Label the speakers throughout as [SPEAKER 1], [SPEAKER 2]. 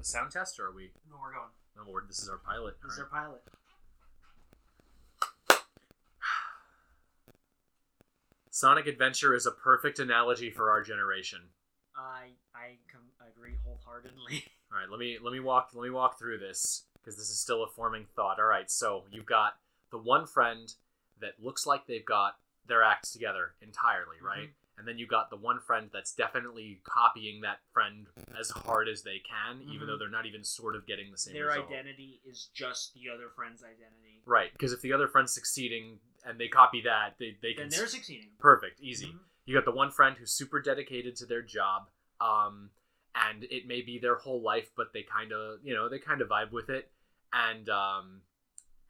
[SPEAKER 1] a sound test, or are we?
[SPEAKER 2] No, we're going.
[SPEAKER 1] No, we this is our pilot.
[SPEAKER 2] This is
[SPEAKER 1] All
[SPEAKER 2] our pilot.
[SPEAKER 1] right. Sonic Adventure is a perfect analogy for our generation.
[SPEAKER 2] I I com- agree wholeheartedly.
[SPEAKER 1] All right, let me let me walk let me walk through this because this is still a forming thought. All right, so you've got the one friend that looks like they've got their act together entirely,
[SPEAKER 2] Mm-hmm.
[SPEAKER 1] right? And then you got the one friend that's definitely copying that friend as hard as they can, even
[SPEAKER 2] Mhm.
[SPEAKER 1] though they're not even sort of getting the same
[SPEAKER 2] Their
[SPEAKER 1] result.
[SPEAKER 2] identity is just the other friend's identity.
[SPEAKER 1] Right, because if the other friend's succeeding and they copy that, they, they can.
[SPEAKER 2] Then they're succeeding.
[SPEAKER 1] perfect, easy.
[SPEAKER 2] Mhm.
[SPEAKER 1] You got the one friend who's super dedicated to their job, um, and it may be their whole life, but they kind of, you know, they kind of vibe with it. And um,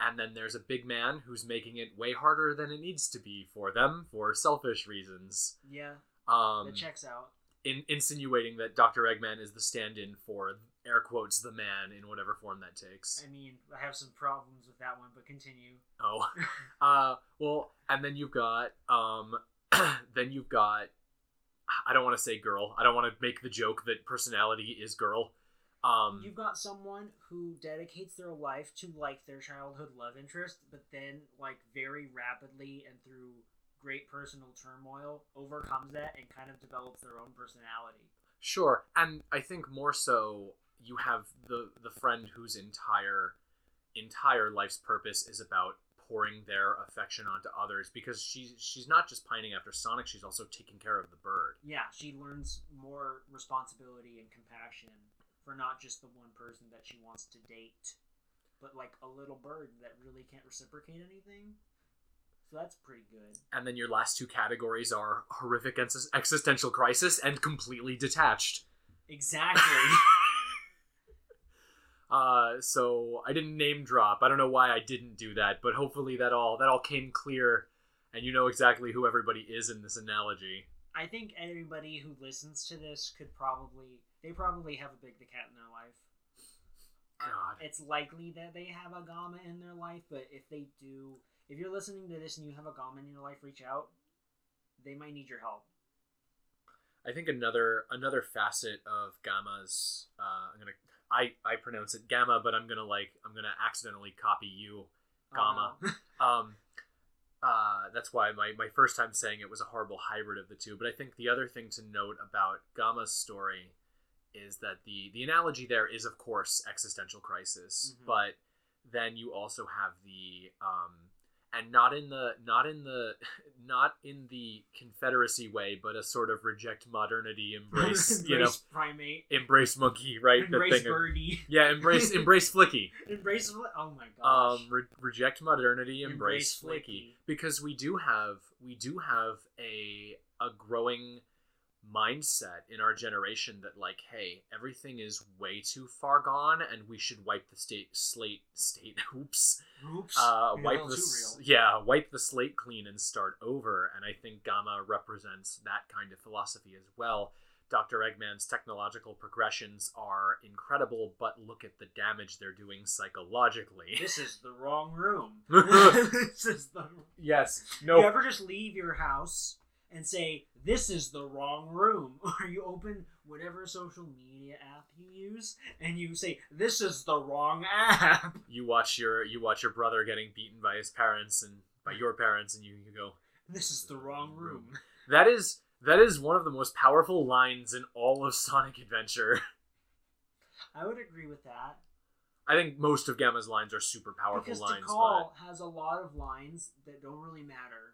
[SPEAKER 1] and then there's a big man who's making it way harder than it needs to be for them for selfish reasons.
[SPEAKER 2] Yeah,
[SPEAKER 1] Um,
[SPEAKER 2] that checks out.
[SPEAKER 1] in, insinuating that Dr. Eggman is the stand-in for air quotes the man in whatever form that takes.
[SPEAKER 2] I mean, I have some problems with that one, but continue.
[SPEAKER 1] Oh. Uh well, and then you've got um then you've got I don't want to say girl. I don't want to make the joke that personality is girl. Um
[SPEAKER 2] You've got someone who dedicates their life to like their childhood love interest, but then like very rapidly and through great personal turmoil overcomes that and kind of develops their own personality.
[SPEAKER 1] sure. And I think more so you have the the friend whose entire entire life's purpose is about pouring their affection onto others because she's she's not just pining after Sonic, she's also taking care of the bird.
[SPEAKER 2] Yeah, she learns more responsibility and compassion for not just the one person that she wants to date, but like a little bird that really can't reciprocate anything. So that's pretty good.
[SPEAKER 1] And then your last two categories are horrific ex- existential crisis and completely detached.
[SPEAKER 2] Exactly.
[SPEAKER 1] Uh, so I didn't name drop. I don't know why I didn't do that, but hopefully that all that all came clear, and you know exactly who everybody is in this analogy.
[SPEAKER 2] I think anybody who listens to this could probably they probably have a big the cat in their life.
[SPEAKER 1] God.
[SPEAKER 2] It's likely that they have a gamma in their life, but if they do, if you're listening to this and you have a gamma in your life, reach out. They might need your help.
[SPEAKER 1] I think another another facet of gamma's. Uh, I'm gonna I I pronounce it gamma, but I'm gonna like I'm gonna accidentally copy you.
[SPEAKER 2] Oh,
[SPEAKER 1] Gamma.
[SPEAKER 2] no.
[SPEAKER 1] Um, uh, that's why my my first time saying it was a horrible hybrid of the two. But I think the other thing to note about gamma's story is that the the analogy there is of course existential crisis
[SPEAKER 2] Mhm.
[SPEAKER 1] but then you also have the um and not in the not in the not in the confederacy way but a sort of reject modernity embrace, you know
[SPEAKER 2] Embrace primate.
[SPEAKER 1] embrace monkey right The
[SPEAKER 2] Embrace
[SPEAKER 1] thing of-
[SPEAKER 2] birdie.
[SPEAKER 1] yeah embrace embrace flicky
[SPEAKER 2] Embrace. Oh my gosh.
[SPEAKER 1] um re- reject modernity
[SPEAKER 2] Embrace
[SPEAKER 1] embrace, flicky.
[SPEAKER 2] flicky.
[SPEAKER 1] because we do have we do have a a growing mindset in our generation that like hey everything is way too far gone and we should wipe the state slate state oops
[SPEAKER 2] Oops.
[SPEAKER 1] uh
[SPEAKER 2] Made it a
[SPEAKER 1] wipe
[SPEAKER 2] little
[SPEAKER 1] the
[SPEAKER 2] too
[SPEAKER 1] s-
[SPEAKER 2] real.
[SPEAKER 1] yeah wipe the slate clean and start over and i think gamma represents that kind of philosophy as well dr eggman's technological progressions are incredible but look at the damage they're doing psychologically
[SPEAKER 2] This is the wrong room. this is the
[SPEAKER 1] Yes.
[SPEAKER 2] You ever just leave your house and say, This is the wrong room? Or you open whatever social media app you use and you say, This is the wrong app.
[SPEAKER 1] You watch your you watch your brother getting beaten by his parents and by your parents, and you, you go.
[SPEAKER 2] This is the wrong room.
[SPEAKER 1] That is that is one of the most powerful lines in all of Sonic Adventure.
[SPEAKER 2] I would agree with that.
[SPEAKER 1] I think most of Gamma's lines are super powerful
[SPEAKER 2] because
[SPEAKER 1] lines,
[SPEAKER 2] DeCall has a lot of lines that don't really matter.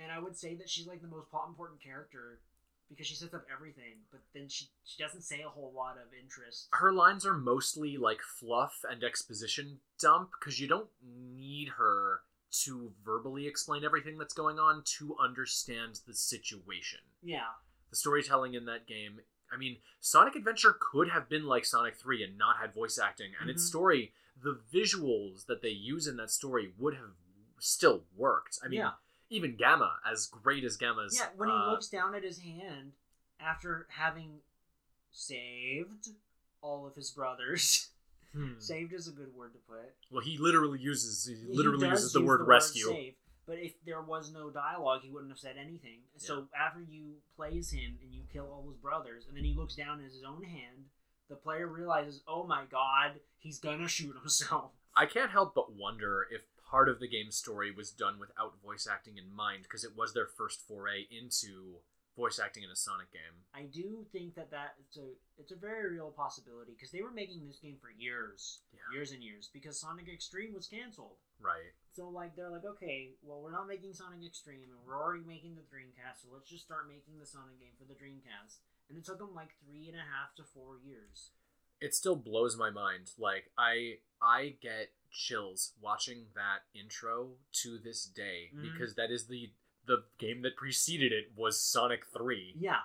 [SPEAKER 2] And I would say that she's like the most plot important character because she sets up everything, but then she, she doesn't say a whole lot of interest.
[SPEAKER 1] but her lines are mostly like fluff and exposition dump because you don't need her to verbally explain everything that's going on to understand the situation.
[SPEAKER 2] Yeah.
[SPEAKER 1] the storytelling in that game i mean sonic adventure could have been like sonic 3 and not had voice acting and its
[SPEAKER 2] Mhm.
[SPEAKER 1] story the visuals that they use in that story would have still worked i mean
[SPEAKER 2] Yeah.
[SPEAKER 1] even gamma as great as gamma's
[SPEAKER 2] Yeah, when he
[SPEAKER 1] uh,
[SPEAKER 2] looks down at his hand after having saved all of his brothers.
[SPEAKER 1] hmm.
[SPEAKER 2] saved is a good word to put.
[SPEAKER 1] well he literally uses he
[SPEAKER 2] He
[SPEAKER 1] literally
[SPEAKER 2] does
[SPEAKER 1] uses the
[SPEAKER 2] use
[SPEAKER 1] word rescue
[SPEAKER 2] save, but if there was no dialogue, he wouldn't have said anything. So after you plays him and you kill all his brothers, and then he looks down at his own hand the player realizes, oh my god, he's gonna shoot himself.
[SPEAKER 1] I can't help but wonder if part of the game's story was done without voice acting in mind because it was their first foray into voice acting in a Sonic game.
[SPEAKER 2] I do think that that it's a it's a very real possibility because they were making this game for years,
[SPEAKER 1] Yeah.
[SPEAKER 2] years and years because Sonic Extreme was canceled.
[SPEAKER 1] Right.
[SPEAKER 2] So like they're like, okay, well we're not making Sonic Extreme and we're already making the Dreamcast, so let's just start making the Sonic game for the Dreamcast. And it took them like three and a half to four years.
[SPEAKER 1] It still blows my mind. Like I I get chills watching that intro to this day
[SPEAKER 2] Mhm.
[SPEAKER 1] because that is the the game that preceded it was Sonic 3.
[SPEAKER 2] Yeah,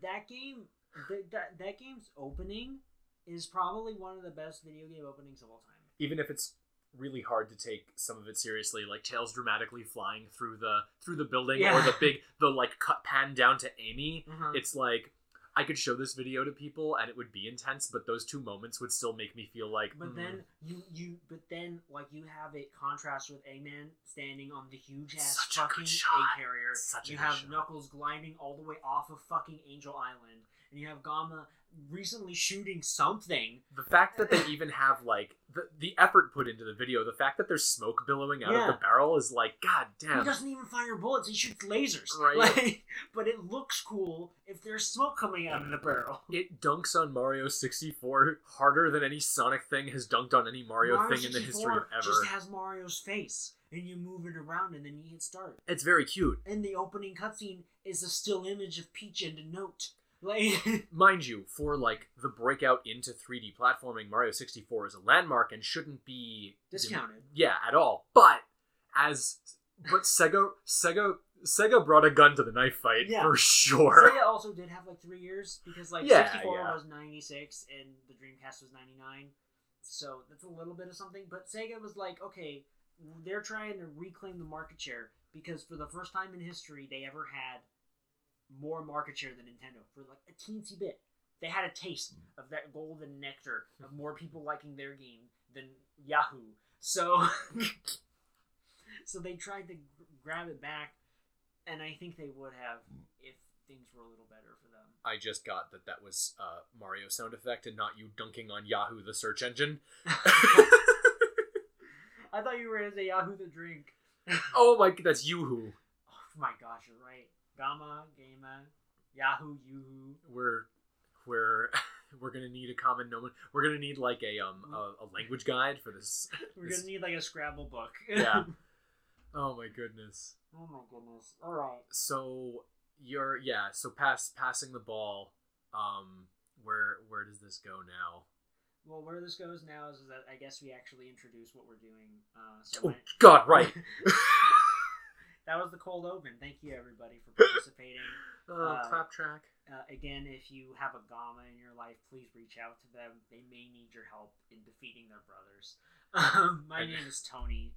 [SPEAKER 2] that game, th- that that game's opening is probably one of the best video game openings of all time.
[SPEAKER 1] even if it's really hard to take some of it seriously like tails dramatically flying through the through the building or
[SPEAKER 2] Yeah.
[SPEAKER 1] the big the like cut pan down to amy
[SPEAKER 2] Uh-huh.
[SPEAKER 1] it's like i could show this video to people and it would be intense but those two moments would still make me feel like
[SPEAKER 2] But
[SPEAKER 1] mm,
[SPEAKER 2] then you you but then like you have it contrast with Eggman standing on the huge ass
[SPEAKER 1] Such a good
[SPEAKER 2] fucking
[SPEAKER 1] shot.
[SPEAKER 2] egg carrier.
[SPEAKER 1] Such a
[SPEAKER 2] you
[SPEAKER 1] good
[SPEAKER 2] have
[SPEAKER 1] shot.
[SPEAKER 2] Knuckles gliding all the way off of fucking Angel Island, and you have Gamma recently shooting something.
[SPEAKER 1] the fact that they even have like the, the effort put into the video the fact that there's smoke billowing out
[SPEAKER 2] Yeah.
[SPEAKER 1] of the barrel is like god
[SPEAKER 2] He
[SPEAKER 1] damn
[SPEAKER 2] doesn't even fire bullets; he shoots lasers.
[SPEAKER 1] Right.
[SPEAKER 2] Like, but it looks cool if there's smoke coming out of the barrel.
[SPEAKER 1] it dunks on mario 64 harder than any sonic thing has dunked on any mario, thing in the history of
[SPEAKER 2] 64
[SPEAKER 1] ever
[SPEAKER 2] Just has Mario's face, and you move it around, and then you hit start.
[SPEAKER 1] it's very cute
[SPEAKER 2] And the opening cutscene is a still image of Peach and a note. Like,
[SPEAKER 1] mind you, for like the breakout into 3D platforming, Mario 64 is a landmark and shouldn't be
[SPEAKER 2] discounted.
[SPEAKER 1] yeah, at all. But as but Sega Sega Sega brought a gun to the knife fight
[SPEAKER 2] Yeah.
[SPEAKER 1] for sure.
[SPEAKER 2] Sega also did have like three years because like
[SPEAKER 1] Yeah,
[SPEAKER 2] 64
[SPEAKER 1] yeah.
[SPEAKER 2] was 96 and the Dreamcast was 99. So that's a little bit of something. But Sega was like, okay, they're trying to reclaim the market share because for the first time in history, they ever had more market share than Nintendo for like a teensy bit. They had a taste
[SPEAKER 1] Mm.
[SPEAKER 2] of that golden nectar of
[SPEAKER 1] Hmm.
[SPEAKER 2] more people liking their game than Yahoo. So, so they tried to gr- grab it back, and I think they would have
[SPEAKER 1] Mm.
[SPEAKER 2] if things were a little better for them.
[SPEAKER 1] I just got that that was uh, Mario sound effect and not you dunking on Yahoo the search engine.
[SPEAKER 2] I thought you were gonna say Yahoo the drink.
[SPEAKER 1] oh my, that's Yoo-hoo.
[SPEAKER 2] Oh my gosh, you're right. Gamma, Gamma, Yahoo, Yoohoo.
[SPEAKER 1] We're we're we're gonna need a common nomen. We're gonna need like a um a, a language guide for this.
[SPEAKER 2] We're
[SPEAKER 1] This-
[SPEAKER 2] gonna need like a Scrabble book.
[SPEAKER 1] Yeah. Oh my goodness.
[SPEAKER 2] oh my goodness. All right.
[SPEAKER 1] so you're yeah so pass passing the ball um where where does this go now
[SPEAKER 2] Well, where this goes now is that I guess we actually introduce what we're doing. Uh, so
[SPEAKER 1] oh
[SPEAKER 2] my-
[SPEAKER 1] god right
[SPEAKER 2] that was the cold open. Thank you everybody for participating.
[SPEAKER 1] uh,
[SPEAKER 2] Uh,
[SPEAKER 1] clap track
[SPEAKER 2] Uh, again, if you have a Gama in your life, please reach out to them. They may need your help in defeating their brothers. Um, my
[SPEAKER 1] And-
[SPEAKER 2] name is Tony,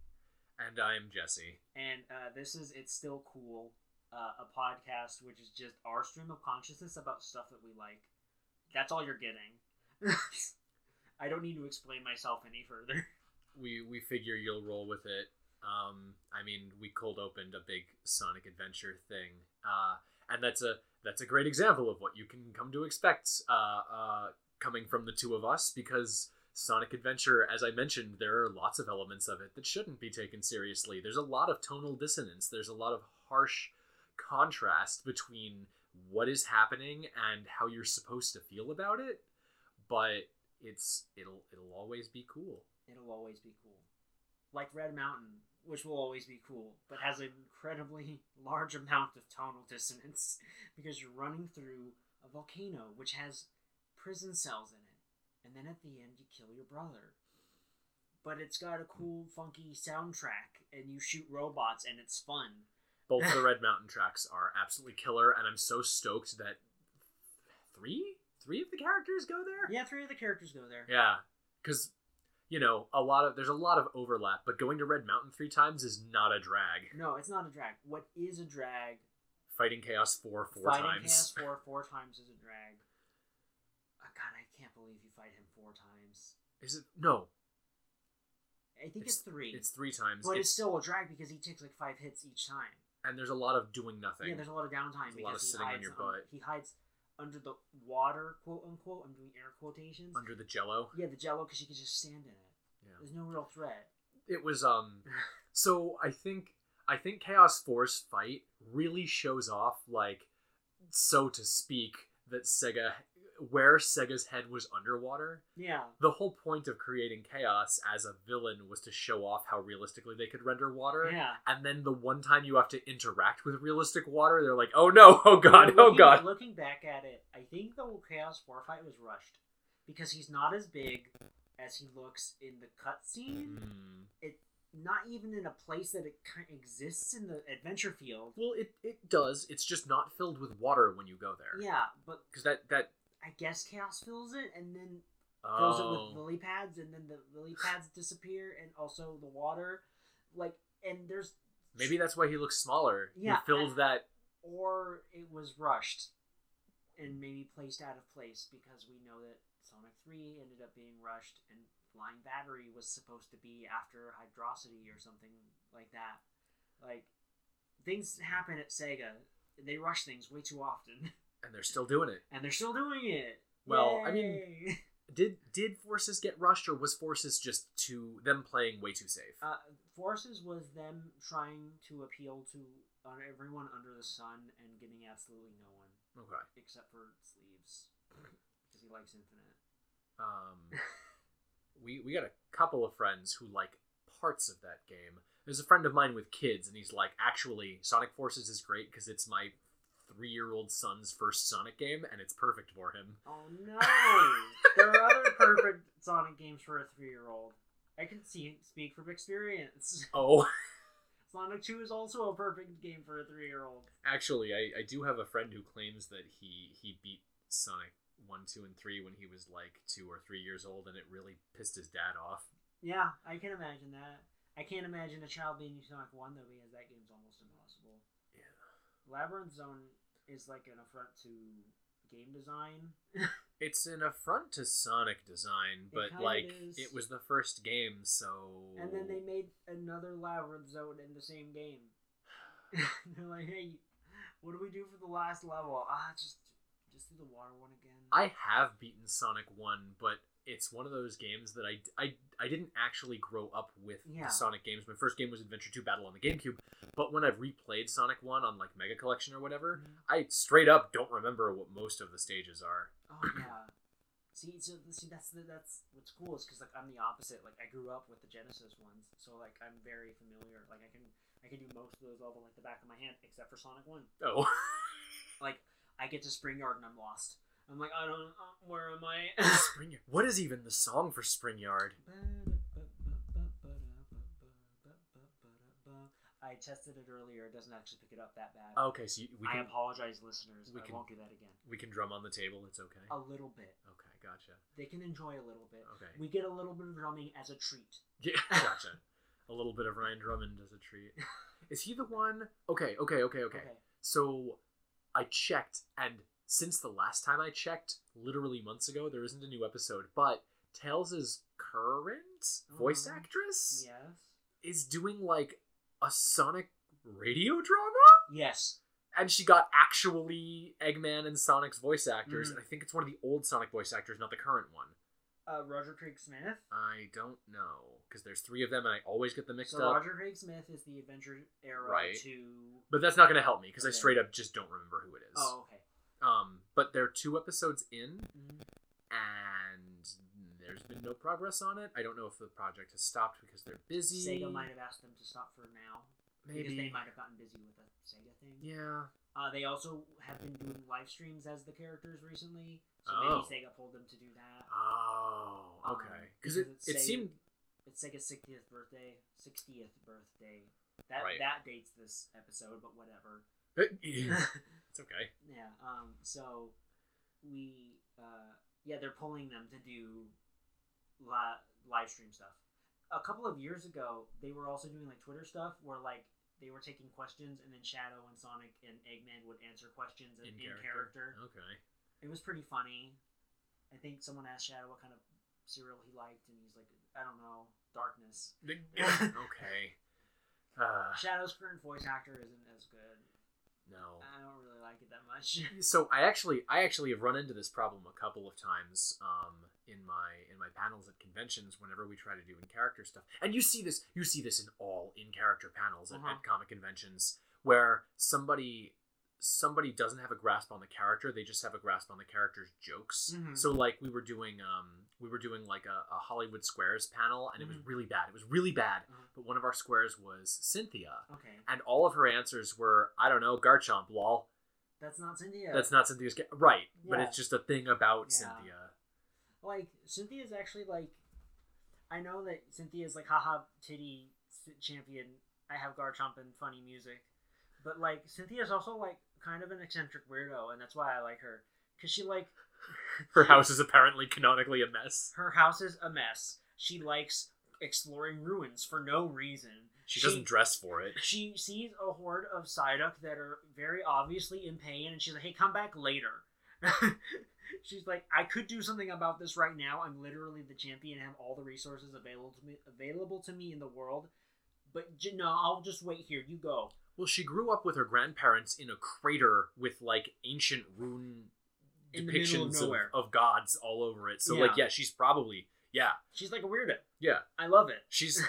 [SPEAKER 1] and i'm jesse
[SPEAKER 2] and uh, this is It's Still Cool, uh, a podcast which is just our stream of consciousness about stuff that we like. That's all you're getting. I don't need to explain myself any further.
[SPEAKER 1] we we figure you'll roll with it um i mean we cold opened a big sonic adventure thing uh and that's a that's a great example of what you can come to expect uh uh coming from the two of us because Sonic Adventure, as I mentioned, there are lots of elements of it that shouldn't be taken seriously. There's a lot of tonal dissonance. There's a lot of harsh contrast between what is happening and how you're supposed to feel about it. But it's it'll it'll always be cool.
[SPEAKER 2] It'll always be cool. Like Red Mountain, which will always be cool, but has an incredibly large amount of tonal dissonance because you're running through a volcano which has prison cells in it. And then at the end, you kill your brother. But it's got a cool, funky soundtrack, and you shoot robots, and it's fun.
[SPEAKER 1] Both of the Red Mountain tracks are absolutely killer, and I'm so stoked that three three of the characters go there.
[SPEAKER 2] Yeah, three of the characters go there.
[SPEAKER 1] Yeah, because you know a lot of there's a lot of overlap, but going to Red Mountain three times is not a drag.
[SPEAKER 2] No, it's not a drag. What is a drag
[SPEAKER 1] Fighting Chaos four four
[SPEAKER 2] Fighting
[SPEAKER 1] times.
[SPEAKER 2] Chaos four four times is a drag. Oh, God, I can't believe you fight him four times.
[SPEAKER 1] Is it no?
[SPEAKER 2] I think it's, three.
[SPEAKER 1] It's three times.
[SPEAKER 2] but it's,
[SPEAKER 1] It's-
[SPEAKER 2] still a drag because he takes like five hits each time.
[SPEAKER 1] and there's a lot of doing nothing.
[SPEAKER 2] Yeah, there's a lot of downtime
[SPEAKER 1] There's a lot
[SPEAKER 2] because
[SPEAKER 1] of
[SPEAKER 2] he
[SPEAKER 1] sitting on
[SPEAKER 2] hides
[SPEAKER 1] your butt.
[SPEAKER 2] He hides. under the water, quote unquote. I'm doing air quotations.
[SPEAKER 1] under the jello.
[SPEAKER 2] yeah, the jello because she could just stand in it.
[SPEAKER 1] Yeah.
[SPEAKER 2] There's no real threat.
[SPEAKER 1] It was um so I think I think Chaos Force fight really shows off like so to speak that Sega where Sega's head was underwater.
[SPEAKER 2] Yeah.
[SPEAKER 1] The whole point of creating Chaos as a villain was to show off how realistically they could render water.
[SPEAKER 2] Yeah.
[SPEAKER 1] And then the one time you have to interact with realistic water, they're like, "Oh no, oh god,
[SPEAKER 2] You know,
[SPEAKER 1] oh
[SPEAKER 2] looking,
[SPEAKER 1] god."
[SPEAKER 2] Looking back at it, I think the whole Chaos War fight was rushed because he's not as big as he looks in the cutscene.
[SPEAKER 1] Hmm.
[SPEAKER 2] Not even in a place that it kind exists in the adventure field.
[SPEAKER 1] Well, it it does. It's just not filled with water when you go there.
[SPEAKER 2] Yeah, but
[SPEAKER 1] Because that that
[SPEAKER 2] I guess Chaos fills it and then fills it
[SPEAKER 1] oh.
[SPEAKER 2] with lily pads, and then the lily pads disappear, and also the water. Like, and there's
[SPEAKER 1] Maybe that's why he looks smaller.
[SPEAKER 2] Yeah,
[SPEAKER 1] he fills that.
[SPEAKER 2] or it was rushed and maybe placed out of place because we know that Sonic 3 ended up being rushed and Flying Battery was supposed to be after Hydrosity or something like that. Like, things happen at Sega. They rush things way too often,
[SPEAKER 1] and they're still doing it.
[SPEAKER 2] and they're still doing it.
[SPEAKER 1] Well, I mean-
[SPEAKER 2] Yay!
[SPEAKER 1] Did did Forces get rushed, or was Forces just to them playing way too safe?
[SPEAKER 2] uh, Forces was them trying to appeal to uh, everyone under the sun and getting absolutely no one
[SPEAKER 1] okay.
[SPEAKER 2] except for Sleeves because he likes Infinite.
[SPEAKER 1] Um, we we got a couple of friends who like parts of that game. There's a friend of mine with kids, and he's like, actually, Sonic Forces is great because it's my three year old son's first Sonic game, and it's perfect for him.
[SPEAKER 2] Oh no! there are other perfect Sonic games for a three-year-old. I can see speak from experience.
[SPEAKER 1] Oh.
[SPEAKER 2] Sonic Two is also a perfect game for a three-year-old.
[SPEAKER 1] Actually, I, I do have a friend who claims that he he beat Sonic one, two, and three when he was like two or three years old, and it really pissed his dad off.
[SPEAKER 2] Yeah, I can imagine that. I can't imagine a child beating Sonic One though, because that game's almost impossible.
[SPEAKER 1] Yeah.
[SPEAKER 2] Labyrinth Zone is like an affront to game design.
[SPEAKER 1] It's an affront to Sonic design, but
[SPEAKER 2] kinda
[SPEAKER 1] like
[SPEAKER 2] is.
[SPEAKER 1] it was the first game, so
[SPEAKER 2] And then they made another Labyrinth Zone in the same game. They're like, hey, what do we do for the last level? Ah, just just do the water one again.
[SPEAKER 1] I have beaten Sonic one, but it's one of those games that I I, I didn't actually grow up with
[SPEAKER 2] Yeah.
[SPEAKER 1] the Sonic games. My first game was Adventure two Battle on the GameCube, but when I've replayed Sonic one on like Mega Collection or whatever,
[SPEAKER 2] Mhm.
[SPEAKER 1] I straight up don't remember what most of the stages are.
[SPEAKER 2] Oh yeah. See, so see, that's the, that's what's cool is because like I'm the opposite. Like I grew up with the Genesis ones, so like I'm very familiar. Like I can I can do most of those level like the back of my hand, except for Sonic One.
[SPEAKER 1] Oh.
[SPEAKER 2] Like I get to Spring Yard and I'm lost. I'm like I don't uh, where am I?
[SPEAKER 1] Spring Yard. What is even the song for Spring Yard?
[SPEAKER 2] I tested it earlier. It doesn't actually pick it up that bad.
[SPEAKER 1] Okay, so you, Oh, we
[SPEAKER 2] I
[SPEAKER 1] can
[SPEAKER 2] apologize, listeners.
[SPEAKER 1] we
[SPEAKER 2] I
[SPEAKER 1] can-
[SPEAKER 2] won't do that again.
[SPEAKER 1] we can drum on the table. It's okay.
[SPEAKER 2] A little bit.
[SPEAKER 1] Okay, gotcha.
[SPEAKER 2] They can enjoy a little bit.
[SPEAKER 1] Okay,
[SPEAKER 2] We get a little bit of drumming as a treat.
[SPEAKER 1] yeah, gotcha. A little bit of Ryan Drummond as a treat. Is he the one? Okay, okay, okay, okay. So I checked, and since the last time I checked, literally months ago, there isn't a new episode. But Tails' current voice
[SPEAKER 2] Mhm.
[SPEAKER 1] actress
[SPEAKER 2] Yes.
[SPEAKER 1] is doing like a Sonic radio drama.
[SPEAKER 2] Yes.
[SPEAKER 1] and she got actually Eggman and Sonic's voice actors,
[SPEAKER 2] Mhm.
[SPEAKER 1] and I think it's one of the old Sonic voice actors, not the current one.
[SPEAKER 2] Uh, Roger Craig Smith.
[SPEAKER 1] I don't know because there's three of them, and I always get them Uh, mixed
[SPEAKER 2] so
[SPEAKER 1] up.
[SPEAKER 2] Roger Craig Smith is the Adventure Era
[SPEAKER 1] Right.
[SPEAKER 2] to.
[SPEAKER 1] But that's not going to help me because I
[SPEAKER 2] Okay.
[SPEAKER 1] straight up just don't remember who it is.
[SPEAKER 2] Oh, okay.
[SPEAKER 1] Um, but they're two episodes in,
[SPEAKER 2] Mhm.
[SPEAKER 1] and there's been no progress on it. I don't know if the project has stopped because they're busy.
[SPEAKER 2] Sega might have asked them to stop for now because they
[SPEAKER 1] Maybe.
[SPEAKER 2] might have gotten busy with a Sega thing.
[SPEAKER 1] Yeah.
[SPEAKER 2] Uh, they also have been doing live streams as the characters recently, so
[SPEAKER 1] Oh.
[SPEAKER 2] maybe Sega pulled them to do that.
[SPEAKER 1] Oh.
[SPEAKER 2] Um,
[SPEAKER 1] Okay. Because it,
[SPEAKER 2] because
[SPEAKER 1] it
[SPEAKER 2] it's Sega.
[SPEAKER 1] seemed
[SPEAKER 2] It's Sega's sixtieth birthday. Sixtieth birthday. That
[SPEAKER 1] Right.
[SPEAKER 2] that dates this episode, but whatever.
[SPEAKER 1] it's okay.
[SPEAKER 2] Yeah. Um. So we uh yeah they're pulling them to do li- live stream stuff. A couple of years ago, they were also doing like Twitter stuff where like they were taking questions and then Shadow and Sonic and Eggman would answer questions in, in character. Oh.
[SPEAKER 1] Okay.
[SPEAKER 2] It was pretty funny. I think someone asked Shadow what kind of cereal he liked, and he's like, I don't know, darkness.
[SPEAKER 1] okay. Uh,
[SPEAKER 2] Ah. Shadow's current voice actor isn't as good.
[SPEAKER 1] No.
[SPEAKER 2] I don't really like it that much.
[SPEAKER 1] so I actually I actually have run into this problem a couple of times um, in my in my panels at conventions whenever we try to do in character stuff. And you see this you see this in all in character panels at,
[SPEAKER 2] Uh-huh.
[SPEAKER 1] at comic conventions where somebody somebody doesn't have a grasp on the character they just have a grasp on the character's jokes
[SPEAKER 2] Mhm.
[SPEAKER 1] so like we were doing um we were doing like a, a hollywood squares panel and it was
[SPEAKER 2] Mhm.
[SPEAKER 1] really bad it was really bad
[SPEAKER 2] Uh-huh.
[SPEAKER 1] but one of our squares was cynthia
[SPEAKER 2] Okay,
[SPEAKER 1] and all of her answers were i don't know garchomp lol
[SPEAKER 2] that's not Cynthia.
[SPEAKER 1] that's not Cynthia's ca- right, but
[SPEAKER 2] Yeah.
[SPEAKER 1] it's just a thing about
[SPEAKER 2] Yeah.
[SPEAKER 1] Cynthia.
[SPEAKER 2] like Cynthia's actually like. I know that Cynthia's like haha titty s- champion. I have Garchomp and funny music, but like Cynthia's also like kind of an eccentric weirdo, and that's why I like her because she like
[SPEAKER 1] Her house is apparently canonically a mess.
[SPEAKER 2] her house is a mess. She likes exploring ruins for no reason.
[SPEAKER 1] She doesn't dress for it.
[SPEAKER 2] she sees a horde of Psyduck that are very obviously in pain, and she's like, "Hey, come back later." she's like, "I could do something about this right now. I'm literally the champion. and have all the resources available to me available to me in the world, but j- no, I'll just wait here. You go."
[SPEAKER 1] Well, she grew up with her grandparents in a crater with like ancient rune
[SPEAKER 2] In the middle of
[SPEAKER 1] depictions of,
[SPEAKER 2] nowhere.
[SPEAKER 1] of gods all over it. So like, yeah, she's probably yeah,
[SPEAKER 2] She's like a weirdo.
[SPEAKER 1] yeah.
[SPEAKER 2] I love it.
[SPEAKER 1] She's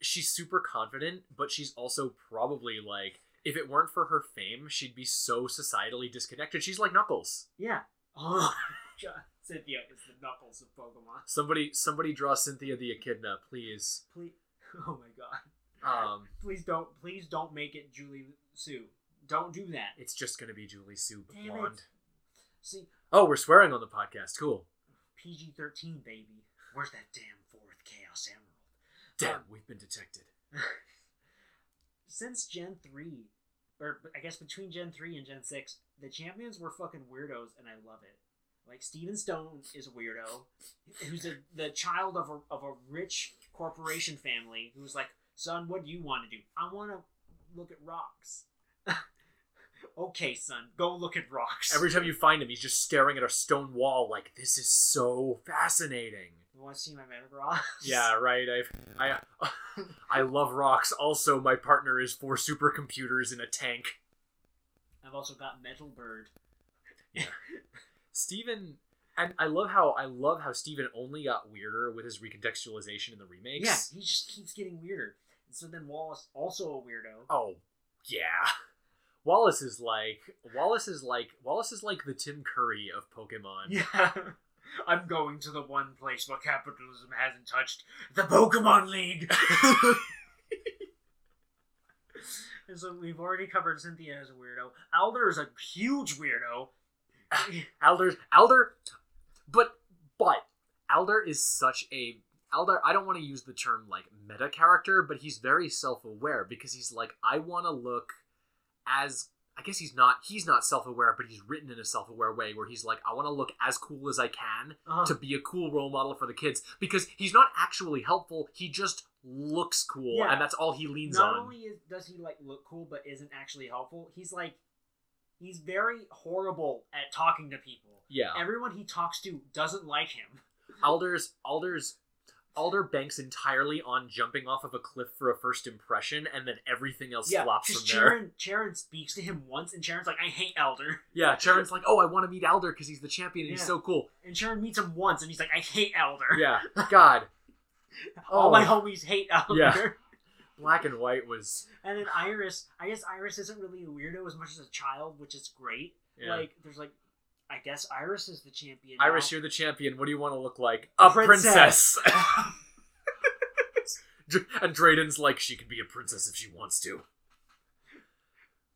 [SPEAKER 1] she's super confident, but she's also probably like if it weren't for her fame, she'd be so societally disconnected. She's like Knuckles.
[SPEAKER 2] Yeah. Oh, God. Cynthia is the knuckles of Pokemon.
[SPEAKER 1] Somebody somebody draw Cynthia the Echidna, please.
[SPEAKER 2] Please. Oh my God.
[SPEAKER 1] Um
[SPEAKER 2] Please don't. Please don't make it Julie Sue. Don't do that.
[SPEAKER 1] It's just gonna be Julie Sue
[SPEAKER 2] Damn it.
[SPEAKER 1] Blonde.
[SPEAKER 2] See,
[SPEAKER 1] Oh, we're swearing on the podcast. Cool.
[SPEAKER 2] PG thirteen, baby. Where's that damn fourth Chaos Emerald?
[SPEAKER 1] Damn,
[SPEAKER 2] Um,
[SPEAKER 1] we've been detected.
[SPEAKER 2] Since Gen three, or I guess between Gen three and Gen six, the champions were fucking weirdos, and I love it. Like Steven Stone is a weirdo, who's a, the child of a of a rich corporation family who's like, son, what do you want to do? I want to look at rocks. okay, son, go look at rocks.
[SPEAKER 1] Every time you find him, he's just staring at a stone wall like this is so fascinating.
[SPEAKER 2] you want to see my metagross?
[SPEAKER 1] Yeah, right. I I I love rocks. Also, my partner is four supercomputers in a tank.
[SPEAKER 2] I've also got Metal Bird.
[SPEAKER 1] Steven and I love how I love how Steven only got weirder with his recontextualization in the remakes.
[SPEAKER 2] Yeah, he just keeps getting weirder. And so then Wallace, also a weirdo.
[SPEAKER 1] Oh, yeah. Wallace is like Wallace is like Wallace is like the Tim Curry of Pokemon.
[SPEAKER 2] Yeah. I'm going to the one place where capitalism hasn't touched the Pokemon League. and so we've already covered Cynthia as a weirdo. Alder is a huge weirdo.
[SPEAKER 1] Alder's Alder, but but Alder is such a Alder. I don't want to use the term like meta character, but he's very self aware because he's like, I want to look as I guess he's not he's not self aware, but he's written in a self aware way where he's like, I want to look as cool as I can
[SPEAKER 2] Uh,
[SPEAKER 1] to be a cool role model for the kids because he's not actually helpful. He just looks cool,
[SPEAKER 2] Yeah.
[SPEAKER 1] and that's all he leans
[SPEAKER 2] not
[SPEAKER 1] on.
[SPEAKER 2] only is, does he like look cool, but isn't actually helpful. He's like, he's very horrible at talking to people.
[SPEAKER 1] yeah,
[SPEAKER 2] Everyone he talks to doesn't like him.
[SPEAKER 1] Alder's Alder's Alder banks entirely on jumping off of a cliff for a first impression, and then everything else flops from
[SPEAKER 2] because
[SPEAKER 1] there.
[SPEAKER 2] Charon, Charon speaks to him once, and Charon's like, "I hate Elder."
[SPEAKER 1] Yeah, Charon's like, "Oh, I want to meet Alder because he's the champion and he's
[SPEAKER 2] Yeah.
[SPEAKER 1] so cool."
[SPEAKER 2] And Charon meets him once, and he's like, "I hate Elder.
[SPEAKER 1] Yeah, God,
[SPEAKER 2] All
[SPEAKER 1] Oh.
[SPEAKER 2] my homies hate Elder."
[SPEAKER 1] Yeah. Black and White was
[SPEAKER 2] And then Iris, I guess Iris isn't really a weirdo as much as a child, which is great.
[SPEAKER 1] yeah.
[SPEAKER 2] Like, there's like, I guess Iris is the champion. now.
[SPEAKER 1] Iris, you're the champion. What do you want to look like?
[SPEAKER 2] A
[SPEAKER 1] A princess. Dr- and Drayden's like, she could be a princess if she wants to.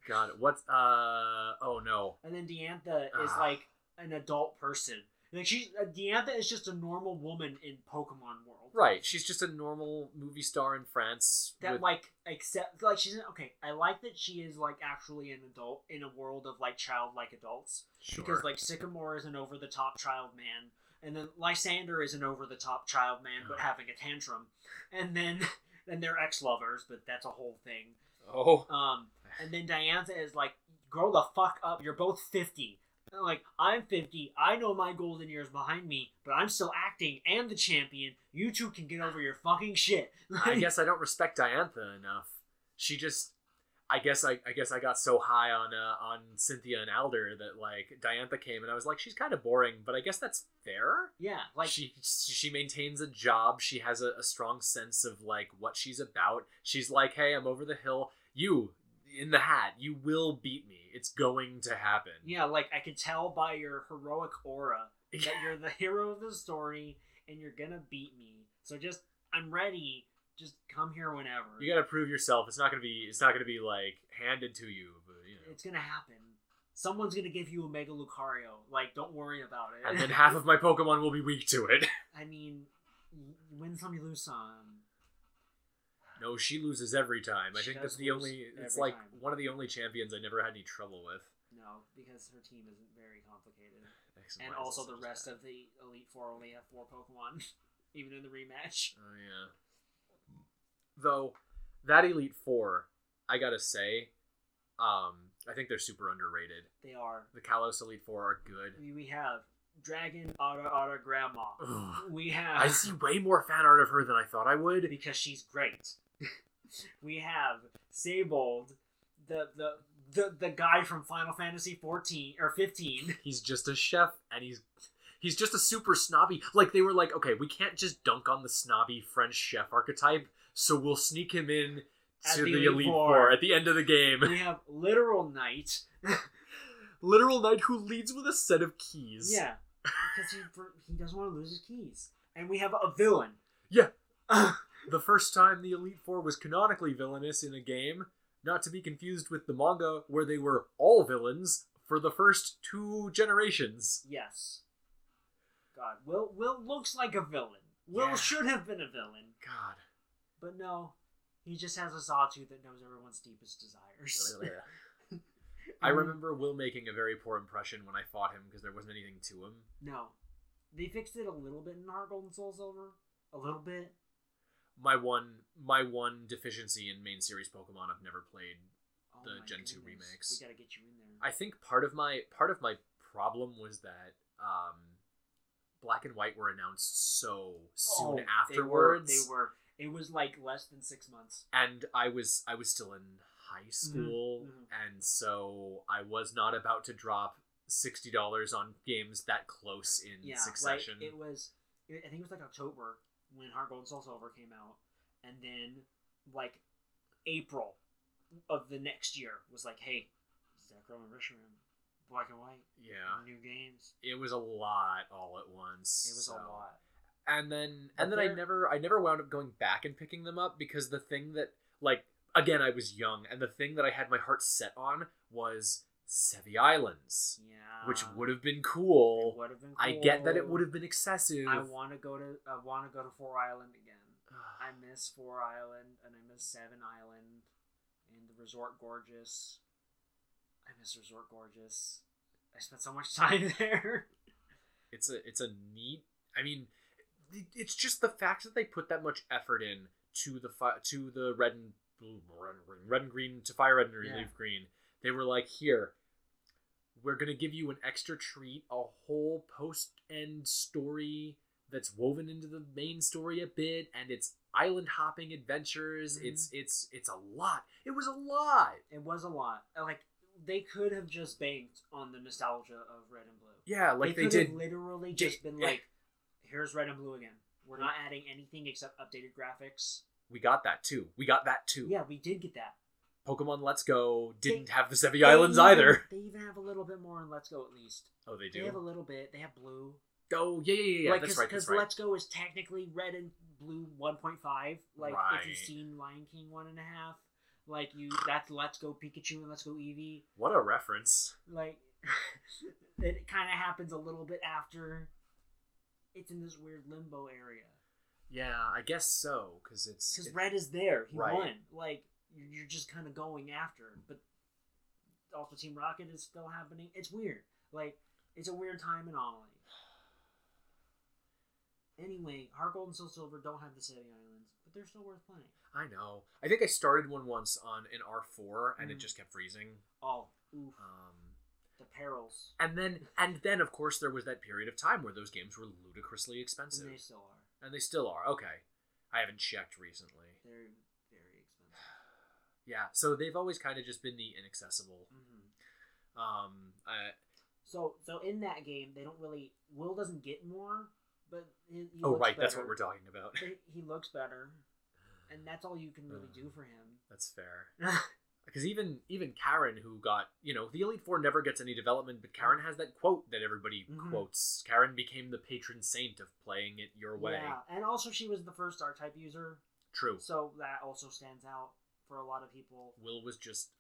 [SPEAKER 1] God, what's uh? Oh no,
[SPEAKER 2] and then Deantha is
[SPEAKER 1] Ah.
[SPEAKER 2] like an adult person. Like she's uh, Deantha is just a normal woman in Pokemon world.
[SPEAKER 1] right? She's just a normal movie star in France.
[SPEAKER 2] that
[SPEAKER 1] with-
[SPEAKER 2] like accept like she's okay i like that she is like actually an adult in a world of like childlike adults
[SPEAKER 1] sure.
[SPEAKER 2] because like sycamore is an over-the-top child man and then lysander is an over-the-top child man but
[SPEAKER 1] Oh.
[SPEAKER 2] having a tantrum and then and they're ex-lovers but that's a whole thing
[SPEAKER 1] oh,
[SPEAKER 2] um and then diantha is like grow the fuck up you're both 50 And, like i'm 50 i know my golden years behind me but i'm still acting and the champion you two can get over your fucking shit
[SPEAKER 1] I guess I don't respect Diantha enough. She just I guess I, I guess I got so high on uh, on Cynthia and Alder that like Diantha came and I was like she's kind of boring, but I guess that's fair.
[SPEAKER 2] Yeah, like
[SPEAKER 1] she she maintains a job. She has a, a strong sense of like what she's about. She's like, hey, I'm over the hill. You in the hat. You will beat me. It's going to happen.
[SPEAKER 2] yeah, like I could tell by your heroic aura that you're the hero of the story and you're gonna beat me. So just I'm ready. Just come here whenever.
[SPEAKER 1] You got to prove yourself. It's not gonna be it's not gonna be like handed to you, but you know.
[SPEAKER 2] it's gonna happen. Someone's gonna give you a Mega Lucario. Like, don't worry about it.
[SPEAKER 1] And then half of my Pokemon will be weak to it.
[SPEAKER 2] I mean, you win some, you lose some.
[SPEAKER 1] No, she loses every time. I
[SPEAKER 2] She
[SPEAKER 1] think
[SPEAKER 2] does
[SPEAKER 1] that's the
[SPEAKER 2] lose
[SPEAKER 1] only. It's
[SPEAKER 2] every
[SPEAKER 1] like
[SPEAKER 2] time.
[SPEAKER 1] one of the only champions I never had any trouble with.
[SPEAKER 2] No, because her team isn't very complicated,
[SPEAKER 1] X
[SPEAKER 2] and
[SPEAKER 1] Y,
[SPEAKER 2] also
[SPEAKER 1] Z,
[SPEAKER 2] the
[SPEAKER 1] Z.
[SPEAKER 2] rest of the Elite Four only have four Pokemon, even in the rematch.
[SPEAKER 1] Oh yeah. Though that Elite Four, I gotta say, um, I think they're super underrated.
[SPEAKER 2] They are.
[SPEAKER 1] The Kalos Elite Four are
[SPEAKER 2] I
[SPEAKER 1] good.
[SPEAKER 2] mean, we have Dragon, Otter, Otter, Grandma.
[SPEAKER 1] Ugh.
[SPEAKER 2] We have
[SPEAKER 1] I see way more fan art of her than I thought I would.
[SPEAKER 2] because she's great. we have Sabold, the the. The, the guy from Final Fantasy 14 or 15
[SPEAKER 1] He's just a chef, and he's he's just a super snobby. Like they were like, okay, we can't just dunk on the snobby French chef archetype, so we'll sneak him in
[SPEAKER 2] At
[SPEAKER 1] to
[SPEAKER 2] the
[SPEAKER 1] the,
[SPEAKER 2] Elite
[SPEAKER 1] Elite
[SPEAKER 2] Four.
[SPEAKER 1] Four at the end of the game.
[SPEAKER 2] we have literal knight
[SPEAKER 1] literal knight who leads with a set of keys.
[SPEAKER 2] yeah because he, for- he doesn't want to lose his keys and we have a villain
[SPEAKER 1] Yeah. The first time the Elite Four was canonically villainous in a game, not to be confused with the manga where they were all villains for the first two generations.
[SPEAKER 2] yes god will will looks like a villain will
[SPEAKER 1] Yeah.
[SPEAKER 2] should have been a villain
[SPEAKER 1] God.
[SPEAKER 2] but no he just has a sawtooth that knows everyone's deepest desires Mm-hmm.
[SPEAKER 1] I
[SPEAKER 2] Mm.
[SPEAKER 1] remember Will making a very poor impression when I fought him because there wasn't anything to him.
[SPEAKER 2] no they fixed it a little bit in heart gold and soul silver a little bit
[SPEAKER 1] My one my one deficiency in main series Pokemon I've never played
[SPEAKER 2] oh
[SPEAKER 1] The
[SPEAKER 2] my
[SPEAKER 1] Gen 2
[SPEAKER 2] goodness.
[SPEAKER 1] remakes.
[SPEAKER 2] we gotta get you in there
[SPEAKER 1] I think part of my part of my problem was that um, black and white were announced so
[SPEAKER 2] Oh,
[SPEAKER 1] soon
[SPEAKER 2] they were-
[SPEAKER 1] afterwards,
[SPEAKER 2] they were it was like less than six months
[SPEAKER 1] and I was I was still in high school,
[SPEAKER 2] mhm.
[SPEAKER 1] and so I was not about to drop sixty dollars on games that close in
[SPEAKER 2] yeah,
[SPEAKER 1] succession.
[SPEAKER 2] Like it was, I think it was like October when Heart Gold and Soul Silver came out, and then like April of the next year was like, hey, Zekrom and Reshiram, black and white,
[SPEAKER 1] yeah,
[SPEAKER 2] new games.
[SPEAKER 1] it was a lot all at once.
[SPEAKER 2] It was
[SPEAKER 1] so-
[SPEAKER 2] a lot.
[SPEAKER 1] and then
[SPEAKER 2] But
[SPEAKER 1] and then I
[SPEAKER 2] they're-
[SPEAKER 1] never I never wound up going back and picking them up because the thing that like again I was young and the thing that I had my heart set on was Sevi Islands,
[SPEAKER 2] Yeah,
[SPEAKER 1] which would have been cool.
[SPEAKER 2] would have been.
[SPEAKER 1] I get that it
[SPEAKER 2] Ah. cool.
[SPEAKER 1] would have been excessive.
[SPEAKER 2] I want to go to. I want to go to Four Island again. I miss Four Island and I miss Seven Island and the Resort Gorgeous. I miss Resort Gorgeous. I spent so much time there.
[SPEAKER 1] it's a it's a neat. I mean, it- it's just the fact that they put that much effort in to the fi- to the red and blue, red and green, red and green to fire red and
[SPEAKER 2] Yeah.
[SPEAKER 1] leaf green. They were like, here, we're gonna give you an extra treat, a whole post end story that's woven into the main story a bit, and it's island hopping adventures.
[SPEAKER 2] Mhm.
[SPEAKER 1] It's it's it's a lot. It was a lot.
[SPEAKER 2] It was a lot. Uh, Like they could have just banked on the nostalgia of red and blue.
[SPEAKER 1] Yeah, like they,
[SPEAKER 2] could
[SPEAKER 1] did.
[SPEAKER 2] have literally
[SPEAKER 1] They-
[SPEAKER 2] just been
[SPEAKER 1] yeah.
[SPEAKER 2] like, "Here's red and blue again. We're not adding anything except updated graphics."
[SPEAKER 1] we got that too. We got that too.
[SPEAKER 2] Yeah, we did get that.
[SPEAKER 1] Pokemon Let's Go didn't
[SPEAKER 2] They-
[SPEAKER 1] have the Sevi
[SPEAKER 2] They
[SPEAKER 1] Islands
[SPEAKER 2] even-
[SPEAKER 1] either.
[SPEAKER 2] They even have a little bit more in Let's Go at least.
[SPEAKER 1] Oh, they
[SPEAKER 2] They have a
[SPEAKER 1] do.
[SPEAKER 2] little bit. They have blue.
[SPEAKER 1] Oh, yeah, yeah, yeah. yeah.
[SPEAKER 2] like,
[SPEAKER 1] that's
[SPEAKER 2] cause,
[SPEAKER 1] right.
[SPEAKER 2] 'cause
[SPEAKER 1] That's right.
[SPEAKER 2] Let's Go is technically red and blue 1.5. Like if
[SPEAKER 1] Right.
[SPEAKER 2] you've seen Lion King one and a half, like you that's Let's Go Pikachu and Let's Go Eevee.
[SPEAKER 1] What a reference.
[SPEAKER 2] like it kind of happens a little bit after it's in this weird limbo area
[SPEAKER 1] Yeah, I guess so. Because it's.
[SPEAKER 2] because
[SPEAKER 1] it-
[SPEAKER 2] red is there he
[SPEAKER 1] Right.
[SPEAKER 2] won like you're you're just kind of going after but also team rocket is still happening it's weird like it's a weird time anomaly anyway heart gold and soul silver don't have the city islands but they're still worth playing
[SPEAKER 1] I know. I think I started one once on an R4 and it
[SPEAKER 2] Mhm.
[SPEAKER 1] just kept freezing.
[SPEAKER 2] oh oof
[SPEAKER 1] Um,
[SPEAKER 2] the perils
[SPEAKER 1] and then, and then, of course, there was that period of time where those games were ludicrously expensive,
[SPEAKER 2] and they still are
[SPEAKER 1] and they still are. Okay, I haven't checked recently.
[SPEAKER 2] they're very expensive
[SPEAKER 1] yeah. So they've always kind of just been the inaccessible.
[SPEAKER 2] hmm
[SPEAKER 1] Um, I,
[SPEAKER 2] So so in that game, they don't really Will doesn't get more, but he, he
[SPEAKER 1] oh
[SPEAKER 2] looks
[SPEAKER 1] right, that's what
[SPEAKER 2] better.
[SPEAKER 1] we're talking about.
[SPEAKER 2] He- He looks better, and that's all you can really
[SPEAKER 1] Uh.
[SPEAKER 2] do for him.
[SPEAKER 1] That's fair. Because even even Karen, who got you know the Elite Four never gets any development, but Karen has that quote that everybody
[SPEAKER 2] Mhm.
[SPEAKER 1] quotes. Karen became the patron saint of playing it your way.
[SPEAKER 2] Yeah, and also she was the first archetype user,
[SPEAKER 1] True.
[SPEAKER 2] so that also stands out for a lot of people.
[SPEAKER 1] Will was just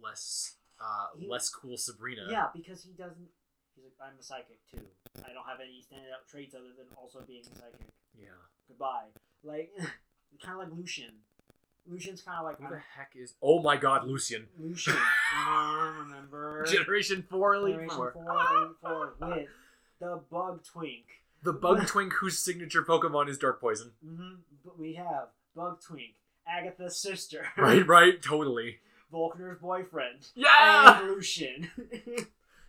[SPEAKER 1] less uh,
[SPEAKER 2] He-
[SPEAKER 1] less cool Sabrina.
[SPEAKER 2] Yeah, because he doesn't. He's like, I'm a psychic too. I don't have any standout traits other than also being a psychic.
[SPEAKER 1] Yeah.
[SPEAKER 2] Goodbye. Like, kind of like Lucian. Lucian's kind of like
[SPEAKER 1] Who the
[SPEAKER 2] I'm-
[SPEAKER 1] heck is? Oh my God, Lucian!
[SPEAKER 2] Lucian. Ah, remember?
[SPEAKER 1] Generation Four Elite
[SPEAKER 2] Generation
[SPEAKER 1] Four.
[SPEAKER 2] four, Elite Four with the bug twink.
[SPEAKER 1] The Bug Twink, whose signature Pokemon is Dark Poison.
[SPEAKER 2] Mm-hmm. But we have bug twink, Agatha's sister,
[SPEAKER 1] Right, right, totally.
[SPEAKER 2] Volkner's boyfriend,
[SPEAKER 1] Yeah.
[SPEAKER 2] and Lucian.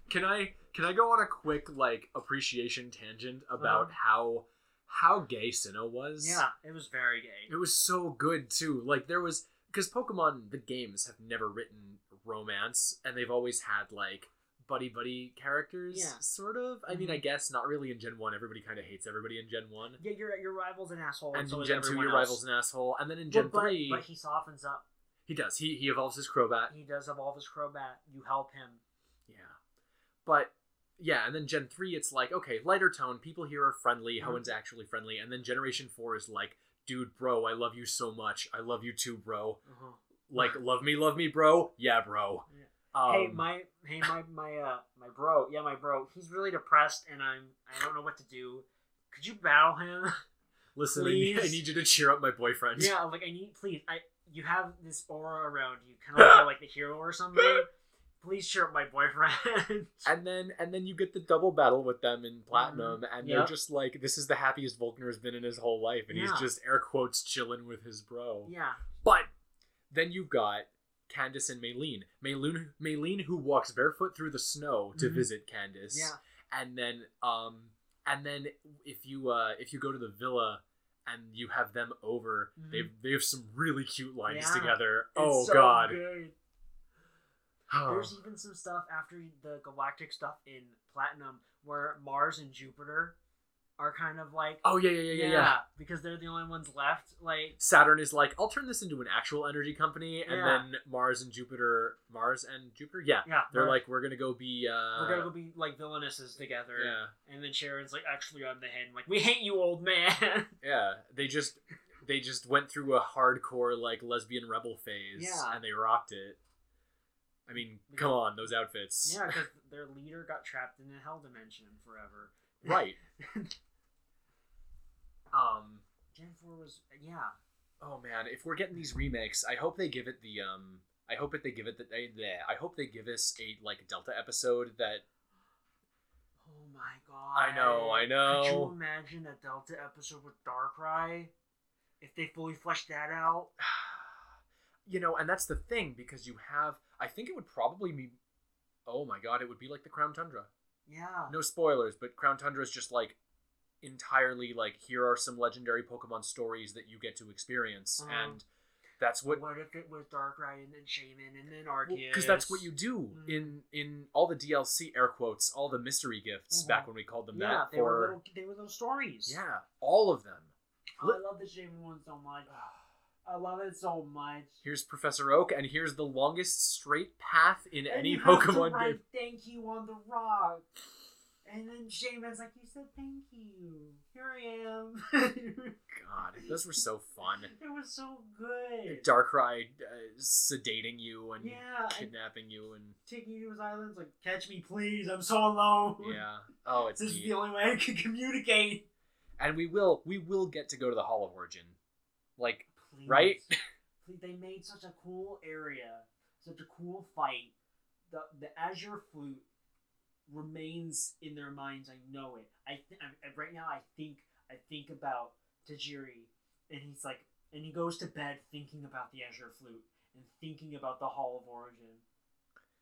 [SPEAKER 1] Can I can I go on a quick like appreciation tangent about how how gay Sinnoh was?
[SPEAKER 2] Uh-huh. yeah, it was very gay.
[SPEAKER 1] It was so good too. Like there was because Pokemon the games have never written romance, and they've always had like buddy buddy characters,
[SPEAKER 2] Yeah. Mm-hmm.
[SPEAKER 1] sort of. I mean, I guess not really in Gen One. Everybody kind of hates everybody in Gen One,
[SPEAKER 2] Yeah, your your rival's an asshole,
[SPEAKER 1] and,
[SPEAKER 2] and so
[SPEAKER 1] in
[SPEAKER 2] is
[SPEAKER 1] Gen Two,
[SPEAKER 2] everyone
[SPEAKER 1] your
[SPEAKER 2] else.
[SPEAKER 1] rival's an asshole, and then in Gen
[SPEAKER 2] But- but,
[SPEAKER 1] Three,
[SPEAKER 2] but he softens up.
[SPEAKER 1] he does. He he evolves his Crobat.
[SPEAKER 2] He does evolve his crowbat. You help him.
[SPEAKER 1] Yeah. But yeah, and then Gen 3 it's like, okay, lighter tone, people here are friendly,
[SPEAKER 2] Mhm.
[SPEAKER 1] Hoen's actually friendly, and then Generation 4 is like, dude, bro, I love you so much. I love you too, bro.
[SPEAKER 2] Uh-huh.
[SPEAKER 1] Like, love me, love me, bro. Yeah, bro.
[SPEAKER 2] Yeah.
[SPEAKER 1] Um,
[SPEAKER 2] hey, my hey my my uh my bro, yeah my bro. He's really depressed, and I'm I don't know what to do. Could you battle him?
[SPEAKER 1] listen, I need, I
[SPEAKER 2] please.
[SPEAKER 1] need you to cheer up my boyfriend.
[SPEAKER 2] Yeah, like I need, please. I you have this aura around you, kind of feel like the hero or something. Please cheer up my boyfriend.
[SPEAKER 1] And then and then you get the double battle with them in platinum, and they're
[SPEAKER 2] Mm-hmm. Yep.
[SPEAKER 1] just like, this is the happiest Volkner has been in his whole life, and
[SPEAKER 2] Yeah.
[SPEAKER 1] he's just air quotes chilling with his bro.
[SPEAKER 2] yeah,
[SPEAKER 1] But then you've got Candace and Maylene. Maylene, Maylene who walks barefoot through the snow to
[SPEAKER 2] Mhm.
[SPEAKER 1] visit Candace.
[SPEAKER 2] yeah.
[SPEAKER 1] And then um and then if you uh if you go to the villa and you have them over,
[SPEAKER 2] Mhm.
[SPEAKER 1] they've they have some really cute lines
[SPEAKER 2] Yeah.
[SPEAKER 1] together. oh
[SPEAKER 2] It's so
[SPEAKER 1] god.
[SPEAKER 2] good. There's even some stuff after the galactic stuff in Platinum where Mars and Jupiter are kind of like
[SPEAKER 1] Oh yeah, yeah, yeah, yeah, yeah.
[SPEAKER 2] because they're the only ones left. Like
[SPEAKER 1] Saturn is like, I'll turn this into an actual energy company, and
[SPEAKER 2] Yeah.
[SPEAKER 1] then Mars and Jupiter, Mars and Jupiter, yeah,
[SPEAKER 2] yeah,
[SPEAKER 1] they're
[SPEAKER 2] we're-
[SPEAKER 1] like, we're gonna go be, uh,
[SPEAKER 2] we're gonna go be like villainesses together.
[SPEAKER 1] yeah,
[SPEAKER 2] And then Sharon's like, actually, I'm the hen. Like we hate you, old man.
[SPEAKER 1] Yeah, they just they just went through a hardcore like lesbian rebel phase,
[SPEAKER 2] Yeah.
[SPEAKER 1] and they rocked it. I mean, come on, those outfits,
[SPEAKER 2] Yeah, because their leader got trapped in a hell dimension forever.
[SPEAKER 1] right? um,
[SPEAKER 2] Gen four was yeah.
[SPEAKER 1] oh man, if we're getting these remakes, I hope they give it the um, I hope that they give it the I, bleh. I hope they give us a like Delta episode that
[SPEAKER 2] Oh my god.
[SPEAKER 1] I know, I know.
[SPEAKER 2] Could you imagine a Delta episode with Darkrai? If they fully fleshed that out,
[SPEAKER 1] you know, and that's the thing because you have, I think it would probably be, oh my god, it would be like the Crown Tundra.
[SPEAKER 2] yeah.
[SPEAKER 1] no spoilers, but Crown Tundra is just like entirely like here are some legendary Pokemon stories that you get to experience,
[SPEAKER 2] Uh-huh.
[SPEAKER 1] and that's what
[SPEAKER 2] What, if it was Darkrai and then Shaman and then Arceus?
[SPEAKER 1] because that's what you do
[SPEAKER 2] Mhm.
[SPEAKER 1] in in all the DLC air quotes, all the mystery gifts
[SPEAKER 2] Mhm.
[SPEAKER 1] back when we called them
[SPEAKER 2] Yeah,
[SPEAKER 1] that
[SPEAKER 2] they were
[SPEAKER 1] for
[SPEAKER 2] little, they were little stories.
[SPEAKER 1] yeah, all of them.
[SPEAKER 2] Oh, I love the Shaman one so much. I love it so much.
[SPEAKER 1] Here's Professor Oak, and here's the longest straight path in
[SPEAKER 2] And
[SPEAKER 1] any
[SPEAKER 2] you have to
[SPEAKER 1] Pokemon
[SPEAKER 2] write
[SPEAKER 1] game.
[SPEAKER 2] Thank you on the rock. And then Shaman's like, you said thank you. Here I am.
[SPEAKER 1] God, those were so fun.
[SPEAKER 2] it was so good.
[SPEAKER 1] Darkrai uh, sedating you and
[SPEAKER 2] Yeah, and
[SPEAKER 1] kidnapping you, and
[SPEAKER 2] taking you to his islands, like, catch me, please. I'm so alone.
[SPEAKER 1] yeah. Oh, it's
[SPEAKER 2] This
[SPEAKER 1] neat.
[SPEAKER 2] is the only way I can communicate.
[SPEAKER 1] and we will we will get to go to the Hall of Origin. Like
[SPEAKER 2] Please.
[SPEAKER 1] Right?
[SPEAKER 2] Please, They made such a cool area, such a cool fight. The the Azure Flute remains in their minds. I know it. I, th- I right now I think I think about Tajiri, and he's like, and he goes to bed thinking about the Azure Flute and thinking about the Hall of Origin.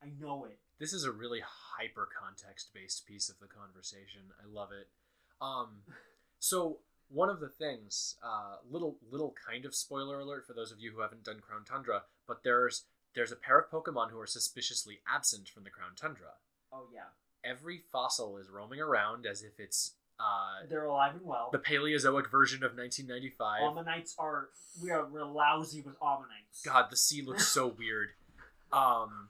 [SPEAKER 2] I know it.
[SPEAKER 1] this is a really hyper context based piece of the conversation. I love it. Um so one of the things, uh, little little kind of spoiler alert for those of you who haven't done Crown Tundra, but there's there's a pair of Pokemon who are suspiciously absent from the Crown Tundra.
[SPEAKER 2] Oh yeah,
[SPEAKER 1] Every fossil is roaming around as if it's uh,
[SPEAKER 2] they're alive and well.
[SPEAKER 1] the Paleozoic version of 1995.
[SPEAKER 2] Almanites are we are we're lousy with Almanites.
[SPEAKER 1] God, the sea looks so weird. Um,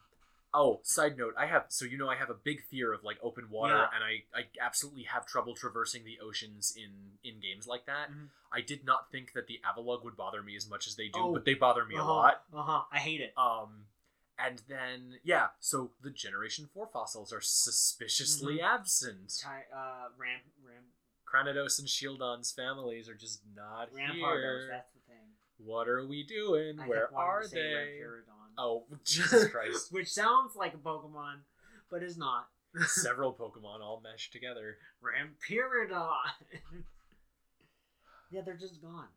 [SPEAKER 1] oh, side note, I have so you know I have a big fear of like open water,
[SPEAKER 2] Yeah.
[SPEAKER 1] and I I absolutely have trouble traversing the oceans in in games like that.
[SPEAKER 2] Mhm.
[SPEAKER 1] I did not think that the Avalog would bother me as much as they do,
[SPEAKER 2] Oh,
[SPEAKER 1] but they bother me
[SPEAKER 2] uh-huh,
[SPEAKER 1] a lot.
[SPEAKER 2] Uh-huh. I hate it.
[SPEAKER 1] Um, and then yeah, so the Generation Four fossils are suspiciously
[SPEAKER 2] Mm-hmm.
[SPEAKER 1] absent.
[SPEAKER 2] Ty, uh, Ram, Ram,
[SPEAKER 1] Kranidos and Shieldon's families are just not
[SPEAKER 2] Rampardos.
[SPEAKER 1] here.
[SPEAKER 2] That's the thing.
[SPEAKER 1] What are we doing?
[SPEAKER 2] I
[SPEAKER 1] Where
[SPEAKER 2] kept wanting
[SPEAKER 1] are
[SPEAKER 2] to say
[SPEAKER 1] they?
[SPEAKER 2] Rampiridon.
[SPEAKER 1] Oh, Jesus Christ.
[SPEAKER 2] which sounds like a Pokemon, but is not.
[SPEAKER 1] several Pokemon all meshed together.
[SPEAKER 2] Rampiridon. yeah, they're just gone.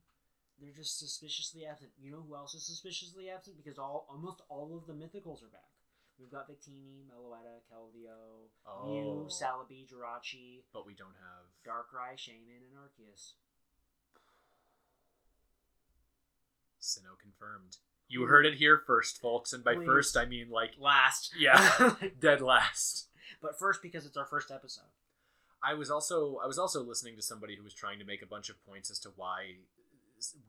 [SPEAKER 2] They're just suspiciously absent. You know who else is suspiciously absent? Because all almost all of the mythicals are back. We've got Victini, Meloetta, Keldeo, Mew,
[SPEAKER 1] Oh.
[SPEAKER 2] Celebi, Jirachi,
[SPEAKER 1] But we don't have.
[SPEAKER 2] Darkrai, Shaymin, and Arceus.
[SPEAKER 1] Sinnoh confirmed. You heard it here first, folks, and by
[SPEAKER 2] Please.
[SPEAKER 1] first I mean like
[SPEAKER 2] Last.
[SPEAKER 1] Yeah. dead last.
[SPEAKER 2] but first because it's our first episode.
[SPEAKER 1] I was also I was also listening to somebody who was trying to make a bunch of points as to why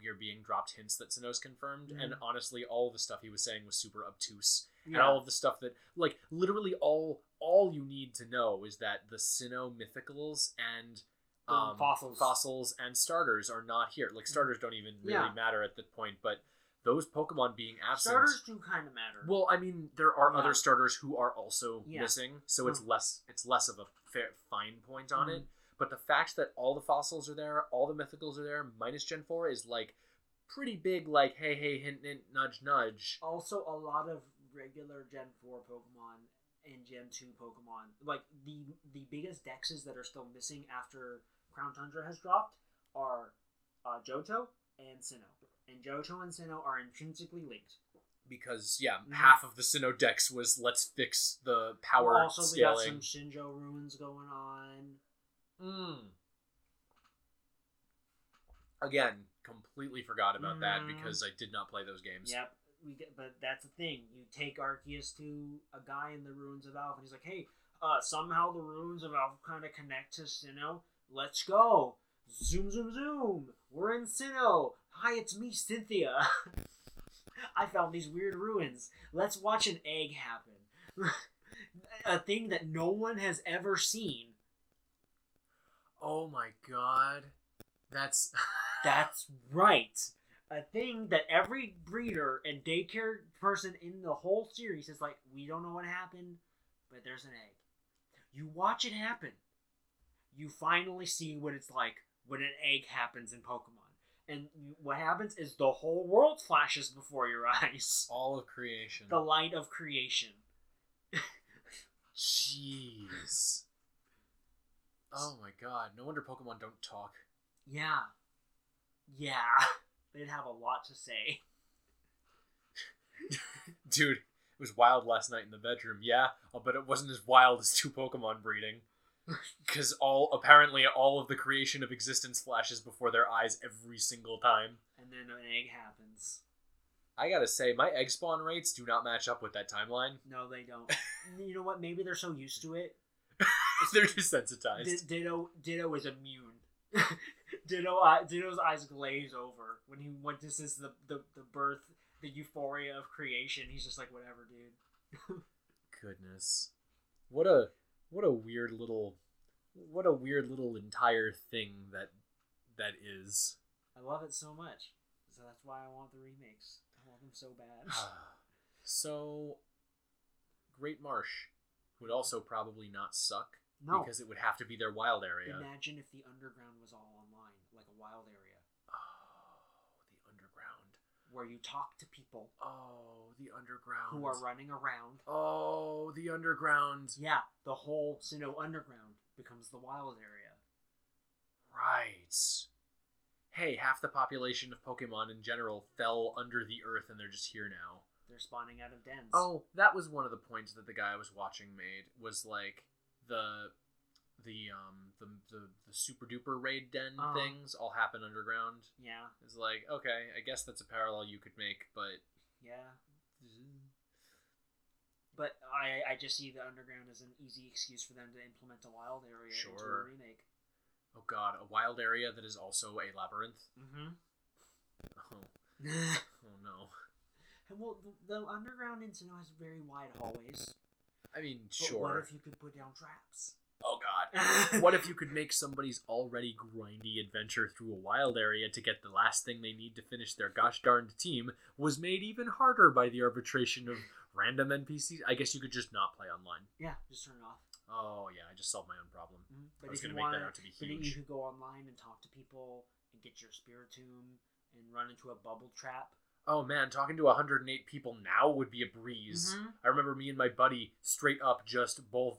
[SPEAKER 1] we're being dropped hints that Sinnoh's confirmed, and
[SPEAKER 2] Mhm.
[SPEAKER 1] honestly, all the stuff he was saying was super obtuse,
[SPEAKER 2] Yeah.
[SPEAKER 1] and all of the stuff that like literally all all you need to know is that the Sinnoh mythicals and
[SPEAKER 2] The
[SPEAKER 1] um,
[SPEAKER 2] fossils.
[SPEAKER 1] fossils and starters are not here. Like starters don't even really
[SPEAKER 2] Yeah.
[SPEAKER 1] matter at that point, but those Pokemon being absent.
[SPEAKER 2] Starters do kind of matter.
[SPEAKER 1] Well, I mean, there are
[SPEAKER 2] Yeah.
[SPEAKER 1] other starters who are also
[SPEAKER 2] Yeah. Mm.
[SPEAKER 1] missing, so it's less it's less of a fair, fine point on it. But the fact that all the fossils are there, all the mythicals are there, minus Gen Four is like pretty big. Like, hey, hey, hint, hint, nudge, nudge.
[SPEAKER 2] also a lot of regular Gen four Pokemon and Gen two Pokemon, like the the biggest dexes that are still missing after Crown Tundra has dropped are uh, Johto and Sinnoh, and Johto and Sinnoh are intrinsically linked.
[SPEAKER 1] Because yeah,
[SPEAKER 2] Mhm.
[SPEAKER 1] half of the Sinnoh Dex was let's fix the power
[SPEAKER 2] also, we
[SPEAKER 1] scaling.
[SPEAKER 2] got some Shinjo ruins going on.
[SPEAKER 1] Mm. Again, completely forgot about that
[SPEAKER 2] Mhm.
[SPEAKER 1] because I did not play those games.
[SPEAKER 2] Yep. We get, but that's the thing. You take Arceus to a guy in the ruins of Alpha, and he's like, "Hey, uh, somehow the ruins of Alpha kind of connect to Sinnoh. Let's go! Zoom, zoom, zoom! We're in Sinnoh. Hi, it's me, Cynthia. I found these weird ruins. Let's watch an egg happen. a thing that no one has ever seen.
[SPEAKER 1] Oh my god, that's
[SPEAKER 2] That's right. A thing that every breeder and daycare person in the whole series is like, we don't know what happened, but there's an egg. You watch it happen. You finally see what it's like when an egg happens in Pokemon. And you- what happens is the whole world flashes before your eyes.
[SPEAKER 1] all of creation.
[SPEAKER 2] The light of creation.
[SPEAKER 1] Jeez. Oh my god, no wonder Pokemon don't talk.
[SPEAKER 2] Yeah. Yeah. They'd have a lot to say.
[SPEAKER 1] Dude, it was wild last night in the bedroom. Yeah, I'll bet it wasn't as wild as two Pokemon breeding. Because all apparently all of the creation of existence flashes before their eyes every single time.
[SPEAKER 2] And then an egg happens.
[SPEAKER 1] I gotta say, my egg spawn rates do not match up with that timeline.
[SPEAKER 2] No, they don't. you know what? Maybe they're so used to it.
[SPEAKER 1] They're desensitized.
[SPEAKER 2] D- Ditto, Ditto is immune. Ditto, eye- Ditto's eyes glaze over when he witnesses the, the the birth, the euphoria of creation. He's just like, whatever, dude.
[SPEAKER 1] Goodness, what a what a weird little what a weird little entire thing that that is.
[SPEAKER 2] I love it so much. So that's why I want the remakes. I want them so bad.
[SPEAKER 1] so, Great Marsh would also probably not suck
[SPEAKER 2] No,
[SPEAKER 1] because it would have to be their wild area.
[SPEAKER 2] imagine if the underground was all online, like a wild area
[SPEAKER 1] Oh, the underground.
[SPEAKER 2] where you talk to people
[SPEAKER 1] Oh, the underground.
[SPEAKER 2] who are running around.
[SPEAKER 1] Oh, the underground.
[SPEAKER 2] Yeah, the whole Sinnoh underground becomes the wild area.
[SPEAKER 1] Right. Hey, half the population of Pokemon in general fell under the earth and they're just here now.
[SPEAKER 2] They're spawning out of dens.
[SPEAKER 1] Oh, that was one of the points that the guy I was watching made was like the the um the the, the super duper raid den
[SPEAKER 2] Uh-huh.
[SPEAKER 1] things all happen underground.
[SPEAKER 2] Yeah,
[SPEAKER 1] It's like okay, I guess that's a parallel you could make, but
[SPEAKER 2] yeah. But I I just see the underground as an easy excuse for them to implement a wild area into
[SPEAKER 1] Sure.
[SPEAKER 2] a remake.
[SPEAKER 1] oh god, a wild area that is also a labyrinth.
[SPEAKER 2] Mm-hmm.
[SPEAKER 1] Oh, oh no.
[SPEAKER 2] and well, the, the underground in Sinnoh has very wide hallways.
[SPEAKER 1] I mean,
[SPEAKER 2] But
[SPEAKER 1] sure.
[SPEAKER 2] What if you could put down traps?
[SPEAKER 1] oh god. What if you could make somebody's already grindy adventure through a wild area to get the last thing they need to finish their gosh darned team was made even harder by the arbitration of random NPCs? I guess you could just not play online.
[SPEAKER 2] Yeah, just turn it off.
[SPEAKER 1] Oh yeah, I just solved my own problem.
[SPEAKER 2] Mm-hmm.
[SPEAKER 1] I
[SPEAKER 2] But
[SPEAKER 1] was
[SPEAKER 2] if
[SPEAKER 1] going
[SPEAKER 2] you
[SPEAKER 1] to make
[SPEAKER 2] want
[SPEAKER 1] that out to be
[SPEAKER 2] But then you
[SPEAKER 1] huge.
[SPEAKER 2] could go online and talk to people and get your spiritomb and run into a bubble trap.
[SPEAKER 1] Oh man, talking to 108 people now would be a breeze.
[SPEAKER 2] Mm-hmm.
[SPEAKER 1] I remember me and my buddy straight up just both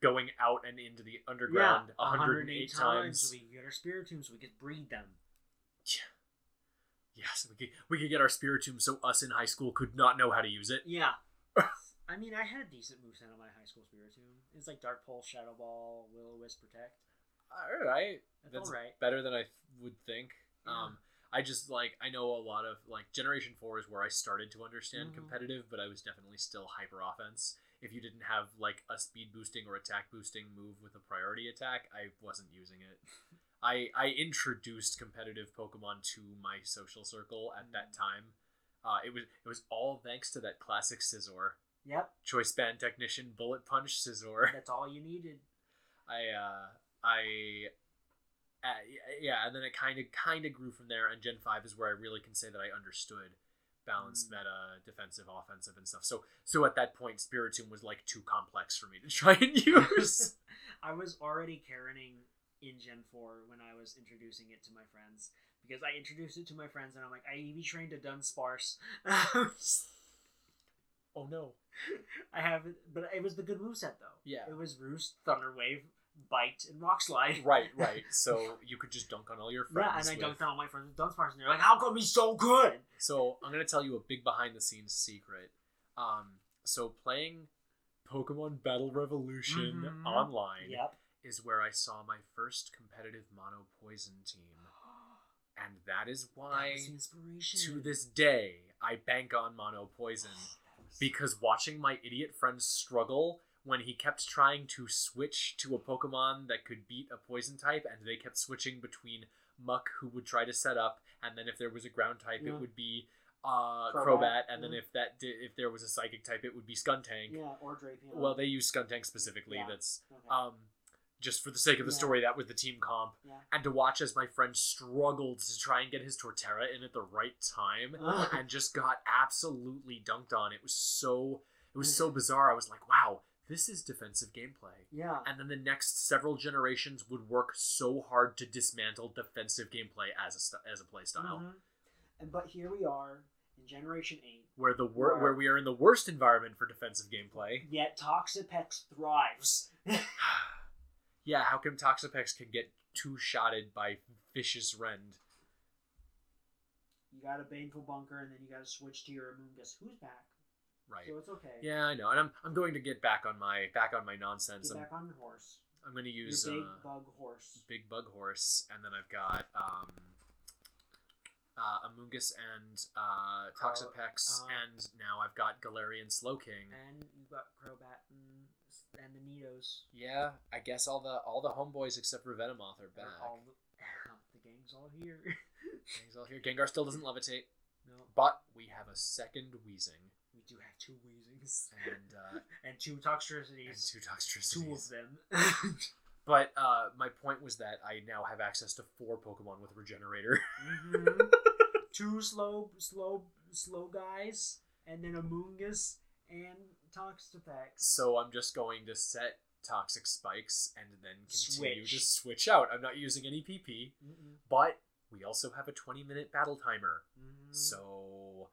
[SPEAKER 1] going out and into the underground 108, times.
[SPEAKER 2] So we could get our spiritomb so we could breed them.
[SPEAKER 1] Yes, we could, we could get our spiritomb so us in high school could not know how to use it.
[SPEAKER 2] Yeah. I mean, I had a decent moveset on my high school spiritomb. It's like Dark Pulse, Shadow Ball, Will O Wisp, Protect.
[SPEAKER 1] All right.
[SPEAKER 2] That's,
[SPEAKER 1] That's
[SPEAKER 2] all right.
[SPEAKER 1] better than I th- would think.
[SPEAKER 2] Yeah.
[SPEAKER 1] Um, I just like I know a lot of like Generation Four is where I started to understand
[SPEAKER 2] Mhm.
[SPEAKER 1] competitive, but I was definitely still hyper offense. If you didn't have like a speed boosting or attack boosting move with a priority attack, I wasn't using it. I I introduced competitive Pokemon to my social circle at that
[SPEAKER 2] Mm.
[SPEAKER 1] time. Uh, it was it was all thanks to that classic Scizor,
[SPEAKER 2] Yep.
[SPEAKER 1] Choice Band Technician Bullet Punch Scizor.
[SPEAKER 2] That's all you needed.
[SPEAKER 1] I uh I uh, yeah, and then it kind of kind of grew from there. And Gen five is where I really can say that I understood balanced
[SPEAKER 2] Mm.
[SPEAKER 1] meta, defensive, offensive, and stuff. So so at that point, Spiritomb was like too complex for me to try and use.
[SPEAKER 2] I was already Karening in Gen 4 when I was introducing it to my friends. Because I introduced it to my friends and I'm like, I EV trained a Dunsparce.
[SPEAKER 1] oh no!
[SPEAKER 2] I haven't, but it was the good moveset though.
[SPEAKER 1] Yeah.
[SPEAKER 2] It was Roost, Thunderwave, Bite, and Rock Slide.
[SPEAKER 1] Right, right. So you could just dunk on all your
[SPEAKER 2] Yeah,
[SPEAKER 1] friends.
[SPEAKER 2] and I
[SPEAKER 1] with-
[SPEAKER 2] dunked on all my friends with Dunsparce, and they're like, "How come he's so good?"
[SPEAKER 1] So I'm gonna tell you a big behind the scenes secret. Um, so playing Pokemon Battle Revolution
[SPEAKER 2] Mhm.
[SPEAKER 1] online.
[SPEAKER 2] Yep.
[SPEAKER 1] is where I saw my first competitive mono poison team. And that is
[SPEAKER 2] That
[SPEAKER 1] why,
[SPEAKER 2] was the inspiration
[SPEAKER 1] to this day, I bank on mono poison.
[SPEAKER 2] That was-
[SPEAKER 1] Because watching my idiot friend struggle when he kept trying to switch to a Pokemon that could beat a poison type, and they kept switching between Muck, who would try to set up, and then if there was a ground type,
[SPEAKER 2] Yeah.
[SPEAKER 1] it would be uh,
[SPEAKER 2] Crobat,
[SPEAKER 1] Crobat, and then
[SPEAKER 2] yeah.
[SPEAKER 1] if that di- if there was a psychic type, it would be Skuntank.
[SPEAKER 2] yeah, or Drapion.
[SPEAKER 1] Well, they use Skuntank specifically.
[SPEAKER 2] Yeah.
[SPEAKER 1] That's
[SPEAKER 2] Okay.
[SPEAKER 1] um, just for the sake of the
[SPEAKER 2] Yeah.
[SPEAKER 1] story, that was the team comp.
[SPEAKER 2] Yeah.
[SPEAKER 1] And to watch as my friend struggled to try and get his Torterra in at the right time
[SPEAKER 2] Ugh.
[SPEAKER 1] and just got absolutely dunked on. It was so it was so bizarre. I was like, wow, this is defensive gameplay.
[SPEAKER 2] yeah.
[SPEAKER 1] And then the next several generations would work so hard to dismantle defensive gameplay as a st- as a play style,
[SPEAKER 2] Mhm. And but here we are in Generation Eight.
[SPEAKER 1] where the wor-
[SPEAKER 2] Wow.
[SPEAKER 1] where we are in the worst environment for defensive gameplay.
[SPEAKER 2] Yet Toxapex thrives.
[SPEAKER 1] yeah, how come Toxapex can get two shotted by vicious Rend?
[SPEAKER 2] You got a baneful bunker, and then you got to switch to your Amoongus, who's back.
[SPEAKER 1] Right.
[SPEAKER 2] So it's okay.
[SPEAKER 1] Yeah, I know, and I'm I'm going to get back on my back on my nonsense.
[SPEAKER 2] Get
[SPEAKER 1] I'm,
[SPEAKER 2] back on your horse.
[SPEAKER 1] I'm going to
[SPEAKER 2] Your
[SPEAKER 1] use
[SPEAKER 2] big
[SPEAKER 1] uh,
[SPEAKER 2] bug horse.
[SPEAKER 1] big bug horse, and then I've got um, uh, Amoongus and uh,
[SPEAKER 2] Crow-
[SPEAKER 1] Toxapex,
[SPEAKER 2] uh,
[SPEAKER 1] and now I've got Galarian Slowking.
[SPEAKER 2] And you got Crobat and, and the Nidos.
[SPEAKER 1] Yeah, I guess all the all the homeboys except for Venomoth are
[SPEAKER 2] They're
[SPEAKER 1] back.
[SPEAKER 2] All the, the gang's all here.
[SPEAKER 1] Things all here. Gengar still doesn't levitate,
[SPEAKER 2] no,
[SPEAKER 1] but we have a second Weezing
[SPEAKER 2] we do have two Weezings.
[SPEAKER 1] and uh,
[SPEAKER 2] And two
[SPEAKER 1] and
[SPEAKER 2] Toxtricities.
[SPEAKER 1] two
[SPEAKER 2] Two, of
[SPEAKER 1] Toxtricities.
[SPEAKER 2] them.
[SPEAKER 1] But uh, my point was that I now have access to four Pokemon with Regenerator.
[SPEAKER 2] Mhm. two slow, slow, slow guys. And then Amoongus and Toxapex.
[SPEAKER 1] So I'm just going to set toxic spikes and then continue
[SPEAKER 2] Switch.
[SPEAKER 1] to switch out. I'm not using any PP,
[SPEAKER 2] Mm-mm.
[SPEAKER 1] but we also have a 20 minute battle timer.
[SPEAKER 2] Mhm.
[SPEAKER 1] So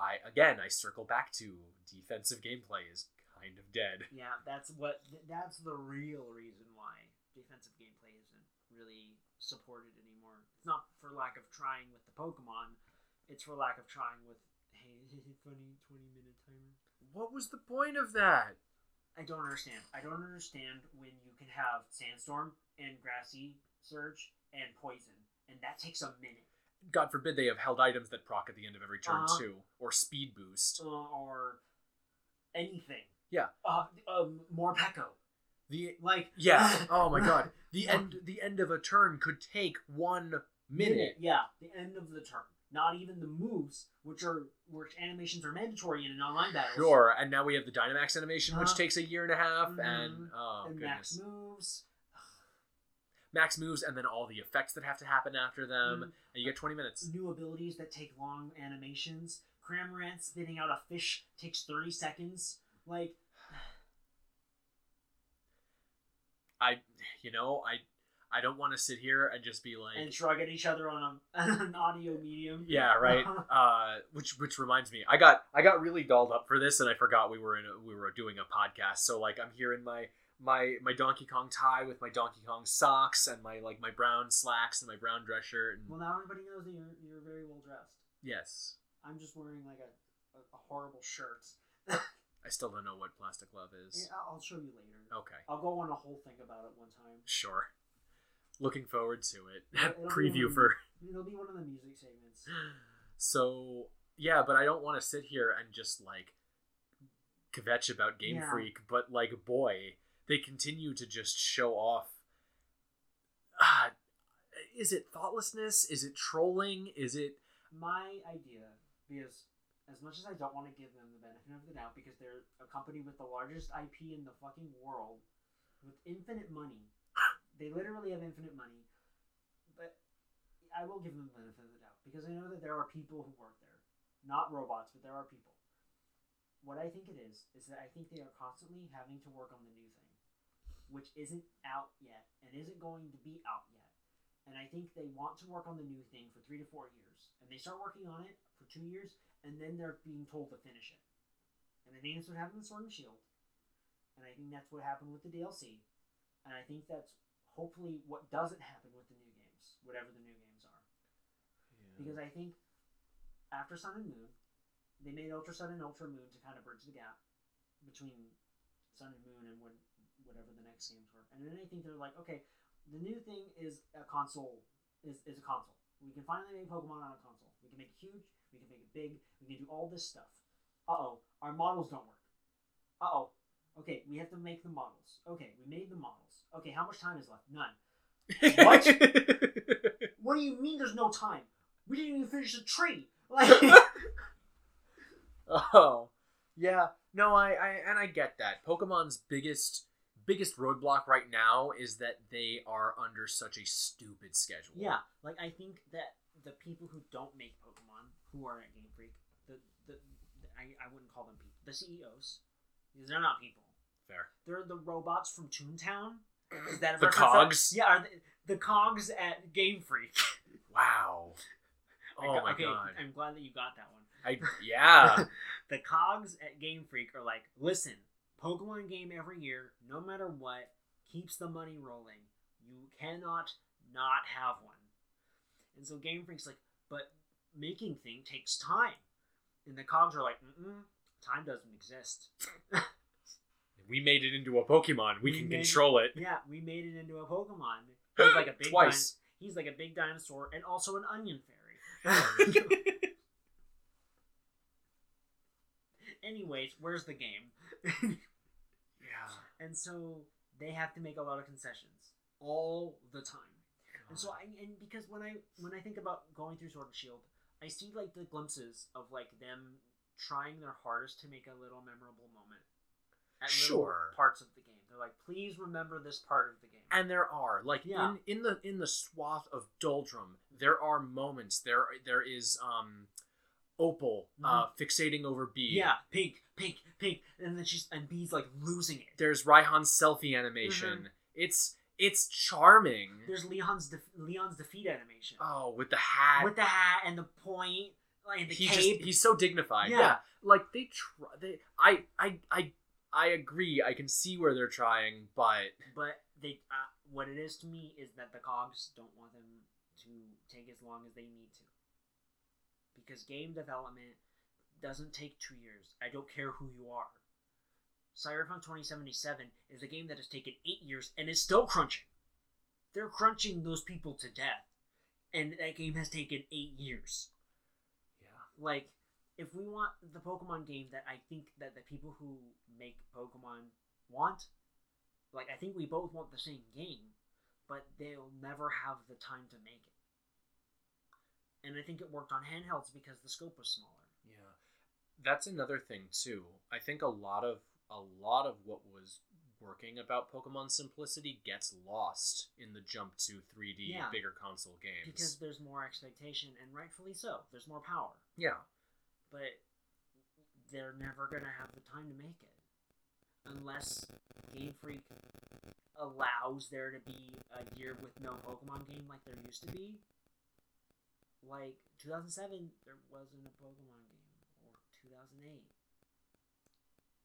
[SPEAKER 1] I again I circle back to defensive gameplay is kind of dead.
[SPEAKER 2] Yeah, that's what. th- That's the real reason why defensive gameplay isn't really supported anymore. It's not for lack of trying with the Pokemon. It's for lack of trying with hey, funny twenty minute timer.
[SPEAKER 1] What was the point of that?
[SPEAKER 2] I don't understand. I don't understand when you can have sandstorm and grassy surge and poison, and that takes a minute.
[SPEAKER 1] God forbid they have held items that proc at the end of every turn
[SPEAKER 2] Uh-huh.
[SPEAKER 1] too, or speed boost.
[SPEAKER 2] Uh, or anything.
[SPEAKER 1] Yeah.
[SPEAKER 2] Uh, um, more Peko.
[SPEAKER 1] The
[SPEAKER 2] Like.
[SPEAKER 1] yeah. oh my god. The end. The end of a turn could take one minute.
[SPEAKER 2] Yeah, the end of the turn. Not even the moves, which are which animations are mandatory in an online battle.
[SPEAKER 1] Sure. And now we have the Dynamax animation, which
[SPEAKER 2] Uh-huh.
[SPEAKER 1] takes a year and a half, and
[SPEAKER 2] Mhm.
[SPEAKER 1] oh
[SPEAKER 2] and max
[SPEAKER 1] goodness,
[SPEAKER 2] moves.
[SPEAKER 1] max moves, and then all the effects that have to happen after them,
[SPEAKER 2] Mhm.
[SPEAKER 1] and you get twenty minutes.
[SPEAKER 2] New abilities that take long animations. Cramorant spitting out a fish takes thirty seconds. Like
[SPEAKER 1] I, you know, I, I don't want to sit here and just be like,
[SPEAKER 2] and shrug at each other on a, an audio medium.
[SPEAKER 1] Yeah, right. uh, which which reminds me, I got I got really dolled up for this, and I forgot we were in a, we were doing a podcast. So like, I'm here in my my my Donkey Kong tie with my Donkey Kong socks and my like my brown slacks and my brown dress shirt. And
[SPEAKER 2] Well, now everybody knows that you're you're very well dressed.
[SPEAKER 1] yes,
[SPEAKER 2] I'm just wearing like a, a, a horrible shirt.
[SPEAKER 1] I still don't know what plastic love is.
[SPEAKER 2] Yeah, I'll show you later.
[SPEAKER 1] Okay,
[SPEAKER 2] I'll go on a whole thing about it one time.
[SPEAKER 1] sure. Looking forward to
[SPEAKER 2] Yeah,
[SPEAKER 1] it.
[SPEAKER 2] it'll be
[SPEAKER 1] Preview
[SPEAKER 2] on-
[SPEAKER 1] for
[SPEAKER 2] It'll be one of the music segments.
[SPEAKER 1] so yeah, but I don't want to sit here and just like kvetch about Game
[SPEAKER 2] Yeah.
[SPEAKER 1] Freak, but like boy, they continue to just show off. Ah, is it thoughtlessness? Is it trolling? Is it
[SPEAKER 2] My idea, because as much as I don't want to give them the benefit of the doubt, because they're a company with the largest IP in the fucking world, with infinite money, they literally have infinite money, but I will give them the benefit of the doubt, because I know that there are people who work there. Not robots, but there are people. What I think it is, is that I think they are constantly having to work on the new thing, which isn't out yet and isn't going to be out yet. and I think they want to work on the new thing for three to four years, and they start working on it for two years, and then they're being told to finish it. And I think that's what happened with Sword and Shield, and I think that's what happened with the DLC, and I think that's hopefully what doesn't happen with the new games, whatever the new games are, because I think after Sun and Moon, they made Ultra Sun and Ultra Moon to kind of bridge the gap between Sun and Moon and what, whatever the next games were. And then I think they're like, okay, the new thing is a console is, is a console. We can finally make Pokemon on a console. We can make it huge. We can make it big. We can do all this stuff. Uh oh, our models don't work. Uh oh. Okay, we have to make the models. Okay, we made the models. Okay, how much time is left? None. What do you mean there's no time? We didn't even finish the tree. Like,
[SPEAKER 1] oh yeah no I, I and i get that pokemon's biggest biggest roadblock right now is that they are under such a stupid schedule
[SPEAKER 2] Yeah, like I think that the people who don't make Pokemon, who are at Game Freak, the the, the I, I wouldn't call them people. The E CEOs, because they're not people.
[SPEAKER 1] fair
[SPEAKER 2] They're the robots from Toontown. Is that a
[SPEAKER 1] The
[SPEAKER 2] reference that-
[SPEAKER 1] cogs?
[SPEAKER 2] Yeah, are the, the cogs at Game Freak.
[SPEAKER 1] Wow.
[SPEAKER 2] I
[SPEAKER 1] Oh
[SPEAKER 2] got-
[SPEAKER 1] my
[SPEAKER 2] okay,
[SPEAKER 1] god.
[SPEAKER 2] I'm glad that you got that one.
[SPEAKER 1] I yeah.
[SPEAKER 2] The cogs at Game Freak are like, listen, Pokemon game every year, no matter what, keeps the money rolling. You cannot not have one. And so Game Freak's like, but making thing takes time. And the cogs are like, mm-mm, time doesn't exist.
[SPEAKER 1] we made it into a Pokemon. We,
[SPEAKER 2] We
[SPEAKER 1] can
[SPEAKER 2] made-
[SPEAKER 1] control it.
[SPEAKER 2] yeah, we made it into a Pokemon. He's like a big
[SPEAKER 1] Twice.
[SPEAKER 2] dino- he's like a big dinosaur and also an onion fairy. Anyways, where's the game?
[SPEAKER 1] Yeah.
[SPEAKER 2] and so they have to make a lot of concessions all the time. And so I and because when I when I think about going through Sword and Shield, I see like the glimpses of like them trying their hardest to make a little memorable moment. At little
[SPEAKER 1] Sure.
[SPEAKER 2] parts of the game. They're like, please remember this part of the game.
[SPEAKER 1] and there are like
[SPEAKER 2] Yeah.
[SPEAKER 1] in, in the in the swath of Doldrum, there are moments. There there is um Opal uh fixating over B.
[SPEAKER 2] Mm-hmm. yeah, pink, pink, pink, and then she's and B's like losing it.
[SPEAKER 1] There's Raihan's selfie animation. It's it's charming.
[SPEAKER 2] Mm-hmm. There's Leon's def Leon's defeat animation
[SPEAKER 1] oh, with the hat.
[SPEAKER 2] with the hat and the point, like and the
[SPEAKER 1] he
[SPEAKER 2] cape.
[SPEAKER 1] just he's so dignified. Yeah.
[SPEAKER 2] Yeah.
[SPEAKER 1] Like they try they I I I I agree. I can see where they're trying, but
[SPEAKER 2] But they, uh, what it is to me is that the cogs don't want them to take as long as they need to, because game development doesn't take two years. I don't care who you are. Cyberpunk 2077 is a game that has taken eight years and is still crunching. They're crunching those people to death, and that game has taken eight years.
[SPEAKER 1] Yeah.
[SPEAKER 2] Like, if we want the Pokemon game that I think that the people who make Pokemon want, like I think we both want the same game, but they'll never have the time to make it. And I think it worked on handhelds because the scope was smaller.
[SPEAKER 1] Yeah. That's another thing too. I think a lot of a lot of what was working about Pokemon simplicity gets lost in the jump to 3D
[SPEAKER 2] Yeah.
[SPEAKER 1] bigger console games.
[SPEAKER 2] Because there's more expectation, and rightfully so. There's more power,
[SPEAKER 1] yeah.
[SPEAKER 2] but they're never gonna have the time to make it, unless Game Freak allows there to be a year with no Pokemon game like there used to be. Like 2007, there wasn't a Pokemon game, or 2008.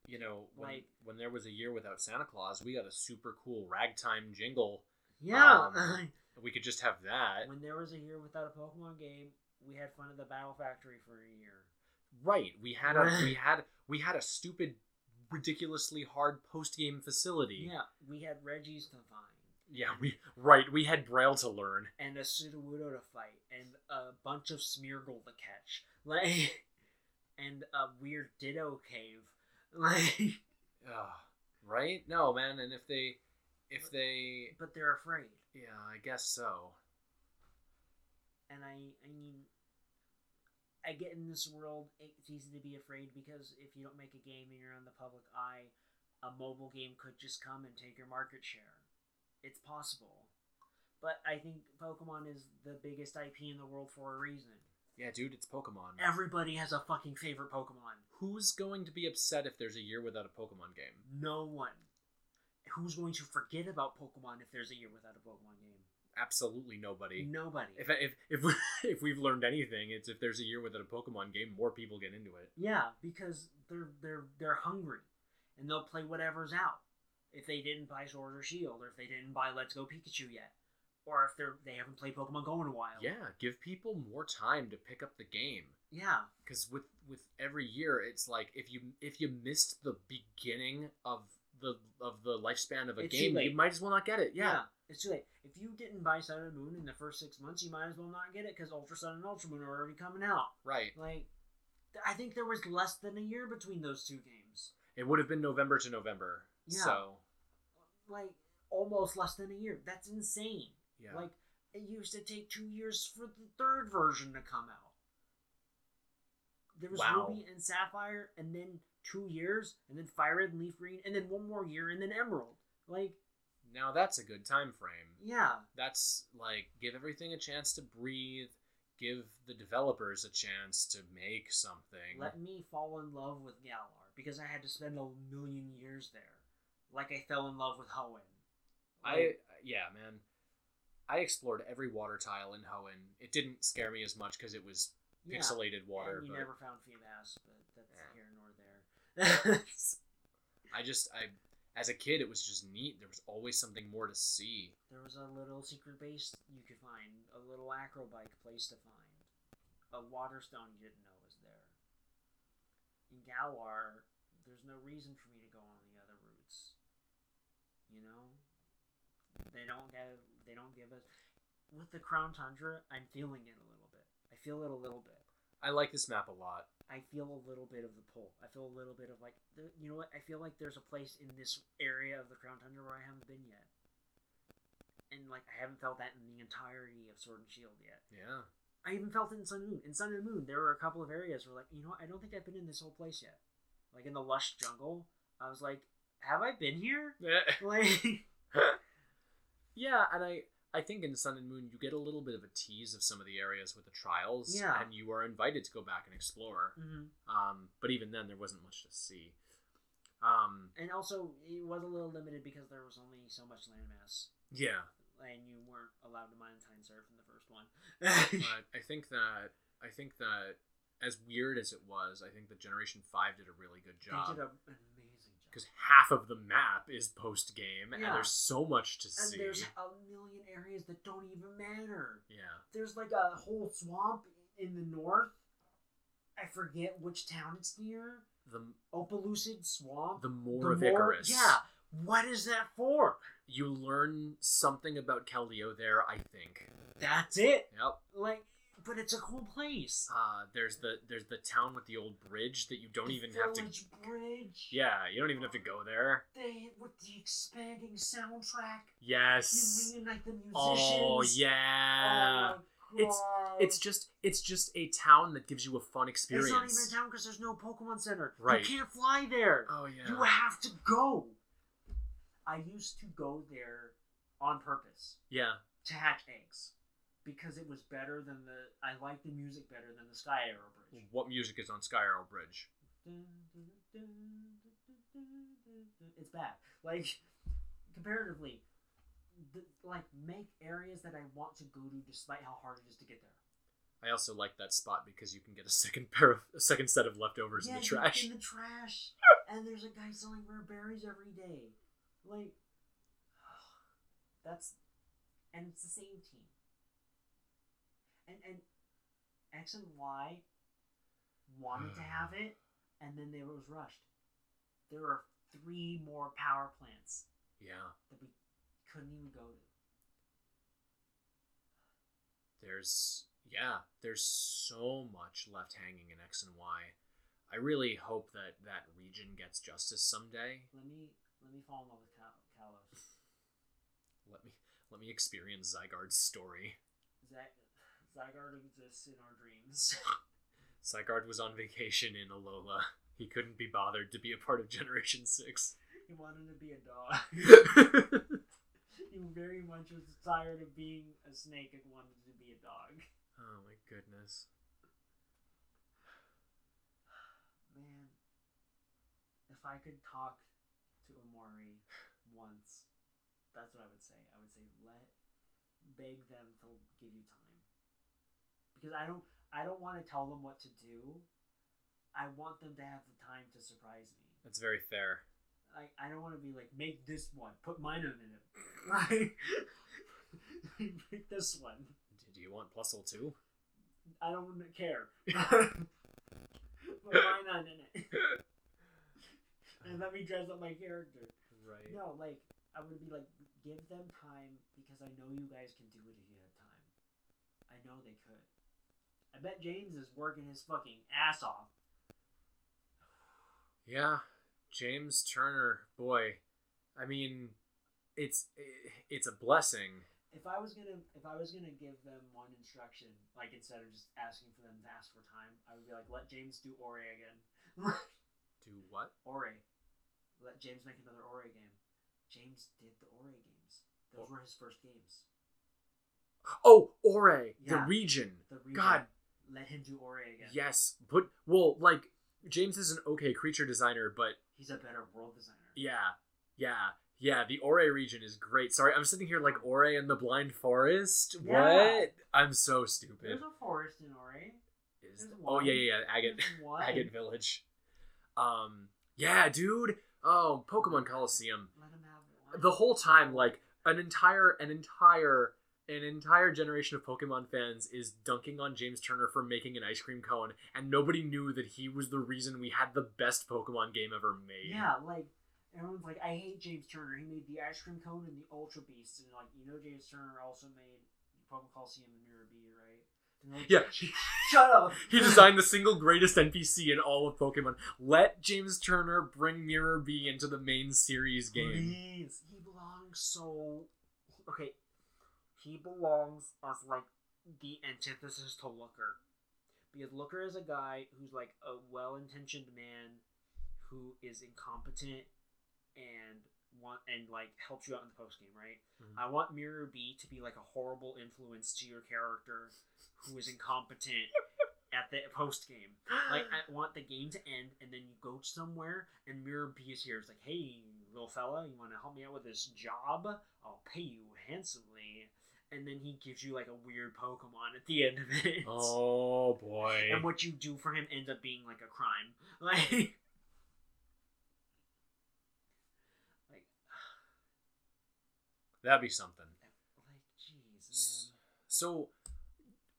[SPEAKER 1] You know, when,
[SPEAKER 2] Like-
[SPEAKER 1] when there was a year without Santa Claus, we got a super cool ragtime jingle.
[SPEAKER 2] Yeah,
[SPEAKER 1] Um, We could just have that.
[SPEAKER 2] when there was a year without a Pokemon game, we had fun at the Battle Factory for a year.
[SPEAKER 1] Right. We had a we had we had a stupid ridiculously hard post game facility.
[SPEAKER 2] Yeah, we had Reggie's to find.
[SPEAKER 1] Yeah, we right, we had Braille to learn.
[SPEAKER 2] and a Sudowoodo to fight, and a bunch of Smeargle to catch, like, and a weird Ditto cave, like.
[SPEAKER 1] Ugh, right? No, man, and if they if they
[SPEAKER 2] But they're afraid,
[SPEAKER 1] yeah, I guess so.
[SPEAKER 2] and I, I mean, I get in this world, it's easy to be afraid because if you don't make a game and you're on the public eye, a mobile game could just come and take your market share. It's possible, but I think Pokemon is the biggest IP in the world for a reason.
[SPEAKER 1] Yeah, dude, it's Pokemon.
[SPEAKER 2] Everybody has a fucking favorite Pokemon.
[SPEAKER 1] Who's going to be upset if there's a year without a Pokemon game?
[SPEAKER 2] no one who's going to forget about Pokemon if there's a year without a Pokemon game.
[SPEAKER 1] Absolutely nobody.
[SPEAKER 2] Nobody.
[SPEAKER 1] If if if, we, if we've learned anything, it's if there's a year without a Pokemon game, more people get into it.
[SPEAKER 2] yeah, because they're they're they're hungry, and they'll play whatever's out. If they didn't buy Sword or Shield, or if they didn't buy Let's Go Pikachu yet, or if they're they haven't played Pokemon Go in a while.
[SPEAKER 1] Yeah, give people more time to pick up the game.
[SPEAKER 2] Yeah.
[SPEAKER 1] because with with every year it's like if you if you missed the beginning of the of the lifespan of a
[SPEAKER 2] It's too
[SPEAKER 1] game
[SPEAKER 2] late.
[SPEAKER 1] you might as well not get it yeah,
[SPEAKER 2] It's too late. If you didn't buy Sun and Moon in the first six months, you might as well not get it because Ultra Sun and Ultra Moon are already coming out.
[SPEAKER 1] right
[SPEAKER 2] Like, th- I think there was less than a year between those two games.
[SPEAKER 1] it would have been november to november
[SPEAKER 2] Yeah.
[SPEAKER 1] so
[SPEAKER 2] like almost less than a year. That's insane.
[SPEAKER 1] yeah
[SPEAKER 2] Like it used to take two years for the third version to come out. There was
[SPEAKER 1] Wow.
[SPEAKER 2] Ruby and Sapphire, and then two years, and then Fire Red and Leaf Green, and then one more year, and then Emerald. Like,
[SPEAKER 1] now that's a good time frame
[SPEAKER 2] yeah,
[SPEAKER 1] that's like give everything a chance to breathe give the developers a chance to make something
[SPEAKER 2] let me fall in love with Galar because I had to spend a million years there. Like I fell in love with Hoenn.
[SPEAKER 1] I yeah, man. I explored every water tile in Hoenn. It didn't scare me as much because it was
[SPEAKER 2] yeah.
[SPEAKER 1] pixelated water.
[SPEAKER 2] And you
[SPEAKER 1] but...
[SPEAKER 2] never found Feebas, but that's
[SPEAKER 1] Yeah.
[SPEAKER 2] here nor there.
[SPEAKER 1] I just I as a kid it was just neat. There was always something more to see.
[SPEAKER 2] There was a little secret base you could find, a little acrobike place to find, a water stone you didn't know was there. In Galar, there's no reason for me to go on the other routes. You know, they don't get they don't give us with the Crown Tundra. I'm feeling it a little bit. I feel it a little bit.
[SPEAKER 1] I like this map a lot.
[SPEAKER 2] I feel a little bit of the pull. I feel a little bit of like, the, you know what? I feel like there's a place in this area of the Crown Tundra where I haven't been yet, and like I haven't felt that in the entirety of Sword and Shield yet.
[SPEAKER 1] Yeah.
[SPEAKER 2] I even felt it in Sun and Moon. In Sun and Moon, there were a couple of areas where like, you know what? I don't think I've been in this whole place yet. Like in the lush jungle, I was like, have I been here? Like,
[SPEAKER 1] yeah, and I I think in Sun and Moon you get a little bit of a tease of some of the areas with the trials
[SPEAKER 2] Yeah.
[SPEAKER 1] and you are invited to go back and explore.
[SPEAKER 2] Mhm.
[SPEAKER 1] Um but even then there wasn't much to see. Um
[SPEAKER 2] and also it was a little limited because there was only so much landmass,
[SPEAKER 1] yeah.
[SPEAKER 2] and you weren't allowed to monetize surf in the first one.
[SPEAKER 1] but I think that I think that as weird as it was, I think that Generation 5 did a really good
[SPEAKER 2] They
[SPEAKER 1] job.
[SPEAKER 2] did a- an amazing job.
[SPEAKER 1] because half of the map is post game
[SPEAKER 2] Yeah.
[SPEAKER 1] and there's so much to
[SPEAKER 2] and
[SPEAKER 1] see.
[SPEAKER 2] there's a million areas that don't even matter.
[SPEAKER 1] Yeah.
[SPEAKER 2] There's like a whole swamp in the north. I forget which town it's near.
[SPEAKER 1] the
[SPEAKER 2] Opalucid Swamp.
[SPEAKER 1] the more
[SPEAKER 2] The
[SPEAKER 1] of
[SPEAKER 2] more-
[SPEAKER 1] Icarus.
[SPEAKER 2] Yeah. What is that for?
[SPEAKER 1] you learn something about Callio there. I think.
[SPEAKER 2] That's it.
[SPEAKER 1] Yep.
[SPEAKER 2] Like, but it's a cool place.
[SPEAKER 1] Uh, there's the there's the town with the old bridge that you don't
[SPEAKER 2] The
[SPEAKER 1] even have to.
[SPEAKER 2] Village Bridge.
[SPEAKER 1] Yeah, you don't even have to go there.
[SPEAKER 2] They with the expanding soundtrack.
[SPEAKER 1] Yes.
[SPEAKER 2] You reunite the musicians.
[SPEAKER 1] Oh yeah.
[SPEAKER 2] Oh my
[SPEAKER 1] It's-
[SPEAKER 2] God.
[SPEAKER 1] It's just it's just a town that gives you a fun experience.
[SPEAKER 2] It's not even a town because there's no Pokemon Center.
[SPEAKER 1] Right.
[SPEAKER 2] You can't fly there.
[SPEAKER 1] Oh yeah.
[SPEAKER 2] You have to go. I used to go there on purpose
[SPEAKER 1] yeah.
[SPEAKER 2] to hatch eggs because it was better than the. I liked the music better than the Sky Arrow Bridge.
[SPEAKER 1] What music is on Sky Arrow Bridge?
[SPEAKER 2] It's bad. Like comparatively, the, like make areas that I want to go to, despite how hard it is to get there.
[SPEAKER 1] I also like that spot because you can get a second pair of a second set of leftovers in the
[SPEAKER 2] you-
[SPEAKER 1] trash.
[SPEAKER 2] In the trash. and there's a guy selling rare berries every day. Like, that's, and it's the same team. And and X and Y wanted to have it, and then they was rushed. There are three more power plants
[SPEAKER 1] Yeah.
[SPEAKER 2] that we couldn't even go to.
[SPEAKER 1] There's yeah, there's so much left hanging in X and Y. I really hope that that region gets justice someday.
[SPEAKER 2] Let me let me fall in love with Kal- Kalos.
[SPEAKER 1] Let me let me experience Zygarde's story.
[SPEAKER 2] Zy- Zygarde exists in our dreams.
[SPEAKER 1] Zygarde was on vacation in Alola. He couldn't be bothered to be a part of Generation 6.
[SPEAKER 2] he wanted to be a dog. He very much was tired of being a snake and wanted to be a dog.
[SPEAKER 1] Oh my goodness.
[SPEAKER 2] Man, if I could talk to Amori once, that's what I would say. I would say let beg them to give you time. Because I don't I don't want to tell them what to do. I want them to have the time to surprise me.
[SPEAKER 1] That's very fair.
[SPEAKER 2] I, I don't want to be like, make this one, put mine in it. Like, make this one.
[SPEAKER 1] D- Do you want Plusle too?
[SPEAKER 2] I don't care. but why not in it? And let me dress up my character.
[SPEAKER 1] Right.
[SPEAKER 2] No, like I would be like, give them time because I know you guys can do it if you have time. I know they could. I bet James is working his fucking ass off.
[SPEAKER 1] Yeah, James Turner, boy. I mean, it's it's a blessing.
[SPEAKER 2] If I was gonna, if I was gonna give them one instruction, like instead of just asking for them to ask for time, I would be like, let James do Ore again.
[SPEAKER 1] Do what?
[SPEAKER 2] Ore. Let James make another Ore game. James did the Ore games. Those were his first games.
[SPEAKER 1] Oh, Ore, the
[SPEAKER 2] Yeah.
[SPEAKER 1] region.
[SPEAKER 2] The reason,
[SPEAKER 1] God.
[SPEAKER 2] let him do Ore again.
[SPEAKER 1] Yes, but well, like James is an okay creature designer, but
[SPEAKER 2] He's a better world designer.
[SPEAKER 1] yeah, yeah, yeah. The Ore region is great. Sorry, I'm sitting here like Ore and the Blind Forest.
[SPEAKER 2] Yeah.
[SPEAKER 1] What? I'm so
[SPEAKER 2] There's
[SPEAKER 1] stupid.
[SPEAKER 2] a forest in Ore.
[SPEAKER 1] Is-
[SPEAKER 2] there's
[SPEAKER 1] oh
[SPEAKER 2] one.
[SPEAKER 1] yeah, yeah, yeah. Agate.
[SPEAKER 2] There's one.
[SPEAKER 1] Agate Village. Um, yeah, dude. Oh, Pokemon Coliseum.
[SPEAKER 2] Let him have one.
[SPEAKER 1] the whole time like an entire an entire an entire generation of pokemon fans is dunking on james turner for making an ice cream cone and nobody knew that he was the reason we had the best pokemon game ever made
[SPEAKER 2] Yeah, like everyone's like, I hate James Turner. He made the ice cream cone and the Ultra Beast, and like you know, James Turner also made Pokemon Coliseum and Mirabee, right? And they're like,
[SPEAKER 1] yeah
[SPEAKER 2] Shut up.
[SPEAKER 1] he designed the single greatest npc in all of pokemon let james turner bring mirror b into the main series game
[SPEAKER 2] Please. He belongs so. Okay. He belongs as like the antithesis to Looker. Because Looker is a guy who's like a well intentioned man who is incompetent and want and like helps you out in the post game, right?
[SPEAKER 1] Mhm.
[SPEAKER 2] I want Mirror B to be like a horrible influence to your character who is incompetent at the post game like I want the game to end, and then you go somewhere, and Mirror B is here. It's like, hey, little fella, you want to help me out with this job? I'll pay you handsomely. And then he gives you like a weird Pokemon at the end of it.
[SPEAKER 1] oh boy
[SPEAKER 2] And what you do for him ends up being like a crime. Like, like,
[SPEAKER 1] that'd be something
[SPEAKER 2] like, jeez,
[SPEAKER 1] So,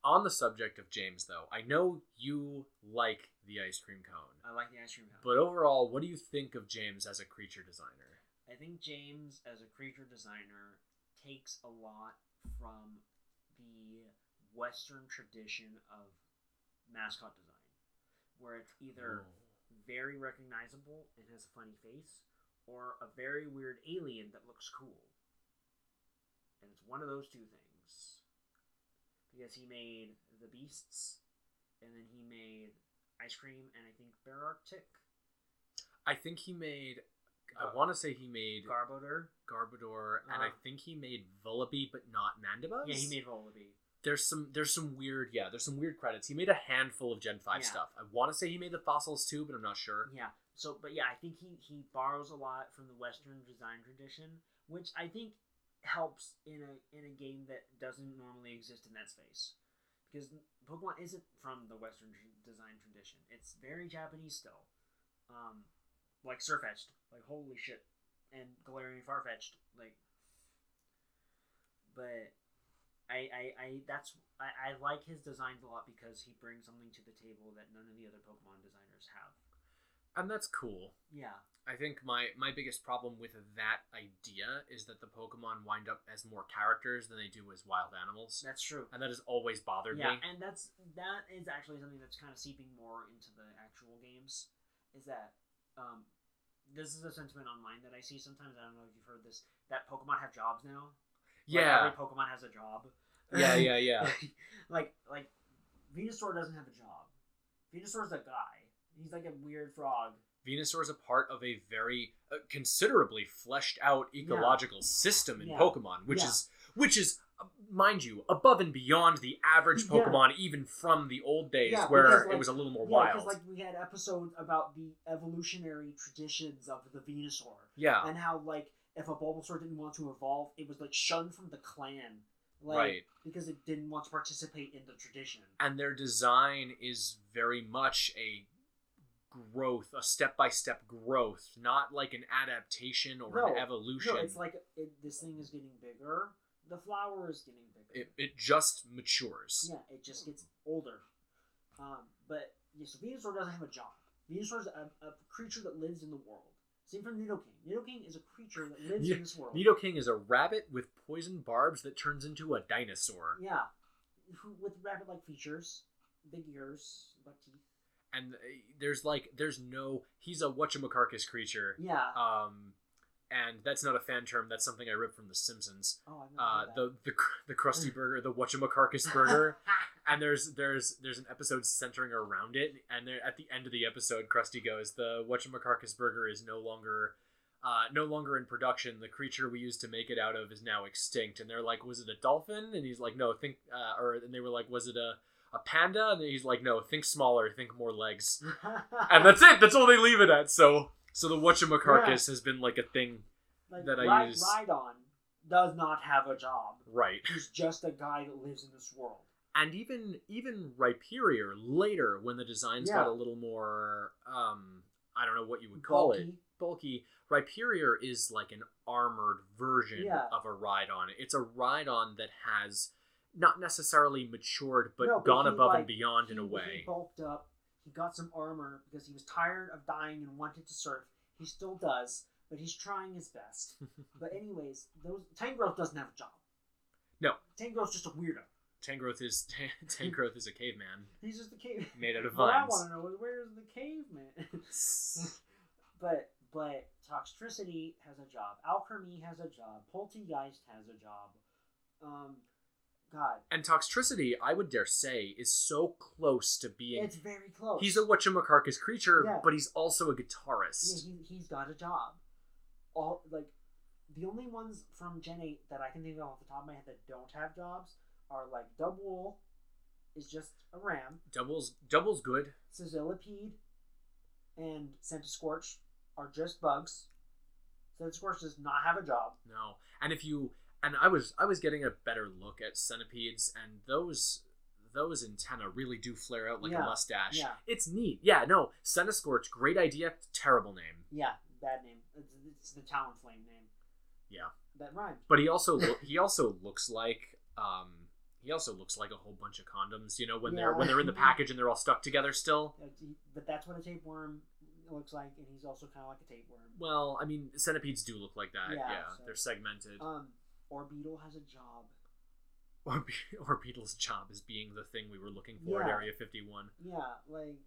[SPEAKER 1] On the subject of James, though, I know you like the ice cream cone,
[SPEAKER 2] I like the ice cream cone.
[SPEAKER 1] but overall, what do you think of James as a creature designer?
[SPEAKER 2] I think James, as a creature designer, takes a lot from the Western tradition of mascot design, where it's either
[SPEAKER 1] Oh.
[SPEAKER 2] very recognizable and has a funny face, or a very weird alien that looks cool. And it's one of those two things. Because he made the beasts, and then he made ice cream, and I think Bear Arctic,
[SPEAKER 1] I think he made.
[SPEAKER 2] Gar-
[SPEAKER 1] I want to say he made
[SPEAKER 2] Garbodor.
[SPEAKER 1] Garbodor, and I
[SPEAKER 2] Uh-huh.
[SPEAKER 1] think he made Vullaby, but not Mandibuzz.
[SPEAKER 2] Yeah, he made Volibee.
[SPEAKER 1] There's some. There's some weird. Yeah, there's some weird credits. He made a handful of Gen Five
[SPEAKER 2] Yeah.
[SPEAKER 1] stuff. I want to say he made the fossils too, but I'm not sure.
[SPEAKER 2] Yeah. So, but yeah, I think he he borrows a lot from the Western design tradition, which I think helps in a in a game that doesn't normally exist in that space, because Pokemon isn't from the Western tr- design tradition. It's very Japanese still, um, like Surfetched, like holy shit, and Galarian Farfetch'd, like. But I, I, I that's I, I like his designs a lot because he brings something to the table that none of the other Pokemon designers have.
[SPEAKER 1] And that's cool.
[SPEAKER 2] Yeah.
[SPEAKER 1] I think my my biggest problem with that idea is that the Pokemon wind up as more characters than they do as wild animals,
[SPEAKER 2] That's true.
[SPEAKER 1] and that has always bothered
[SPEAKER 2] Yeah,
[SPEAKER 1] me.
[SPEAKER 2] and that's that is actually something that's kind of seeping more into the actual games. Is that um, this is a sentiment online that I see sometimes. I don't know if you've heard this. That Pokemon have jobs now. Like,
[SPEAKER 1] Yeah,
[SPEAKER 2] every Pokemon has a job.
[SPEAKER 1] yeah, yeah, yeah.
[SPEAKER 2] like like Venusaur doesn't have a job. Venusaur's a guy. He's like a weird frog.
[SPEAKER 1] Venusaur is a part of a very uh, considerably fleshed out ecological system in
[SPEAKER 2] Yeah.
[SPEAKER 1] Pokemon, which
[SPEAKER 2] Yeah.
[SPEAKER 1] is which is uh, mind you above and beyond the average
[SPEAKER 2] Yeah.
[SPEAKER 1] Pokemon, even from the old days
[SPEAKER 2] Yeah,
[SPEAKER 1] where
[SPEAKER 2] because,
[SPEAKER 1] it
[SPEAKER 2] like-
[SPEAKER 1] was a little more
[SPEAKER 2] Yeah, because
[SPEAKER 1] wild.
[SPEAKER 2] like we had episodes about the evolutionary traditions of the Venusaur.
[SPEAKER 1] yeah,
[SPEAKER 2] and how like if a Bulbasaur didn't want to evolve, it was like shunned from the clan, like
[SPEAKER 1] right.
[SPEAKER 2] because it didn't want to participate in the tradition.
[SPEAKER 1] and their design is very much a growth, a step by step growth, not like an adaptation or
[SPEAKER 2] No,
[SPEAKER 1] an
[SPEAKER 2] no,
[SPEAKER 1] evolution.
[SPEAKER 2] No, it's like it, this thing is getting bigger. The flower is getting bigger.
[SPEAKER 1] it, it just matures.
[SPEAKER 2] yeah, it just gets older. Um, but yeah, so Venusaur doesn't have a job. Venusaur is a, a creature that lives in the world. Same for Nidoking. Nidoking is a creature that lives
[SPEAKER 1] Yeah,
[SPEAKER 2] in this world.
[SPEAKER 1] Nidoking is a rabbit with poison barbs that turns into a dinosaur.
[SPEAKER 2] yeah, who, with rabbit-like features, big ears, buck teeth.
[SPEAKER 1] And uh, there's like, there's no, he's a whatchamacarcus creature.
[SPEAKER 2] Yeah.
[SPEAKER 1] Um, and that's not a fan term, that's something I ripped from The Simpsons.
[SPEAKER 2] oh, I know.
[SPEAKER 1] Uh, the, the, cr- the crusty burger, the whatchamacarcus burger. and there's there's there's an episode centering around it and there at the end of the episode krusty goes the whatchamacarcus burger is no longer uh, no longer in production the creature we used to make it out of is now extinct and they're like was it a dolphin and he's like no think uh, or and they were like was it a a panda and he's like no think smaller think more legs and that's it that's all they leave it at so so the whatchamacarcus has been like a thing
[SPEAKER 2] like,
[SPEAKER 1] that I
[SPEAKER 2] Ride-
[SPEAKER 1] use.
[SPEAKER 2] Rhydon does not have a job.
[SPEAKER 1] right
[SPEAKER 2] He's just a guy that lives in this world.
[SPEAKER 1] and even even Rhyperior later when the designs
[SPEAKER 2] Yeah.
[SPEAKER 1] got a little more um I don't know what you would call it
[SPEAKER 2] Bulky.
[SPEAKER 1] bulky Rhyperior is like an armored version
[SPEAKER 2] Yeah.
[SPEAKER 1] of a Rhydon. It's a Rhydon that has not necessarily matured but
[SPEAKER 2] No, but
[SPEAKER 1] gone
[SPEAKER 2] he,
[SPEAKER 1] above
[SPEAKER 2] like,
[SPEAKER 1] and beyond in
[SPEAKER 2] He-
[SPEAKER 1] a
[SPEAKER 2] He
[SPEAKER 1] way.
[SPEAKER 2] bulked up. He got some armor because he was tired of dying and wanted to surf. He still does, but he's trying his best. but anyways, those Tangrowth doesn't have a job.
[SPEAKER 1] No.
[SPEAKER 2] Tangrowth's just a weirdo.
[SPEAKER 1] Tangrowth is Tangrowth is a caveman
[SPEAKER 2] He's just a cave.
[SPEAKER 1] made out of
[SPEAKER 2] What I
[SPEAKER 1] vines.
[SPEAKER 2] want to know is where's the caveman? But but toxicity has a job. Alchemy has a job. Poltergeist has a job. Um, God,
[SPEAKER 1] and Toxtricity, I would dare say, is so close to being
[SPEAKER 2] it's very close.
[SPEAKER 1] He's a whatchamacarcus creature,
[SPEAKER 2] Yeah.
[SPEAKER 1] but he's also a
[SPEAKER 2] yeah,
[SPEAKER 1] guitarist.
[SPEAKER 2] he, he's got a job. All like the only ones from Gen Eight that I can think of off the top of my head that don't have jobs are like Dubwool is just a ram,
[SPEAKER 1] Doubles doubles good.
[SPEAKER 2] Sizzilipede, and Scorch are just bugs. Scorch does not have a job.
[SPEAKER 1] No. And if you and I was I was getting a better look at centipedes and those those antenna really do flare out like
[SPEAKER 2] Yeah,
[SPEAKER 1] a mustache.
[SPEAKER 2] yeah.
[SPEAKER 1] It's neat. Yeah, no. Centiscorch, great idea, terrible name.
[SPEAKER 2] Yeah, bad name. It's, it's the Talonflame name.
[SPEAKER 1] Yeah.
[SPEAKER 2] That rhymes.
[SPEAKER 1] But he also lo- he also looks like um He also looks like a whole bunch of condoms, you know, when they're
[SPEAKER 2] Yeah.
[SPEAKER 1] when they're in the package and they're all stuck together still.
[SPEAKER 2] Like, Uh, he- But that's what a tapeworm looks like, and he's also kind of like a tapeworm.
[SPEAKER 1] Well, I mean, centipedes do look like that. Yeah,
[SPEAKER 2] Yeah, so-
[SPEAKER 1] they're segmented.
[SPEAKER 2] Um, Orbeetle has a job.
[SPEAKER 1] or Be- or Beetle's job is being the thing we were looking for at
[SPEAKER 2] Yeah.
[SPEAKER 1] Area 51.
[SPEAKER 2] Yeah, like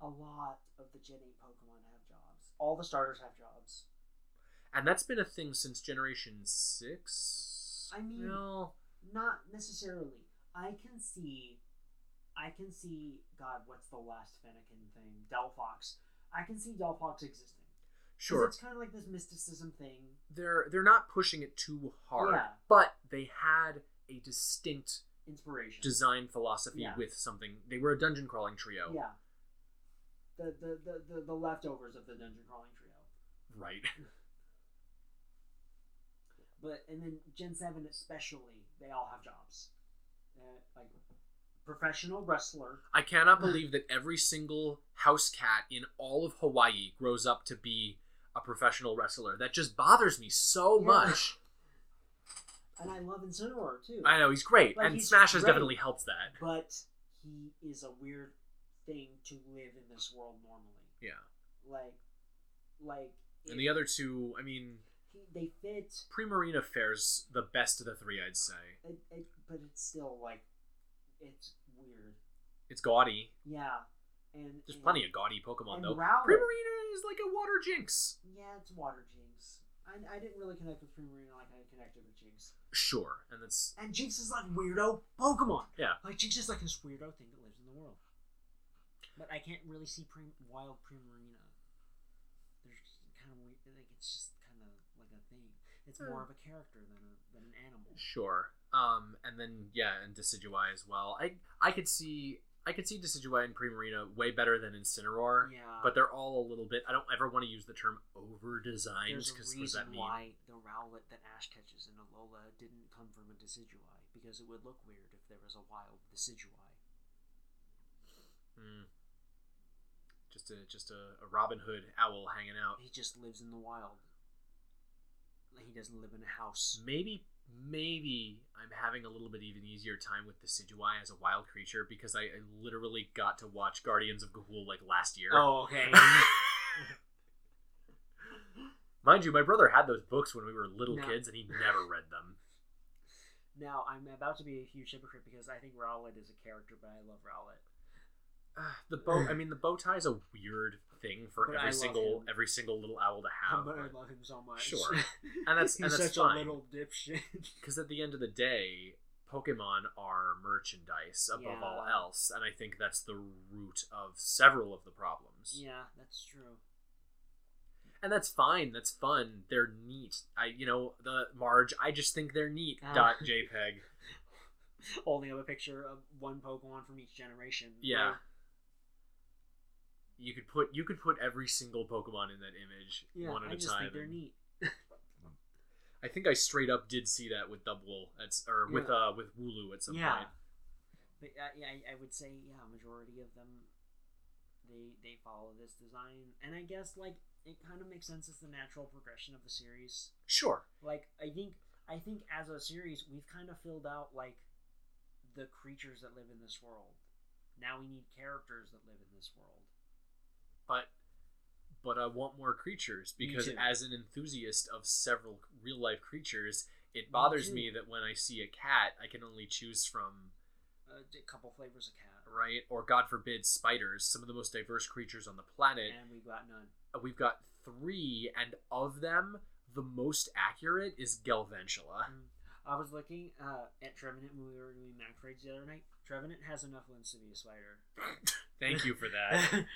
[SPEAKER 2] a lot of the Gen 8 Pokemon have jobs. All the starters have jobs.
[SPEAKER 1] And that's been a thing since Generation 6.
[SPEAKER 2] I mean-
[SPEAKER 1] Well,
[SPEAKER 2] Not necessarily. I can see, I can see. God, what's the last Fennekin thing? Delphox. I can see Delphox existing. 'Cause
[SPEAKER 1] sure.
[SPEAKER 2] It's kind of like this mysticism thing.
[SPEAKER 1] They're they're not pushing it too hard,
[SPEAKER 2] Yeah.
[SPEAKER 1] but they had a distinct
[SPEAKER 2] Inspiration.
[SPEAKER 1] design philosophy
[SPEAKER 2] Yeah.
[SPEAKER 1] with something. They were a dungeon crawling trio,
[SPEAKER 2] Yeah. The the, the the the leftovers of the dungeon crawling trio.
[SPEAKER 1] right?
[SPEAKER 2] But and then Gen Seven especially, they all have jobs. Uh, like professional wrestler.
[SPEAKER 1] I cannot believe that every single house cat in all of Hawaii grows up to be a professional wrestler. That just bothers me so
[SPEAKER 2] Yeah.
[SPEAKER 1] much.
[SPEAKER 2] And I love Incineroar too.
[SPEAKER 1] I know he's great,
[SPEAKER 2] Like,
[SPEAKER 1] and
[SPEAKER 2] he's
[SPEAKER 1] Smash has
[SPEAKER 2] great.
[SPEAKER 1] definitely helps that.
[SPEAKER 2] but he is a weird thing to live in this world normally.
[SPEAKER 1] Yeah,
[SPEAKER 2] Like, like
[SPEAKER 1] and the other two, I mean,
[SPEAKER 2] he, they fit,
[SPEAKER 1] Primarina fares the best of the three, I'd say.
[SPEAKER 2] it, it, but it's still like it's weird.
[SPEAKER 1] It's gaudy.
[SPEAKER 2] Yeah, and
[SPEAKER 1] There's
[SPEAKER 2] and-
[SPEAKER 1] plenty of gaudy Pokemon
[SPEAKER 2] and
[SPEAKER 1] though.
[SPEAKER 2] Rowlet-
[SPEAKER 1] Primarina is like a water jinx.
[SPEAKER 2] Yeah, it's water jinx. I, I didn't really connect with Primarina like I connected with Jinx.
[SPEAKER 1] Sure, and that's
[SPEAKER 2] And Jinx is like weirdo Pokemon.
[SPEAKER 1] Yeah.
[SPEAKER 2] Like Jinx is like this weirdo thing that lives in the world. But I can't really see prim- wild Primarina. There's kind of weird. Like it's just kind of like a thing. It's more of a character than a, than an animal.
[SPEAKER 1] Sure. Um, and then yeah, and Decidueye as well. I I could see I could see Decidueye and Primarina way better than Incineroar,
[SPEAKER 2] Yeah.
[SPEAKER 1] but they're all a little bit. I don't ever want to use the term over designed
[SPEAKER 2] there's
[SPEAKER 1] because
[SPEAKER 2] a
[SPEAKER 1] what does that
[SPEAKER 2] reason
[SPEAKER 1] mean?
[SPEAKER 2] why the Rowlet that Ash catches in Alola didn't come from a Decidueye because it would look weird if there was a wild Decidueye.
[SPEAKER 1] Mm. Just a just a, a Robin Hood owl hanging out.
[SPEAKER 2] He just lives in the wild. Like he doesn't live in a house.
[SPEAKER 1] Maybe maybe I'm having a little bit even easier time with Decidueye as a wild creature because I, I literally got to watch Guardians of Gahul like last year.
[SPEAKER 2] Oh, okay.
[SPEAKER 1] Mind you, my brother had those books when we were little
[SPEAKER 2] No.
[SPEAKER 1] kids, and he never read them.
[SPEAKER 2] now I'm about to be a huge hypocrite because I think Rowlet is a character, but I love Rowlet.
[SPEAKER 1] Ah, the bow. I mean, the bow tie is a weird thing for
[SPEAKER 2] But I
[SPEAKER 1] every
[SPEAKER 2] love
[SPEAKER 1] single
[SPEAKER 2] him.
[SPEAKER 1] every single little owl to have.
[SPEAKER 2] but I love him so much.
[SPEAKER 1] Sure. And that's-
[SPEAKER 2] he's
[SPEAKER 1] and that's
[SPEAKER 2] such
[SPEAKER 1] fine.
[SPEAKER 2] a little dipshit.
[SPEAKER 1] Because at the end of the day, Pokemon are merchandise above all
[SPEAKER 2] Yeah.
[SPEAKER 1] else, and I think that's the root of several of the problems.
[SPEAKER 2] yeah, that's true.
[SPEAKER 1] And that's fine. That's fun. They're neat. I, you know, the Marge. I just think they're neat.
[SPEAKER 2] Ah.
[SPEAKER 1] Dot JPEG.
[SPEAKER 2] Only have a picture of one Pokemon from each generation.
[SPEAKER 1] Yeah.
[SPEAKER 2] Like,
[SPEAKER 1] You could put you could put every single Pokemon in that image
[SPEAKER 2] yeah.
[SPEAKER 1] one at
[SPEAKER 2] I
[SPEAKER 1] a
[SPEAKER 2] just
[SPEAKER 1] time.
[SPEAKER 2] think they're
[SPEAKER 1] and-
[SPEAKER 2] neat.
[SPEAKER 1] I think I straight up did see that with Dubwool at s- or with
[SPEAKER 2] Yeah.
[SPEAKER 1] uh with Wooloo at some
[SPEAKER 2] yeah.
[SPEAKER 1] point.
[SPEAKER 2] But uh, yeah, I, I would say yeah, majority of them, they they follow this design, and I guess like it kind of makes sense as the natural progression of the series.
[SPEAKER 1] Sure.
[SPEAKER 2] Like I think I think as a series, we've kind of filled out like the creatures that live in this world. Now we need characters that live in this world.
[SPEAKER 1] But but I want more creatures
[SPEAKER 2] Me
[SPEAKER 1] because
[SPEAKER 2] too.
[SPEAKER 1] as an enthusiast of several real life creatures, it bothers
[SPEAKER 2] too.
[SPEAKER 1] me, that when I see a cat, I can only choose from
[SPEAKER 2] A Uh, d- couple flavors of cat,
[SPEAKER 1] right or God forbid spiders, some of the most diverse creatures on the planet.
[SPEAKER 2] and we've got none.
[SPEAKER 1] Uh, We've got three, and of them, the most accurate is Galvantula.
[SPEAKER 2] Mm. I was looking uh, at Trevenant when we were doing Mac Raids the other night. Trevenant has enough limbs to be a spider.
[SPEAKER 1] Thank you for that.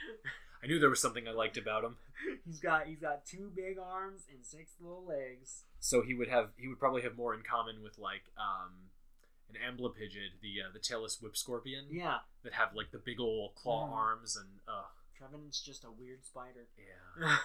[SPEAKER 1] I knew there was something I liked about him.
[SPEAKER 2] he's got he's got two big arms and six little legs.
[SPEAKER 1] so he would have he would probably have more in common with like um an amblypigid the uh, the tailless whip scorpion
[SPEAKER 2] Yeah,
[SPEAKER 1] that have like the big ol' claw
[SPEAKER 2] Mm.
[SPEAKER 1] arms and uh
[SPEAKER 2] Trevenant's just a weird spider.
[SPEAKER 1] yeah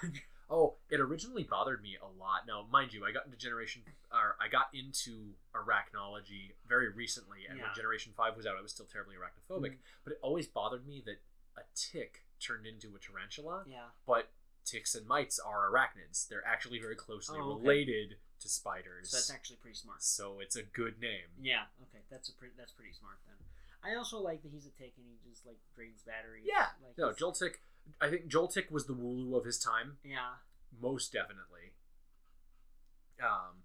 [SPEAKER 1] oh it originally bothered me a lot now mind you i got into generation or i got into arachnology very recently and when
[SPEAKER 2] Yeah.
[SPEAKER 1] generation 5 was out i was still terribly arachnophobic but it always bothered me that a tick turned into a tarantula
[SPEAKER 2] yeah,
[SPEAKER 1] but ticks and mites are arachnids. They're actually very closely
[SPEAKER 2] Oh, okay.
[SPEAKER 1] related to spiders.
[SPEAKER 2] So that's actually pretty smart.
[SPEAKER 1] So it's a good name.
[SPEAKER 2] Yeah. Okay. That's a pretty. That's pretty smart then. I also like that he's a tick and he just like drains batteries.
[SPEAKER 1] Yeah.
[SPEAKER 2] Like
[SPEAKER 1] No,
[SPEAKER 2] he's-
[SPEAKER 1] Joltik. I think Joltik was the Wooloo of his time,
[SPEAKER 2] Yeah.
[SPEAKER 1] most definitely. Um,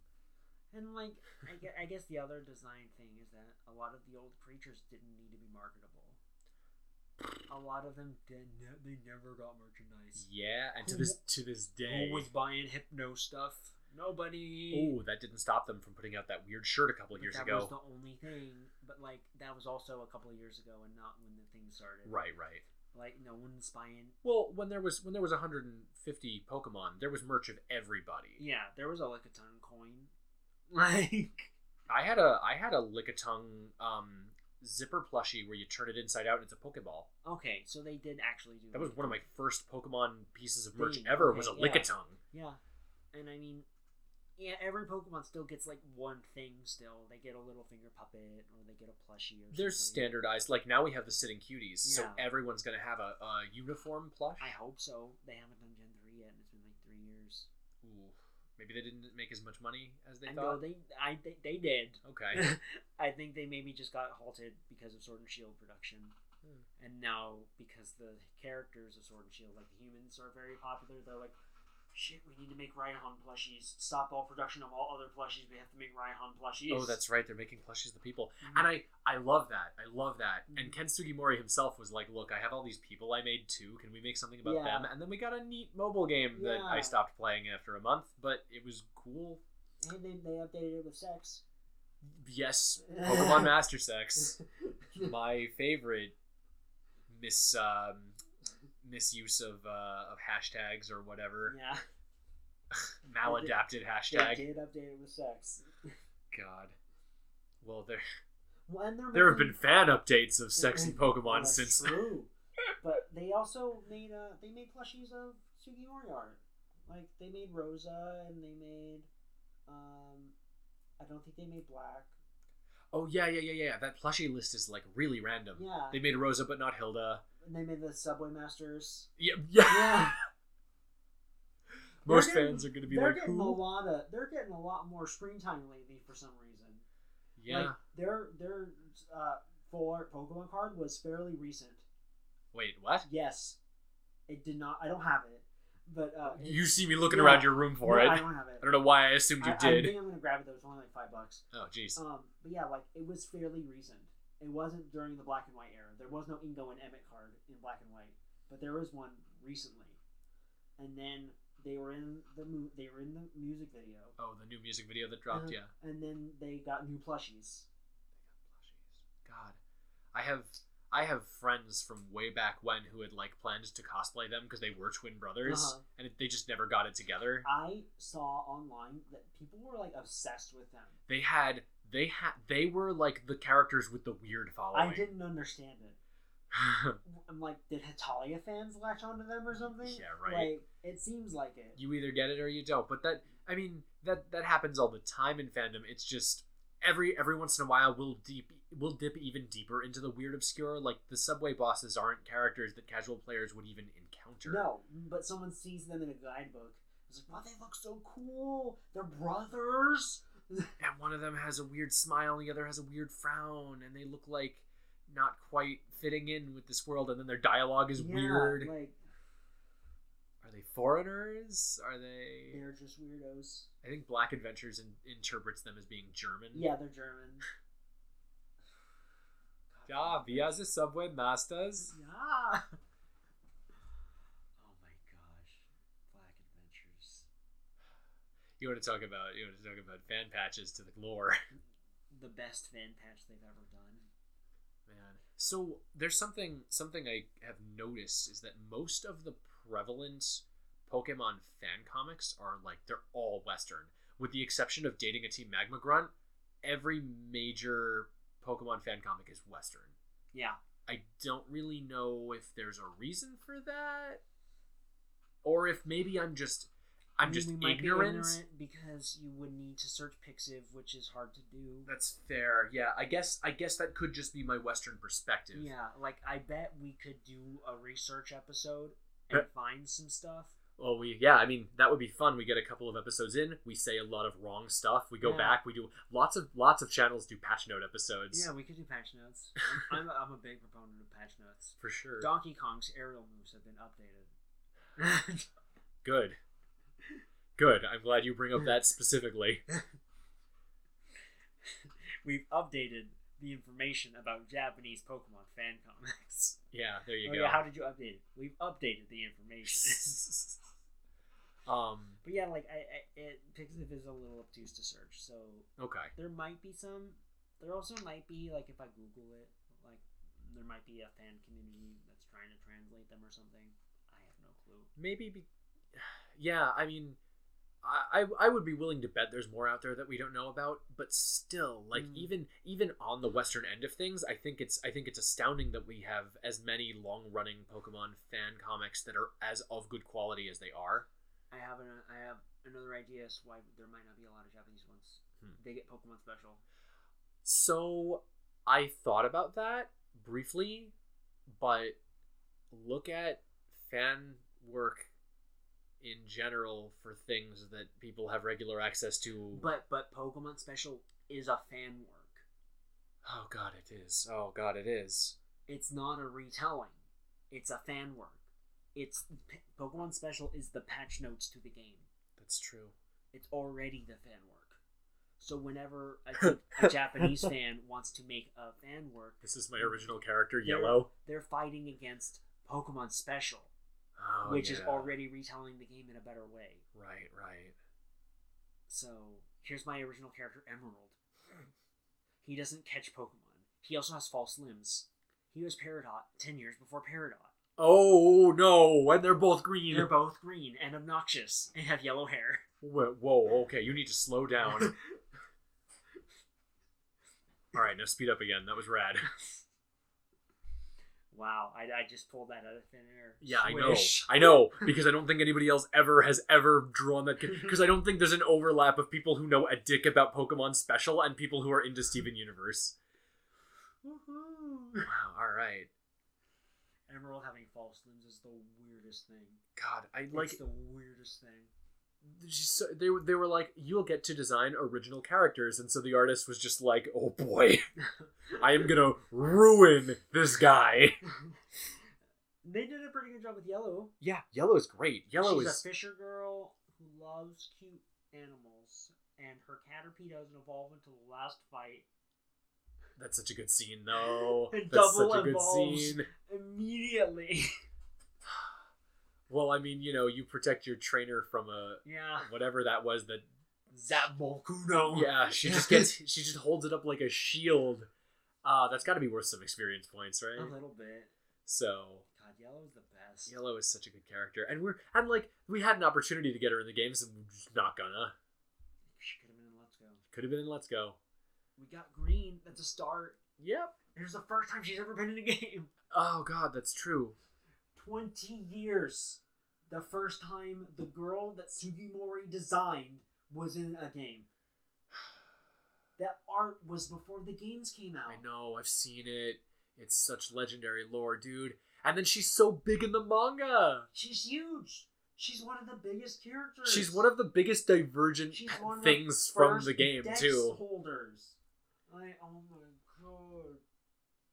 [SPEAKER 2] And like, I gue- I guess the other design thing is that a lot of the old creatures didn't need to be marketable. A lot of them did. Ne- they never got merchandise.
[SPEAKER 1] yeah, and to
[SPEAKER 2] Who-
[SPEAKER 1] this to this day,
[SPEAKER 2] Who was buying hypno stuff? Nobody.
[SPEAKER 1] oh, that didn't stop them from putting out that weird shirt a couple
[SPEAKER 2] But
[SPEAKER 1] of years
[SPEAKER 2] that
[SPEAKER 1] ago.
[SPEAKER 2] was the only thing. But like, that was also a couple of years ago, and not when the thing started.
[SPEAKER 1] Right, right.
[SPEAKER 2] Like, no one's buying.
[SPEAKER 1] Well, when there was when there was 150 Pokemon, there was merch of everybody.
[SPEAKER 2] Yeah, there was a like a ton coin. Like.
[SPEAKER 1] I had a I had a Lickitung um, zipper plushie where you turn it inside out and it's a Pokeball.
[SPEAKER 2] Okay, so they did actually do
[SPEAKER 1] That was one of my first Pokemon pieces of merch
[SPEAKER 2] Dang,
[SPEAKER 1] ever
[SPEAKER 2] okay,
[SPEAKER 1] was a
[SPEAKER 2] yeah.
[SPEAKER 1] Lickitung.
[SPEAKER 2] Yeah, and I mean, yeah, every Pokemon still gets like one thing. Still, they get a little finger puppet, or they get a plushie, or
[SPEAKER 1] They're
[SPEAKER 2] something.
[SPEAKER 1] standardized. Like now we have the sitting cuties, so
[SPEAKER 2] Yeah.
[SPEAKER 1] everyone's gonna have a, a uniform plush.
[SPEAKER 2] I hope so. They haven't done Gen three yet, and it's been like three years.
[SPEAKER 1] Ooh, maybe they didn't make as much money as they
[SPEAKER 2] I know
[SPEAKER 1] thought.
[SPEAKER 2] they, I they, they did.
[SPEAKER 1] Okay, Oh,
[SPEAKER 2] I think they maybe just got halted because of Sword and Shield production,
[SPEAKER 1] Hmm.
[SPEAKER 2] and now because the characters of Sword and Shield, like the humans, are very popular. They're like. Shit, we need to make Raihan plushies. Stop all production of all other plushies. We have to make Raihan plushies.
[SPEAKER 1] oh that's right, they're making plushies of the people,
[SPEAKER 2] Mhm.
[SPEAKER 1] and I I love that. I love that. And
[SPEAKER 2] Mhm.
[SPEAKER 1] Ken Sugimori himself was like, "Look, I have all these people I made too. Can we make something about
[SPEAKER 2] Yeah.
[SPEAKER 1] them?" And then we got a neat mobile game that I
[SPEAKER 2] Yeah.
[SPEAKER 1] stopped playing after a month, but it was cool.
[SPEAKER 2] And they, they updated it with sex.
[SPEAKER 1] Yes, Pokemon Master Sex. my favorite mis um, misuse of uh, of hashtags or whatever
[SPEAKER 2] yeah,
[SPEAKER 1] maladapted
[SPEAKER 2] they
[SPEAKER 1] hashtag.
[SPEAKER 2] did update it with sex.
[SPEAKER 1] God. Well, there
[SPEAKER 2] Well, and they're
[SPEAKER 1] there have been
[SPEAKER 2] making-
[SPEAKER 1] fan updates of sexy
[SPEAKER 2] Mhm.
[SPEAKER 1] Pokemon
[SPEAKER 2] That's
[SPEAKER 1] since.
[SPEAKER 2] True. but they also made uh, they made plushies of Sugimori art. Like they made Rosa and they made um, I don't think they made Black.
[SPEAKER 1] Oh yeah, yeah, yeah, yeah. That plushie list is like really random.
[SPEAKER 2] Yeah,
[SPEAKER 1] They made Rosa, but not Hilda.
[SPEAKER 2] and they made the Subway Masters.
[SPEAKER 1] Yeah, yeah.
[SPEAKER 2] Yeah,
[SPEAKER 1] Most
[SPEAKER 2] getting-
[SPEAKER 1] fans are gonna be
[SPEAKER 2] they're
[SPEAKER 1] like,
[SPEAKER 2] getting a
[SPEAKER 1] who?
[SPEAKER 2] lot of they're getting a lot more screen time lately for some reason.
[SPEAKER 1] Yeah.
[SPEAKER 2] like, their their uh, full art Pokemon card was fairly recent.
[SPEAKER 1] Wait, what?
[SPEAKER 2] Yes, it did not. I don't have it, but uh, it-
[SPEAKER 1] You see me looking
[SPEAKER 2] Yeah.
[SPEAKER 1] around your room for
[SPEAKER 2] no,
[SPEAKER 1] it.
[SPEAKER 2] I
[SPEAKER 1] I
[SPEAKER 2] don't have it.
[SPEAKER 1] don't know why I assumed
[SPEAKER 2] I,
[SPEAKER 1] you
[SPEAKER 2] I
[SPEAKER 1] did.
[SPEAKER 2] think I'm gonna grab it though. It's only like five bucks.
[SPEAKER 1] Oh, jeez.
[SPEAKER 2] Um, but yeah, like it was fairly recent. It wasn't during the black and white era. There was no Ingo and Emmett card in black and white, but there was one recently. And then they were in the mu- they were in the music video,
[SPEAKER 1] Oh, the new music video that dropped.
[SPEAKER 2] Uh-huh.
[SPEAKER 1] Yeah.
[SPEAKER 2] and then they got new plushies.
[SPEAKER 1] God, I have I have friends from way back when who had like planned to cosplay them because they were twin brothers,
[SPEAKER 2] Uh-huh.
[SPEAKER 1] and it, they just never got it together.
[SPEAKER 2] I saw online that people were like obsessed with them.
[SPEAKER 1] They had they had they were like the characters with the weird following.
[SPEAKER 2] I didn't understand it. I'm like, did Hitalia fans latch onto them or something?
[SPEAKER 1] Yeah, right.
[SPEAKER 2] Like, it seems like it.
[SPEAKER 1] you either get it or you don't. But that I mean that that happens all the time in fandom. It's just every every once in a while we'll deep we'll dip even deeper into the weird obscure. Like the subway bosses aren't characters that casual players would even encounter.
[SPEAKER 2] No, but someone sees them in a guidebook. It's like, wow, they look so cool. They're brothers.
[SPEAKER 1] and one of them has a weird smile and the other has a weird frown and they look like not quite fitting in with this world and then their dialogue is
[SPEAKER 2] Yeah,
[SPEAKER 1] weird
[SPEAKER 2] Like,
[SPEAKER 1] are they foreigners are they
[SPEAKER 2] they're just weirdos.
[SPEAKER 1] i think black adventures in- interprets them as being german
[SPEAKER 2] Yeah, they're German.
[SPEAKER 1] ja wir the subway masters
[SPEAKER 2] Yeah. Oh my gosh. Black Adventures.
[SPEAKER 1] you want to talk about you want to talk about fan patches to the lore
[SPEAKER 2] The best fan patch they've ever done.
[SPEAKER 1] man so there's something something i have noticed is that most of the prevalent pokemon fan comics are like they're all western with the exception of dating a team magma grunt every major pokemon fan comic is western
[SPEAKER 2] Yeah.
[SPEAKER 1] i don't really know if there's a reason for that or if maybe i'm just i'm
[SPEAKER 2] I mean,
[SPEAKER 1] just
[SPEAKER 2] we might be
[SPEAKER 1] ignorant.
[SPEAKER 2] ignorant because you would need to search Pixiv, which is hard to do.
[SPEAKER 1] that's fair yeah i guess i guess that could just be my western perspective
[SPEAKER 2] Yeah, like I bet we could do a research episode and find some stuff.
[SPEAKER 1] Well, we yeah, I mean that would be fun. We get a couple of episodes in. We say a lot of wrong stuff. We go
[SPEAKER 2] Yeah.
[SPEAKER 1] back. We do lots of lots of channels do patch note episodes.
[SPEAKER 2] Yeah, we could do patch notes. I'm, I'm, a, I'm a big proponent of patch notes.
[SPEAKER 1] for sure.
[SPEAKER 2] Donkey Kong's aerial moves have been updated.
[SPEAKER 1] Good. Good. I'm glad you bring up that specifically.
[SPEAKER 2] We've updated the information about Japanese Pokemon fan comics.
[SPEAKER 1] Yeah, there you
[SPEAKER 2] oh,
[SPEAKER 1] go.
[SPEAKER 2] yeah, how did you update it? We've updated the information.
[SPEAKER 1] um.
[SPEAKER 2] but yeah, like I, I it Pixiv is a little obtuse to search, so
[SPEAKER 1] Okay.
[SPEAKER 2] there might be some. There also might be like if I Google it, like there might be a fan community that's trying to translate them or something. I have no clue.
[SPEAKER 1] Maybe. Be- yeah, I mean, I, I I would be willing to bet there's more out there that we don't know about. But still, like
[SPEAKER 2] Mm.
[SPEAKER 1] even even on the western end of things, I think it's I think it's astounding that we have as many long running Pokemon fan comics that are as of good quality as they are.
[SPEAKER 2] I have an I have another idea as why there might not be a lot of Japanese ones.
[SPEAKER 1] Hmm.
[SPEAKER 2] They get Pokemon Special.
[SPEAKER 1] So I thought about that briefly, but look at fan work in general for things that people have regular access to.
[SPEAKER 2] But but Pokemon Special is a fan work.
[SPEAKER 1] oh god, it is. Oh god, it is.
[SPEAKER 2] It's not a retelling. It's a fan work. It's P- Pokemon Special is the patch notes to the game.
[SPEAKER 1] That's true.
[SPEAKER 2] It's already the fan work. So whenever a, a Japanese fan wants to make a fan work,
[SPEAKER 1] This is my original character,
[SPEAKER 2] Yeah.
[SPEAKER 1] Yellow.
[SPEAKER 2] they're fighting against Pokemon Special,
[SPEAKER 1] Oh,
[SPEAKER 2] which is
[SPEAKER 1] yeah.
[SPEAKER 2] already retelling the game in a better way.
[SPEAKER 1] Right, right.
[SPEAKER 2] So here's my original character, Emerald. He doesn't catch Pokemon. He also has false limbs. He was Peridot ten years before Peridot.
[SPEAKER 1] Oh no, and they're both green.
[SPEAKER 2] They're both green and obnoxious and have yellow hair.
[SPEAKER 1] Wha- Whoa, okay, you need to slow down. Alright, now speed up again. That was rad.
[SPEAKER 2] wow, I, I just pulled that out of thin air.
[SPEAKER 1] Yeah,
[SPEAKER 2] Swish.
[SPEAKER 1] I know. I know because I don't think anybody else ever has ever drawn that because I don't think there's an overlap of people who know a dick about Pokemon Special and people who are into Steven Universe.
[SPEAKER 2] Woohoo.
[SPEAKER 1] Wow. All right.
[SPEAKER 2] Emerald having false limbs is the weirdest thing.
[SPEAKER 1] God, I
[SPEAKER 2] Like
[SPEAKER 1] like.
[SPEAKER 2] it's the weirdest thing.
[SPEAKER 1] Just, so- they were- they were like, you'll get to design original characters, and so the artist was just like, oh boy, I am gonna ruin this guy.
[SPEAKER 2] they did a pretty good job with Yellow.
[SPEAKER 1] Yeah, yellow is great. Yellow
[SPEAKER 2] She's
[SPEAKER 1] is
[SPEAKER 2] a fisher girl who loves cute animals, and her Caterpie doesn't evolve until the last fight.
[SPEAKER 1] that's such a good scene though.
[SPEAKER 2] It
[SPEAKER 1] That's
[SPEAKER 2] double
[SPEAKER 1] such a good
[SPEAKER 2] evolves.
[SPEAKER 1] scene.
[SPEAKER 2] Immediately.
[SPEAKER 1] Well, I mean, you know, you protect your trainer from a
[SPEAKER 2] yeah.
[SPEAKER 1] whatever that was that
[SPEAKER 2] Zap Volcuno.
[SPEAKER 1] Yeah, she just gets she just holds it up like a shield. Uh that's got to be worth some experience points,
[SPEAKER 2] a
[SPEAKER 1] right?
[SPEAKER 2] little bit.
[SPEAKER 1] So
[SPEAKER 2] God, Yellow's the best.
[SPEAKER 1] Yellow is such a good character, and we're and like we had an opportunity to get her in the games, and we're just not gonna.
[SPEAKER 2] She could have been in Let's Go.
[SPEAKER 1] Could have been in Let's Go.
[SPEAKER 2] We got Green. That's a start.
[SPEAKER 1] Yep.
[SPEAKER 2] It was the first time she's ever been in a game.
[SPEAKER 1] Oh God, that's true.
[SPEAKER 2] 20 years. The first time the girl that Sugimori designed was in a game. That art was before the games came out.
[SPEAKER 1] I know. I've seen it. It's such legendary lore, dude. And then she's so big in the manga.
[SPEAKER 2] She's huge. She's one of the biggest characters.
[SPEAKER 1] She's one of the biggest divergent
[SPEAKER 2] She's one of the
[SPEAKER 1] things from
[SPEAKER 2] first
[SPEAKER 1] the game
[SPEAKER 2] Dex
[SPEAKER 1] too.
[SPEAKER 2] Holders. I oh my god.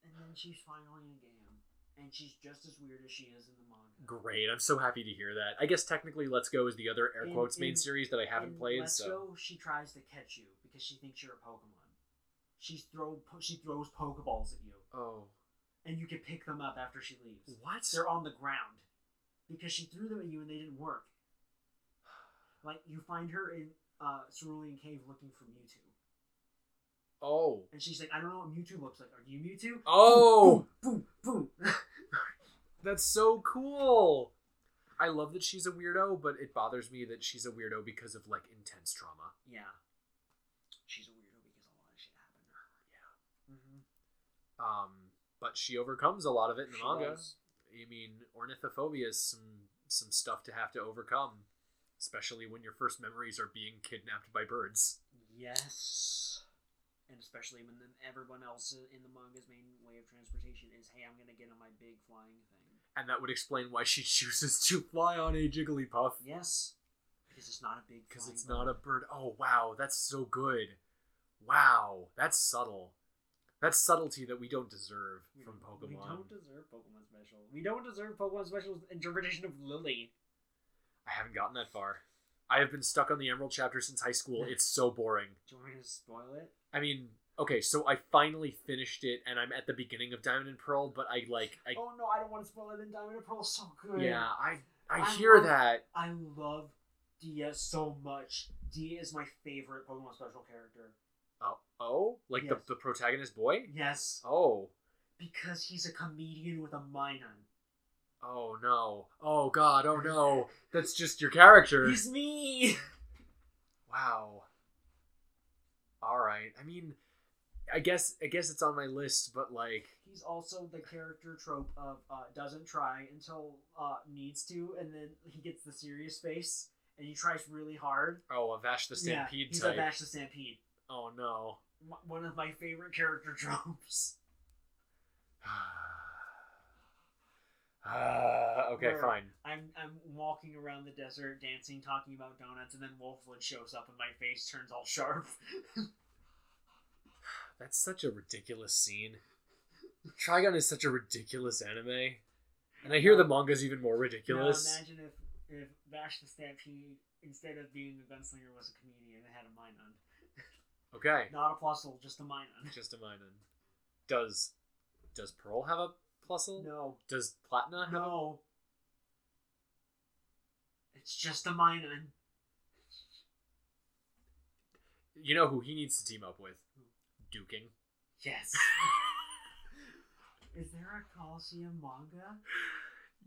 [SPEAKER 2] And then she's finally in a game, and she's just as weird as she is in the manga.
[SPEAKER 1] Great. I'm so happy to hear that. I guess technically Let's Go is the other air
[SPEAKER 2] In-
[SPEAKER 1] quotes main
[SPEAKER 2] in-
[SPEAKER 1] series that I haven't
[SPEAKER 2] In
[SPEAKER 1] played,
[SPEAKER 2] Let's
[SPEAKER 1] so
[SPEAKER 2] Go, she tries to catch you because she thinks you're a Pokemon. She's throw po- she throws Pokeballs at you,
[SPEAKER 1] Oh.
[SPEAKER 2] and you can pick them up after she leaves.
[SPEAKER 1] What?
[SPEAKER 2] They're on the ground because she threw them at you and they didn't work. Like you find her in uh, Cerulean Cave looking for Mewtwo,
[SPEAKER 1] Oh.
[SPEAKER 2] and she's like, "I don't know what Mewtwo looks like. Are you Mewtwo?"
[SPEAKER 1] Oh!
[SPEAKER 2] boom, boom.
[SPEAKER 1] That's so cool. I love that she's a weirdo, but it bothers me that she's a weirdo because of like intense trauma.
[SPEAKER 2] yeah, she's a weirdo because a lot of shit happened to her. Yeah. Mm-hmm.
[SPEAKER 1] Um but she overcomes a lot of it in the manga. I mean, ornithophobia is some some stuff to have to overcome, especially when your first memories are being kidnapped by birds.
[SPEAKER 2] Yes. And especially when then everyone else in the manga's main way of transportation is, hey, I'm gonna get on my big flying thing.
[SPEAKER 1] and that would explain why she chooses to fly on a Jigglypuff
[SPEAKER 2] Yes, because it's not a big.
[SPEAKER 1] because
[SPEAKER 2] flying
[SPEAKER 1] it's not a
[SPEAKER 2] bird.
[SPEAKER 1] bird. Oh wow, that's so good. Wow, that's subtle. That's subtlety that we don't deserve
[SPEAKER 2] We
[SPEAKER 1] from
[SPEAKER 2] don't-
[SPEAKER 1] Pokemon.
[SPEAKER 2] We don't deserve Pokemon Special. We don't deserve Pokemon Special's interpretation of Lily.
[SPEAKER 1] I haven't gotten that far. I have been stuck on the Emerald chapter since high school. It's so boring.
[SPEAKER 2] Do you want me to spoil it?
[SPEAKER 1] I mean, okay, so I finally finished it and I'm at the beginning of Diamond and Pearl, but I like I
[SPEAKER 2] oh no, I don't want to spoil it. In Diamond and Pearl, so good.
[SPEAKER 1] yeah, I I,
[SPEAKER 2] I
[SPEAKER 1] hear
[SPEAKER 2] love-
[SPEAKER 1] that.
[SPEAKER 2] I love Dia so much. Dia is my favorite Pokemon Special character.
[SPEAKER 1] Oh, oh? like
[SPEAKER 2] Yes.
[SPEAKER 1] the the protagonist boy?
[SPEAKER 2] Yes,
[SPEAKER 1] Oh.
[SPEAKER 2] because he's a comedian with a mind on.
[SPEAKER 1] Oh no. Oh god. Oh no. That's just your character.
[SPEAKER 2] He's me.
[SPEAKER 1] Wow. All right. I mean, I guess I guess it's on my list, but like,
[SPEAKER 2] He's also the character trope of uh, doesn't try until uh, needs to, and then he gets the serious face, and he tries really hard.
[SPEAKER 1] oh, Avash the
[SPEAKER 2] Yeah,
[SPEAKER 1] Stampede
[SPEAKER 2] he's
[SPEAKER 1] type.
[SPEAKER 2] a Vash the Stampede.
[SPEAKER 1] Oh no.
[SPEAKER 2] M- One of my favorite character tropes.
[SPEAKER 1] Ah, okay,
[SPEAKER 2] Where-
[SPEAKER 1] fine.
[SPEAKER 2] I'm I'm walking around the desert, dancing, talking about donuts, and then Wolfwood shows up, and my face turns all sharp.
[SPEAKER 1] That's such a ridiculous scene. Trigon is such a ridiculous anime, and I hear the manga's even more
[SPEAKER 2] Now
[SPEAKER 1] ridiculous.
[SPEAKER 2] imagine if if Vash the Stampede, instead of being a gunslinger, was a comedian and had a mind on.
[SPEAKER 1] Okay,
[SPEAKER 2] Not a plusle, just a mind on.
[SPEAKER 1] just a minor. Does does Pearl have a plusle?
[SPEAKER 2] No,
[SPEAKER 1] Does Platina have
[SPEAKER 2] no. It's just a mind on.
[SPEAKER 1] You know who he needs to team up with? Duking.
[SPEAKER 2] Yes. Is there a Coliseum manga?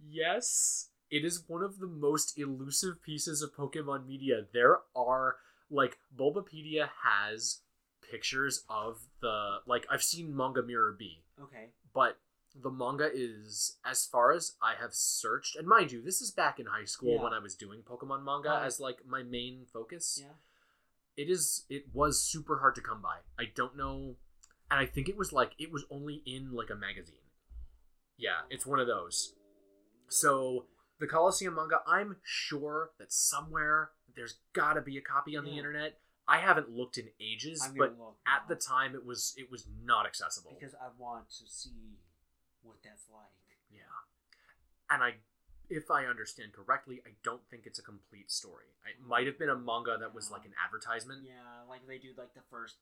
[SPEAKER 1] Yes, it is one of the most elusive pieces of Pokemon media. There are like Bulbapedia has pictures of the like I've seen manga Mirror B,
[SPEAKER 2] Okay.
[SPEAKER 1] but the manga is as far as I have searched, and mind you, this is back in high school
[SPEAKER 2] Yeah.
[SPEAKER 1] when I was doing Pokemon manga
[SPEAKER 2] Right.
[SPEAKER 1] as like my main focus.
[SPEAKER 2] Yeah.
[SPEAKER 1] It is it was super hard to come by. I don't know and I think it was like it was only in like a magazine. Yeah, it's one of those. So the Coliseum manga, I'm sure that somewhere there's got to be a copy on the
[SPEAKER 2] Yeah.
[SPEAKER 1] internet. I haven't looked in ages,
[SPEAKER 2] I'm
[SPEAKER 1] but
[SPEAKER 2] gonna look
[SPEAKER 1] at
[SPEAKER 2] now,
[SPEAKER 1] the time it was it was not accessible.
[SPEAKER 2] because I want to see what that's like.
[SPEAKER 1] yeah. And I if I understand correctly, I don't think it's a complete story. It might have been a manga that was like an advertisement.
[SPEAKER 2] Yeah, like they do like the first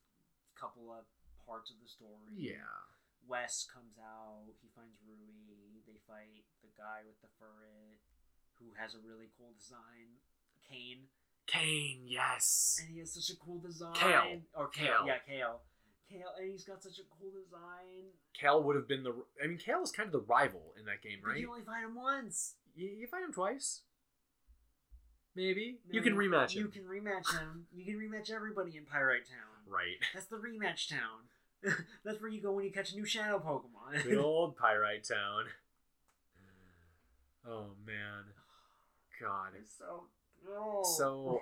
[SPEAKER 2] couple of parts of the story.
[SPEAKER 1] yeah.
[SPEAKER 2] Wes comes out, he finds Rui, they fight the guy with the furret who has a really cool design, Kane.
[SPEAKER 1] Kane, yes.
[SPEAKER 2] And he has such a cool design.
[SPEAKER 1] Kale.
[SPEAKER 2] Or
[SPEAKER 1] Kale.
[SPEAKER 2] Kale. Yeah, Kale. Kale, and he's got such a cool design.
[SPEAKER 1] Cal would have been the. I mean, Cal is kind of the rival in that game,
[SPEAKER 2] But
[SPEAKER 1] right?
[SPEAKER 2] you only find him once.
[SPEAKER 1] You, you fight him twice, maybe.
[SPEAKER 2] No,
[SPEAKER 1] you can rematch him,
[SPEAKER 2] You can rematch him. You can rematch everybody in Pyrite Town.
[SPEAKER 1] right?
[SPEAKER 2] That's the rematch town. That's where you go when you catch a new shadow Pokemon.
[SPEAKER 1] Good old Pyrite Town. Oh man, God.
[SPEAKER 2] It's so oh.
[SPEAKER 1] So,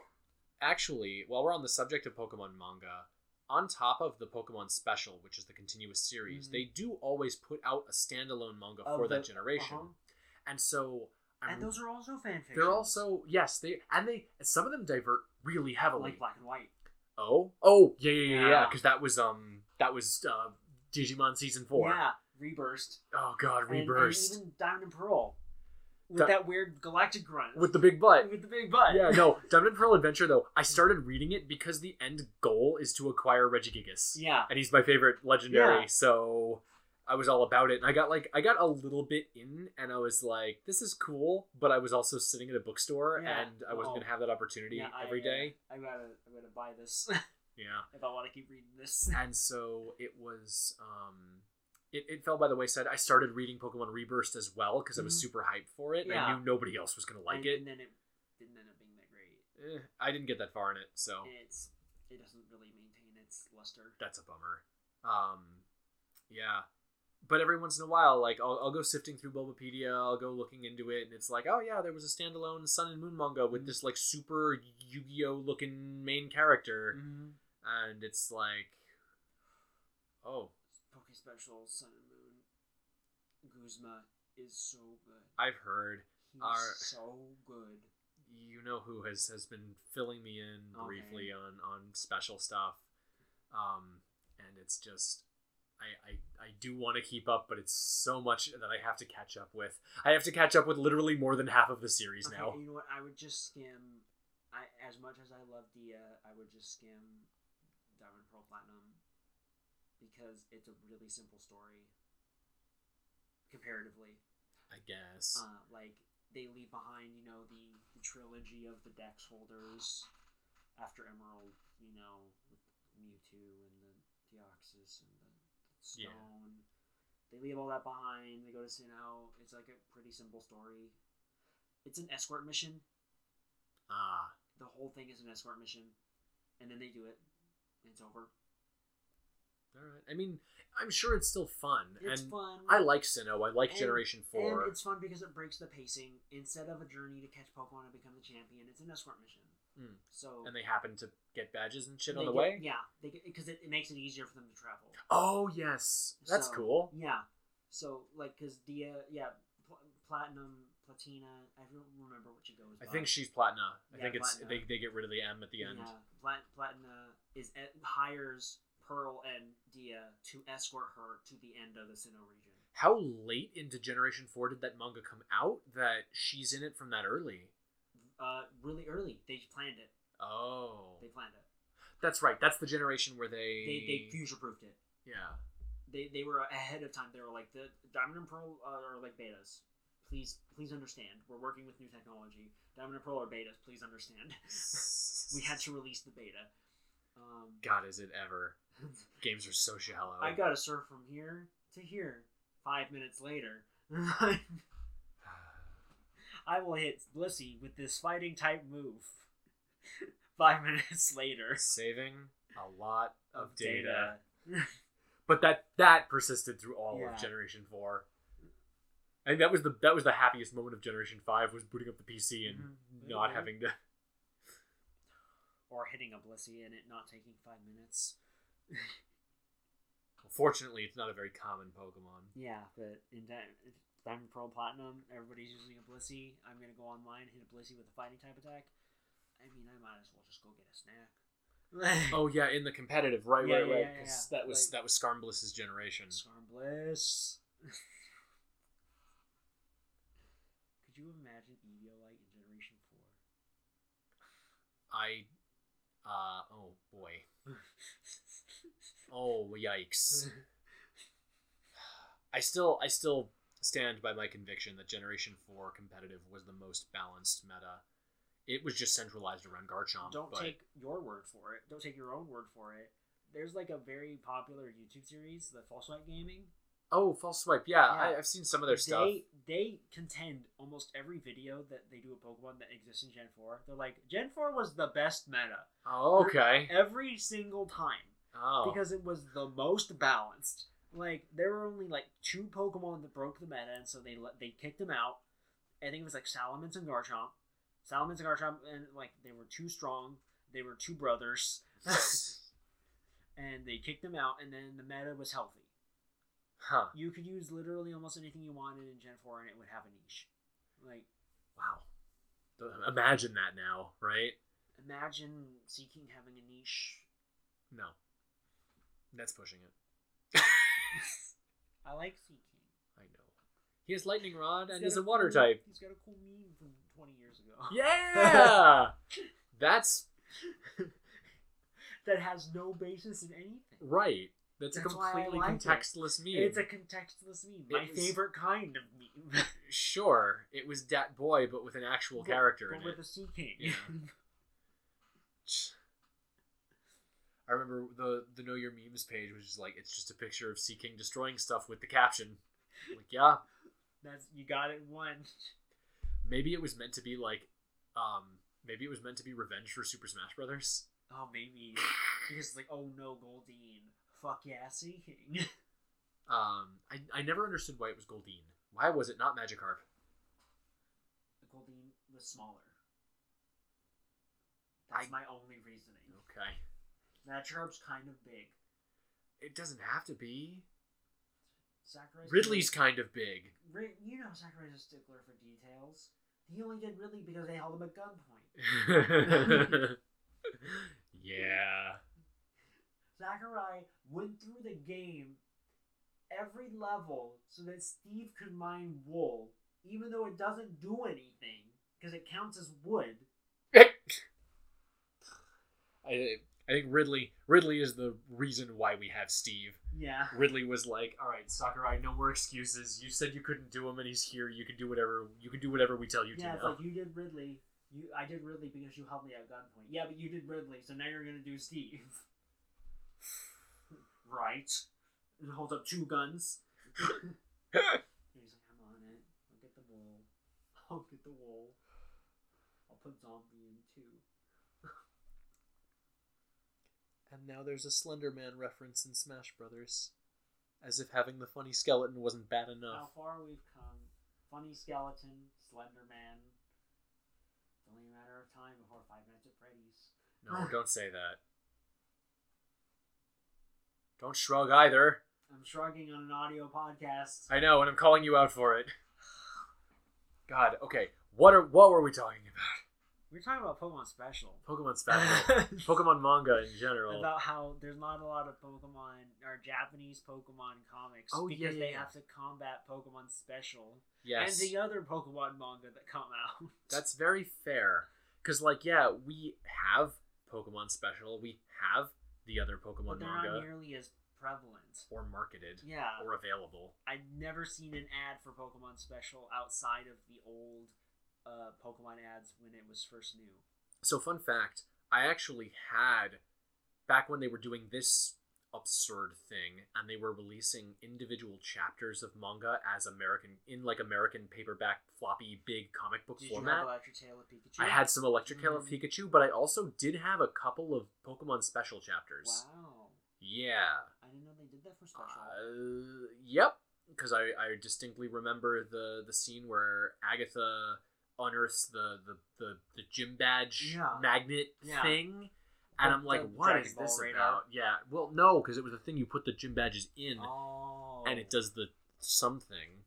[SPEAKER 1] actually, while we're on the subject of Pokemon manga, on top of the Pokemon Special, which is the continuous series,
[SPEAKER 2] Mhm.
[SPEAKER 1] they do always put out a standalone manga
[SPEAKER 2] Of
[SPEAKER 1] for
[SPEAKER 2] the-
[SPEAKER 1] that generation,
[SPEAKER 2] uh-huh.
[SPEAKER 1] and so. I'm,
[SPEAKER 2] and those are also fanfiction.
[SPEAKER 1] they're also yes they and they some of them divert really heavily
[SPEAKER 2] like black and white.
[SPEAKER 1] Oh, oh, yeah, yeah, yeah, yeah.
[SPEAKER 2] Yeah.
[SPEAKER 1] Because that was um, that was uh, Digimon season four.
[SPEAKER 2] Yeah, Reburst.
[SPEAKER 1] Oh God,
[SPEAKER 2] And- and
[SPEAKER 1] reburst
[SPEAKER 2] even Diamond and Pearl. With
[SPEAKER 1] Di-
[SPEAKER 2] that weird galactic grunt.
[SPEAKER 1] with the big butt.
[SPEAKER 2] With the big butt.
[SPEAKER 1] Yeah, no, Diamond and Pearl Adventure though. I started reading it because the end goal is to acquire Regigigas,
[SPEAKER 2] Yeah.
[SPEAKER 1] and he's my favorite legendary.
[SPEAKER 2] Yeah.
[SPEAKER 1] So I was all about it, and I got like I got a little bit in, and I was like, this is cool, but I was also sitting at a bookstore,
[SPEAKER 2] Yeah.
[SPEAKER 1] and I wasn't
[SPEAKER 2] Oh.
[SPEAKER 1] gonna have that opportunity
[SPEAKER 2] Yeah, I,
[SPEAKER 1] every
[SPEAKER 2] uh,
[SPEAKER 1] day.
[SPEAKER 2] I gotta, I gotta buy this
[SPEAKER 1] Yeah.
[SPEAKER 2] if I want to keep reading this.
[SPEAKER 1] and so it was um it, it fell by the wayside i started reading pokemon reburst as well because i was
[SPEAKER 2] Mhm.
[SPEAKER 1] super hyped for it and i
[SPEAKER 2] Yeah.
[SPEAKER 1] knew nobody else was gonna like
[SPEAKER 2] and,
[SPEAKER 1] it
[SPEAKER 2] And then it didn't end up being that great.
[SPEAKER 1] Eh, i didn't get that far in it so
[SPEAKER 2] It's, it doesn't really maintain its luster.
[SPEAKER 1] that's a bummer um yeah but every once in a while like I'll, I'll go sifting through bulbapedia i'll go looking into it and it's like oh yeah there was a standalone sun and moon manga with
[SPEAKER 2] Mhm.
[SPEAKER 1] this like super yu-gi-oh looking main character
[SPEAKER 2] Mm-hmm.
[SPEAKER 1] and it's like oh
[SPEAKER 2] Poke Special, Sun and Moon, Guzma, is so good.
[SPEAKER 1] I've heard.
[SPEAKER 2] He's
[SPEAKER 1] Our-
[SPEAKER 2] so good.
[SPEAKER 1] You know who has has been filling me in
[SPEAKER 2] Okay.
[SPEAKER 1] briefly on on special stuff, um, and it's just. I, I, I do want to keep up, but it's so much that I have to catch up with. I have to catch up with literally more than half of the series
[SPEAKER 2] Okay,
[SPEAKER 1] now.
[SPEAKER 2] you know what? I would just skim. I as much as I love Dia, I would just skim Diamond Pearl Platinum because it's a really simple story comparatively.
[SPEAKER 1] I guess.
[SPEAKER 2] Uh, like they leave behind, you know, the, the trilogy of the Dex holders after Emerald, you know, with Mewtwo and the Deoxys and the, the
[SPEAKER 1] Yeah.
[SPEAKER 2] Stone. They leave all that behind. They go to Sinnoh. It's like a pretty simple story. It's an escort mission.
[SPEAKER 1] Ah,
[SPEAKER 2] The whole thing is an escort mission, and then they do it. and It's over.
[SPEAKER 1] all right. I mean, I'm sure it's still fun,
[SPEAKER 2] It's
[SPEAKER 1] and
[SPEAKER 2] fun.
[SPEAKER 1] I like Sinnoh. I like
[SPEAKER 2] And-
[SPEAKER 1] Generation Four.
[SPEAKER 2] And it's fun because it breaks the pacing. Instead of a journey to catch Pokemon and become the champion, it's an escort mission.
[SPEAKER 1] Mm.
[SPEAKER 2] So
[SPEAKER 1] and they happen to get badges and shit on
[SPEAKER 2] They
[SPEAKER 1] the
[SPEAKER 2] get-
[SPEAKER 1] way.
[SPEAKER 2] Yeah, they because it, it makes it easier for them to travel.
[SPEAKER 1] Oh yes, that's
[SPEAKER 2] So,
[SPEAKER 1] cool.
[SPEAKER 2] Yeah, so like because Dia, yeah, pl- platinum, platina. I don't remember what she goes.
[SPEAKER 1] I
[SPEAKER 2] by.
[SPEAKER 1] think she's Platina. I
[SPEAKER 2] uh, Yeah,
[SPEAKER 1] think it's
[SPEAKER 2] Platina.
[SPEAKER 1] they, they get rid of the M at the end.
[SPEAKER 2] Yeah, uh, plat, platina is e- hires Pearl and Dia to escort her to the end of the Sinnoh region.
[SPEAKER 1] How late into Generation Four did that manga come out that she's in it from that early?
[SPEAKER 2] Uh, really early. They planned it.
[SPEAKER 1] Oh,
[SPEAKER 2] They planned it.
[SPEAKER 1] that's right. That's the generation where they
[SPEAKER 2] They they future proofed it.
[SPEAKER 1] yeah.
[SPEAKER 2] They they were ahead of time. They were like the Diamond and Pearl uh, are like betas. Please please understand. We're working with new technology. Diamond and Pearl are betas. Please understand. we had to release the beta. Um,
[SPEAKER 1] God, is it ever? Games are so shallow.
[SPEAKER 2] I got to surf from here to here. Five minutes later, I will hit Blissey with this fighting type move. Five minutes later,
[SPEAKER 1] saving a lot of, data.
[SPEAKER 2] data.
[SPEAKER 1] but that that persisted through all
[SPEAKER 2] Yeah.
[SPEAKER 1] of generation 4 and that was the that was the happiest moment of generation 5 was booting up the pc and
[SPEAKER 2] Mhm.
[SPEAKER 1] not
[SPEAKER 2] Mhm.
[SPEAKER 1] having to
[SPEAKER 2] or hitting a Blissey and it not taking five minutes.
[SPEAKER 1] fortunately it's not a very common pokemon
[SPEAKER 2] Yeah, but in Di- Diamond Pearl Platinum, everybody's using a Blissey. I'm gonna go online, hit a Blissey with a fighting type attack. I mean, I might as well just go get a snack.
[SPEAKER 1] oh yeah in the competitive right
[SPEAKER 2] Yeah,
[SPEAKER 1] right
[SPEAKER 2] yeah,
[SPEAKER 1] right
[SPEAKER 2] yeah,
[SPEAKER 1] 'cause
[SPEAKER 2] yeah.
[SPEAKER 1] that was
[SPEAKER 2] Like-
[SPEAKER 1] that was scarmbliss's generation
[SPEAKER 2] Scarm Bliss. Could you imagine Eviolite in Generation 4?
[SPEAKER 1] i uh oh boy oh yikes
[SPEAKER 2] Mm.
[SPEAKER 1] i still i still stand by my conviction that generation 4 competitive was the most balanced meta it was just centralized around garchomp
[SPEAKER 2] Don't
[SPEAKER 1] but...
[SPEAKER 2] take your word for it. Don't take your own word for it. There's like a very popular YouTube series, the False Light Gaming.
[SPEAKER 1] Oh, false swipe. Yeah,
[SPEAKER 2] Yeah.
[SPEAKER 1] I, I've seen some of their stuff.
[SPEAKER 2] They they contend almost every video that they do a Pokemon that exists in Gen 4. They're like, Gen 4 was the best meta.
[SPEAKER 1] Oh, okay.
[SPEAKER 2] Every single time.
[SPEAKER 1] Oh,
[SPEAKER 2] because it was the most balanced. Like there were only like two Pokemon that broke the meta, and so they let, they kicked them out. I think it was like Salamence and Garchomp. Salamence and Garchomp, and like they were too strong. They were two brothers, and they kicked them out. And then the meta was healthy.
[SPEAKER 1] huh.
[SPEAKER 2] You could use literally almost anything you wanted in Gen Four, and it would have a niche. Like
[SPEAKER 1] Wow. Th- Imagine that now, right?
[SPEAKER 2] imagine Seeking having a niche.
[SPEAKER 1] No, that's pushing it.
[SPEAKER 2] I like Seeking.
[SPEAKER 1] I know. He has lightning rod and he's a water type.
[SPEAKER 2] He's got a cool meme from twenty years ago.
[SPEAKER 1] Yeah. that's
[SPEAKER 2] that has no basis in anything.
[SPEAKER 1] right. That's, a
[SPEAKER 2] That's why I
[SPEAKER 1] completely
[SPEAKER 2] like it.
[SPEAKER 1] contextless meme.
[SPEAKER 2] It's a contextless meme. My
[SPEAKER 1] It is-
[SPEAKER 2] favorite kind of meme.
[SPEAKER 1] Sure, it was Dat Boy, but with an actual
[SPEAKER 2] But-
[SPEAKER 1] character
[SPEAKER 2] but
[SPEAKER 1] in it.
[SPEAKER 2] with a sea king.
[SPEAKER 1] Yeah. I remember the the Know Your Memes page was just like it's just a picture of Sea King destroying stuff with the caption. Like, yeah,
[SPEAKER 2] That's you got it one.
[SPEAKER 1] maybe it was meant to be like, um, maybe it was meant to be revenge for Super Smash Brothers.
[SPEAKER 2] Oh maybe because it's like oh no Goldeen. Fuck yeah, sea king.
[SPEAKER 1] Um, I I never understood why it was Goldeen. Why was it not Magikarp?
[SPEAKER 2] Goldeen was smaller. That's
[SPEAKER 1] I-
[SPEAKER 2] my only reasoning.
[SPEAKER 1] Okay,
[SPEAKER 2] Magikarp's kind of big.
[SPEAKER 1] it doesn't have to be.
[SPEAKER 2] Sakurai's
[SPEAKER 1] Ridley's kind of big.
[SPEAKER 2] Ri- you know Sakurai's a stickler for details. He only did Ridley because they held him at gunpoint.
[SPEAKER 1] yeah.
[SPEAKER 2] Sakurai went through the game every level so that Steve could mine wool, even though it doesn't do anything because it counts as wood.
[SPEAKER 1] I I think Ridley Ridley is the reason why we have Steve.
[SPEAKER 2] Yeah.
[SPEAKER 1] Ridley was like, "All right, Sakurai, no more excuses. You said you couldn't do him, and he's here. You can do whatever you can do whatever we tell you
[SPEAKER 2] yeah,
[SPEAKER 1] to."
[SPEAKER 2] it's
[SPEAKER 1] now."
[SPEAKER 2] like you did Ridley. You, I did Ridley because you held me at gunpoint. Yeah, but you did Ridley, so now you're gonna do Steve. right. And holds up two guns. And he's like, I'm on it. I'll get the wool. I'll get the wool. I'll put zombie in too.
[SPEAKER 1] And now there's a Slender Man reference in Smash Brothers, as if having the funny skeleton wasn't bad
[SPEAKER 2] How
[SPEAKER 1] enough.
[SPEAKER 2] far we've come. Funny skeleton, Slender Man. It's only a matter of time before Five Nights at Freddy's.
[SPEAKER 1] No, don't say that. Don't shrug either.
[SPEAKER 2] I'm shrugging on an audio podcast.
[SPEAKER 1] I know, and I'm calling you out for it. God, okay. What are what were we talking
[SPEAKER 2] We're talking about Pokemon Special.
[SPEAKER 1] about? Pokemon special, Pokemon manga in general.
[SPEAKER 2] about how there's not a lot of Pokemon or Japanese Pokemon comics
[SPEAKER 1] Oh, yeah,
[SPEAKER 2] because
[SPEAKER 1] yeah,
[SPEAKER 2] they
[SPEAKER 1] yeah.
[SPEAKER 2] have to combat Pokemon Special
[SPEAKER 1] Yes,
[SPEAKER 2] and the other Pokemon manga that come out.
[SPEAKER 1] that's very fair. Cause like, yeah, we have Pokemon special. We have the other
[SPEAKER 2] but
[SPEAKER 1] Pokemon
[SPEAKER 2] they're
[SPEAKER 1] manga
[SPEAKER 2] not nearly as prevalent.
[SPEAKER 1] or marketed
[SPEAKER 2] Yeah,
[SPEAKER 1] or available.
[SPEAKER 2] I've never seen an ad for Pokemon Special outside of the old uh, Pokemon ads when it was first new.
[SPEAKER 1] So, fun fact I actually had, back when they were doing this absurd thing and they were releasing individual chapters of manga as American, in like American paperback, floppy, big comic book
[SPEAKER 2] Did you have
[SPEAKER 1] format.
[SPEAKER 2] Electric Tail of Pikachu?
[SPEAKER 1] I had some Electric Tail of
[SPEAKER 2] Mhm.
[SPEAKER 1] Pikachu, but I also did have a couple of Pokemon special chapters.
[SPEAKER 2] Wow,
[SPEAKER 1] Yeah.
[SPEAKER 2] I didn't know they did that for Special.
[SPEAKER 1] Uh, yep, because I, I distinctly remember the the scene where Agatha unearths the the the, the gym badge
[SPEAKER 2] Yeah.
[SPEAKER 1] magnet
[SPEAKER 2] Yeah.
[SPEAKER 1] thing, and I'm
[SPEAKER 2] The-
[SPEAKER 1] like,
[SPEAKER 2] the
[SPEAKER 1] what
[SPEAKER 2] Dragon
[SPEAKER 1] is
[SPEAKER 2] Ball
[SPEAKER 1] this
[SPEAKER 2] radar.
[SPEAKER 1] about? Yeah, well, no, because it was a thing you put the gym badges in,
[SPEAKER 2] oh,
[SPEAKER 1] and it does the something.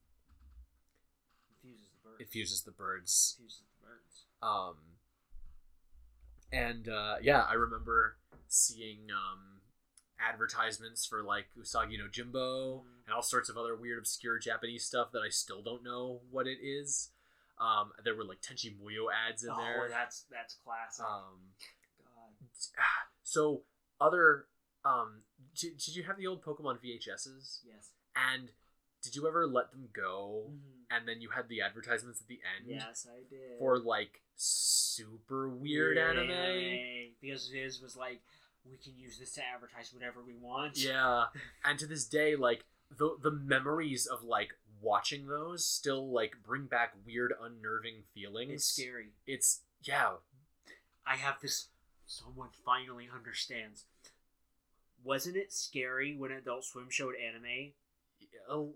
[SPEAKER 2] Confuses the birds.
[SPEAKER 1] It fuses the birds.
[SPEAKER 2] Confuses the birds.
[SPEAKER 1] Um, and uh, yeah, I remember seeing um, advertisements for like Usagi no Jimbo
[SPEAKER 2] Mhm.
[SPEAKER 1] and all sorts of other weird, obscure Japanese stuff that I still don't know what it is. Um, there were like Tenchi Muyo ads in
[SPEAKER 2] oh,
[SPEAKER 1] there.
[SPEAKER 2] that's that's classic.
[SPEAKER 1] Um,
[SPEAKER 2] God.
[SPEAKER 1] so other um, did, did you have the old Pokemon VHSs?
[SPEAKER 2] Yes. Mm-hmm.
[SPEAKER 1] And did you ever let them go?
[SPEAKER 2] Mm.
[SPEAKER 1] And then you had the advertisements at the end
[SPEAKER 2] Yes, I did.
[SPEAKER 1] for like super weird, anime.
[SPEAKER 2] Because Viz was like, we can use this to advertise whatever we want.
[SPEAKER 1] Yeah, and to this day, like the the memories of like watching those still like bring back weird, unnerving feelings.
[SPEAKER 2] It's scary.
[SPEAKER 1] It's yeah,
[SPEAKER 2] I have this. Someone finally understands. Wasn't it scary when Adult Swim showed anime?
[SPEAKER 1] oh,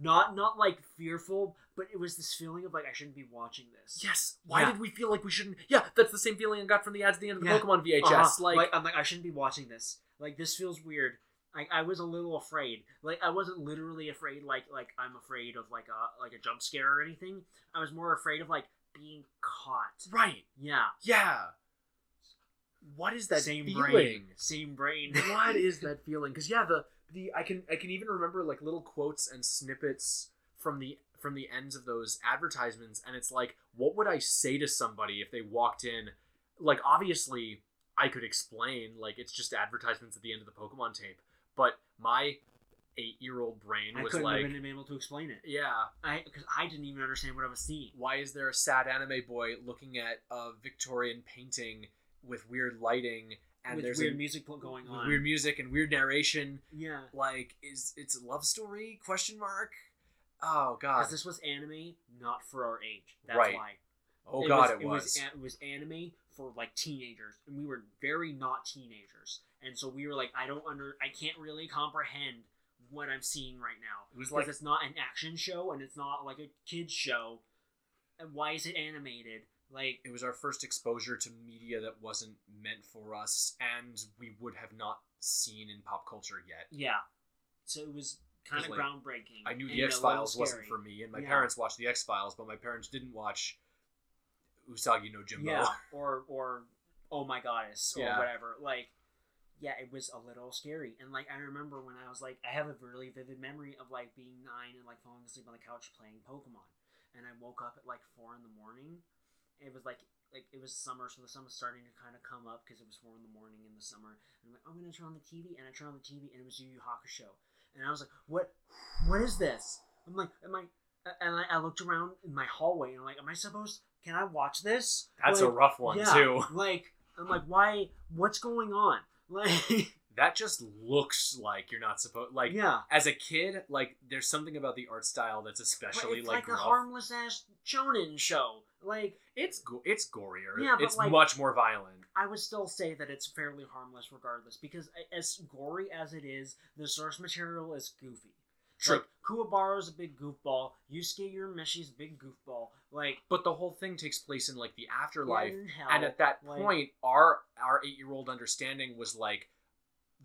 [SPEAKER 2] Not not like fearful, but it was this feeling of like I shouldn't be watching this.
[SPEAKER 1] yes. Why
[SPEAKER 2] Yeah.
[SPEAKER 1] did we feel like we shouldn't? Yeah, that's the same feeling I got from the ads at the end of the
[SPEAKER 2] Yeah.
[SPEAKER 1] Pokemon VHS.
[SPEAKER 2] Uh-huh.
[SPEAKER 1] Like,
[SPEAKER 2] I'm like I shouldn't be watching this. Like this feels weird. I, I was a little afraid. Like I wasn't literally afraid. Like like I'm afraid of like a like a jump scare or anything. I was more afraid of like being caught.
[SPEAKER 1] right?
[SPEAKER 2] Yeah.
[SPEAKER 1] Yeah. What is that
[SPEAKER 2] same
[SPEAKER 1] feeling?
[SPEAKER 2] brain. Same brain.
[SPEAKER 1] what is that feeling because yeah the the i can i can even remember like little quotes and snippets from the from the ends of those advertisements and it's like what would i say to somebody if they walked in like obviously i could explain like it's just advertisements at the end of the pokemon tape but my eight year old brain
[SPEAKER 2] I
[SPEAKER 1] was
[SPEAKER 2] couldn't
[SPEAKER 1] like
[SPEAKER 2] have been able to explain it.
[SPEAKER 1] yeah
[SPEAKER 2] I because I didn't even understand what I was seeing.
[SPEAKER 1] why is there a sad anime boy looking at a victorian painting with weird lighting and
[SPEAKER 2] with
[SPEAKER 1] there's
[SPEAKER 2] weird
[SPEAKER 1] a,
[SPEAKER 2] music pl- going
[SPEAKER 1] with
[SPEAKER 2] on.
[SPEAKER 1] weird music and weird narration
[SPEAKER 2] yeah.
[SPEAKER 1] like is it's a love story question mark oh god
[SPEAKER 2] Because this was anime, not for our age. That's
[SPEAKER 1] Right.
[SPEAKER 2] why.
[SPEAKER 1] oh god it
[SPEAKER 2] it
[SPEAKER 1] was,
[SPEAKER 2] an- it was anime for like teenagers, and we were very not teenagers, and so we were like, I don't under, I can't really comprehend what I'm seeing right now.
[SPEAKER 1] It was
[SPEAKER 2] Because
[SPEAKER 1] like-
[SPEAKER 2] it's not an action show, and it's not like a kids show. And why is it animated? Like
[SPEAKER 1] it was our first exposure to media that wasn't meant for us and we would have not seen in pop culture yet
[SPEAKER 2] Yeah. So it was kind of
[SPEAKER 1] like,
[SPEAKER 2] groundbreaking.
[SPEAKER 1] I knew
[SPEAKER 2] and
[SPEAKER 1] the
[SPEAKER 2] a
[SPEAKER 1] X
[SPEAKER 2] little
[SPEAKER 1] Files wasn't
[SPEAKER 2] scary.
[SPEAKER 1] for me, and my
[SPEAKER 2] Yeah.
[SPEAKER 1] parents watched the X Files, but my parents didn't watch Usagi no Jimbo.
[SPEAKER 2] Yeah, or or oh my goddess or
[SPEAKER 1] Yeah.
[SPEAKER 2] whatever. Like, yeah, it was a little scary. And like, I remember when I was like, I have a really vivid memory of like being nine and like falling asleep on the couch playing Pokemon, and I woke up at like four in the morning. It was like like it was summer, so the sun was starting to kind of come up because it was four in the morning in the summer. And I'm like, I'm gonna turn on the TV, and I turn on the TV, and it was Yu Yu Hakusho, and I was like, what, what is this? I'm like, am I? And I, I looked around in my hallway, and I'm like, am I supposed? Can I watch this?
[SPEAKER 1] That's
[SPEAKER 2] like,
[SPEAKER 1] a rough one
[SPEAKER 2] yeah,
[SPEAKER 1] too.
[SPEAKER 2] Like I'm like, why? What's going on? Like,
[SPEAKER 1] That just looks like you're not supposed like
[SPEAKER 2] yeah,
[SPEAKER 1] as a kid, like there's something about the art style that's especially
[SPEAKER 2] But it's
[SPEAKER 1] like,
[SPEAKER 2] like, a
[SPEAKER 1] rough.
[SPEAKER 2] harmless ass shonen show. Like
[SPEAKER 1] it's go- it's gorier.
[SPEAKER 2] Yeah, but,
[SPEAKER 1] it's
[SPEAKER 2] like-
[SPEAKER 1] much more violent.
[SPEAKER 2] I would still say that it's fairly harmless, regardless, because a- as gory as it is, the source material is goofy.
[SPEAKER 1] True.
[SPEAKER 2] Like, Kuwabaru's a big goofball. Yusuke Urameshi's a big goofball. Like
[SPEAKER 1] but the whole thing takes place in like the afterlife.
[SPEAKER 2] in hell,
[SPEAKER 1] and at that
[SPEAKER 2] like-
[SPEAKER 1] point our our eight year old understanding was like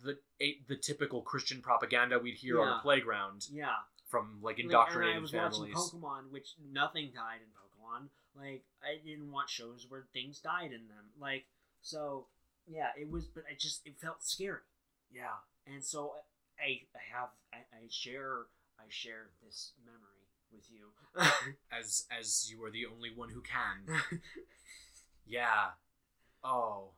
[SPEAKER 1] the eight, the typical christian propaganda we'd hear on
[SPEAKER 2] Yeah.
[SPEAKER 1] the playground
[SPEAKER 2] yeah.
[SPEAKER 1] from like
[SPEAKER 2] Like,
[SPEAKER 1] indoctrinated
[SPEAKER 2] and I was
[SPEAKER 1] families
[SPEAKER 2] watching Pokemon, which nothing died in Pokemon. Like I didn't watch shows where things died in them. Like so, yeah, it was, but I just it felt scary,
[SPEAKER 1] yeah
[SPEAKER 2] and so I I have I, I share I share this memory with you.
[SPEAKER 1] as as you are the only one who can yeah oh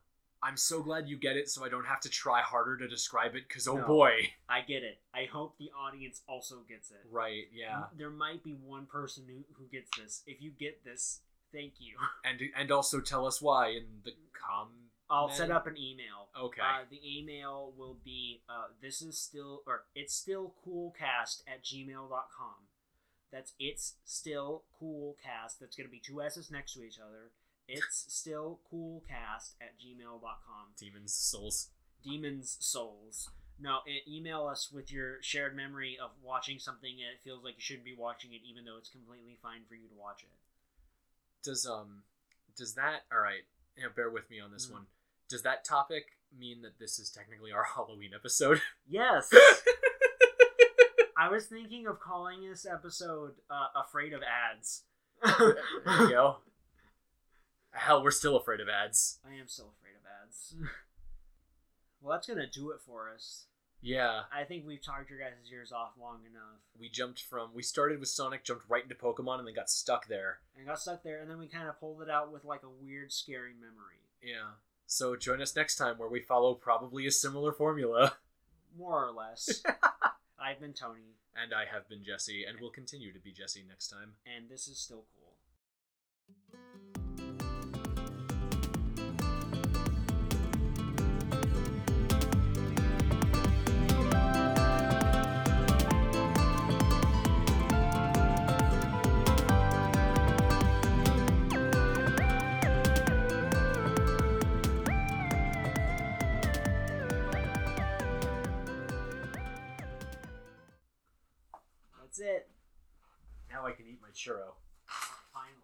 [SPEAKER 1] i'm so glad you get it so i don't have to try harder to describe it because oh
[SPEAKER 2] No.
[SPEAKER 1] boy
[SPEAKER 2] I get it. I hope the audience also gets it.
[SPEAKER 1] right yeah
[SPEAKER 2] There might be one person who, who gets this. If you get this, thank you.
[SPEAKER 1] and and also tell us why in the com
[SPEAKER 2] I'll
[SPEAKER 1] Man.
[SPEAKER 2] set up an email.
[SPEAKER 1] okay
[SPEAKER 2] Uh, the email will be uh, this is still or it's still coolcast at gmail.com. That's it's still coolcast. That's going to be two S's next to each other. It's still coolcast at gmail.com.
[SPEAKER 1] demons souls
[SPEAKER 2] Demons Souls. No, e- email us with your shared memory of watching something and it feels like you shouldn't be watching it, even though it's completely fine for you to watch it.
[SPEAKER 1] does um does that all right you know, bear with me on this
[SPEAKER 2] Mm.
[SPEAKER 1] one does that topic mean that this is technically our halloween episode
[SPEAKER 2] Yes! I was thinking of calling this episode uh, Afraid of Ads.
[SPEAKER 1] there you go hell we're still afraid of ads
[SPEAKER 2] I am still afraid of ads. well, that's gonna do it for us.
[SPEAKER 1] yeah
[SPEAKER 2] I think we've talked your guys' ears off long enough.
[SPEAKER 1] we jumped from we started with sonic jumped right into pokemon and then got stuck there
[SPEAKER 2] And got stuck there, and then we kind of pulled it out with like a weird, scary memory.
[SPEAKER 1] yeah so join us next time where we follow probably a similar formula
[SPEAKER 2] More or less. I've been Tony,
[SPEAKER 1] and i have been jesse and will continue to be jesse next time
[SPEAKER 2] and this is still cool. That's it.
[SPEAKER 1] now i can eat my churro
[SPEAKER 2] Finally.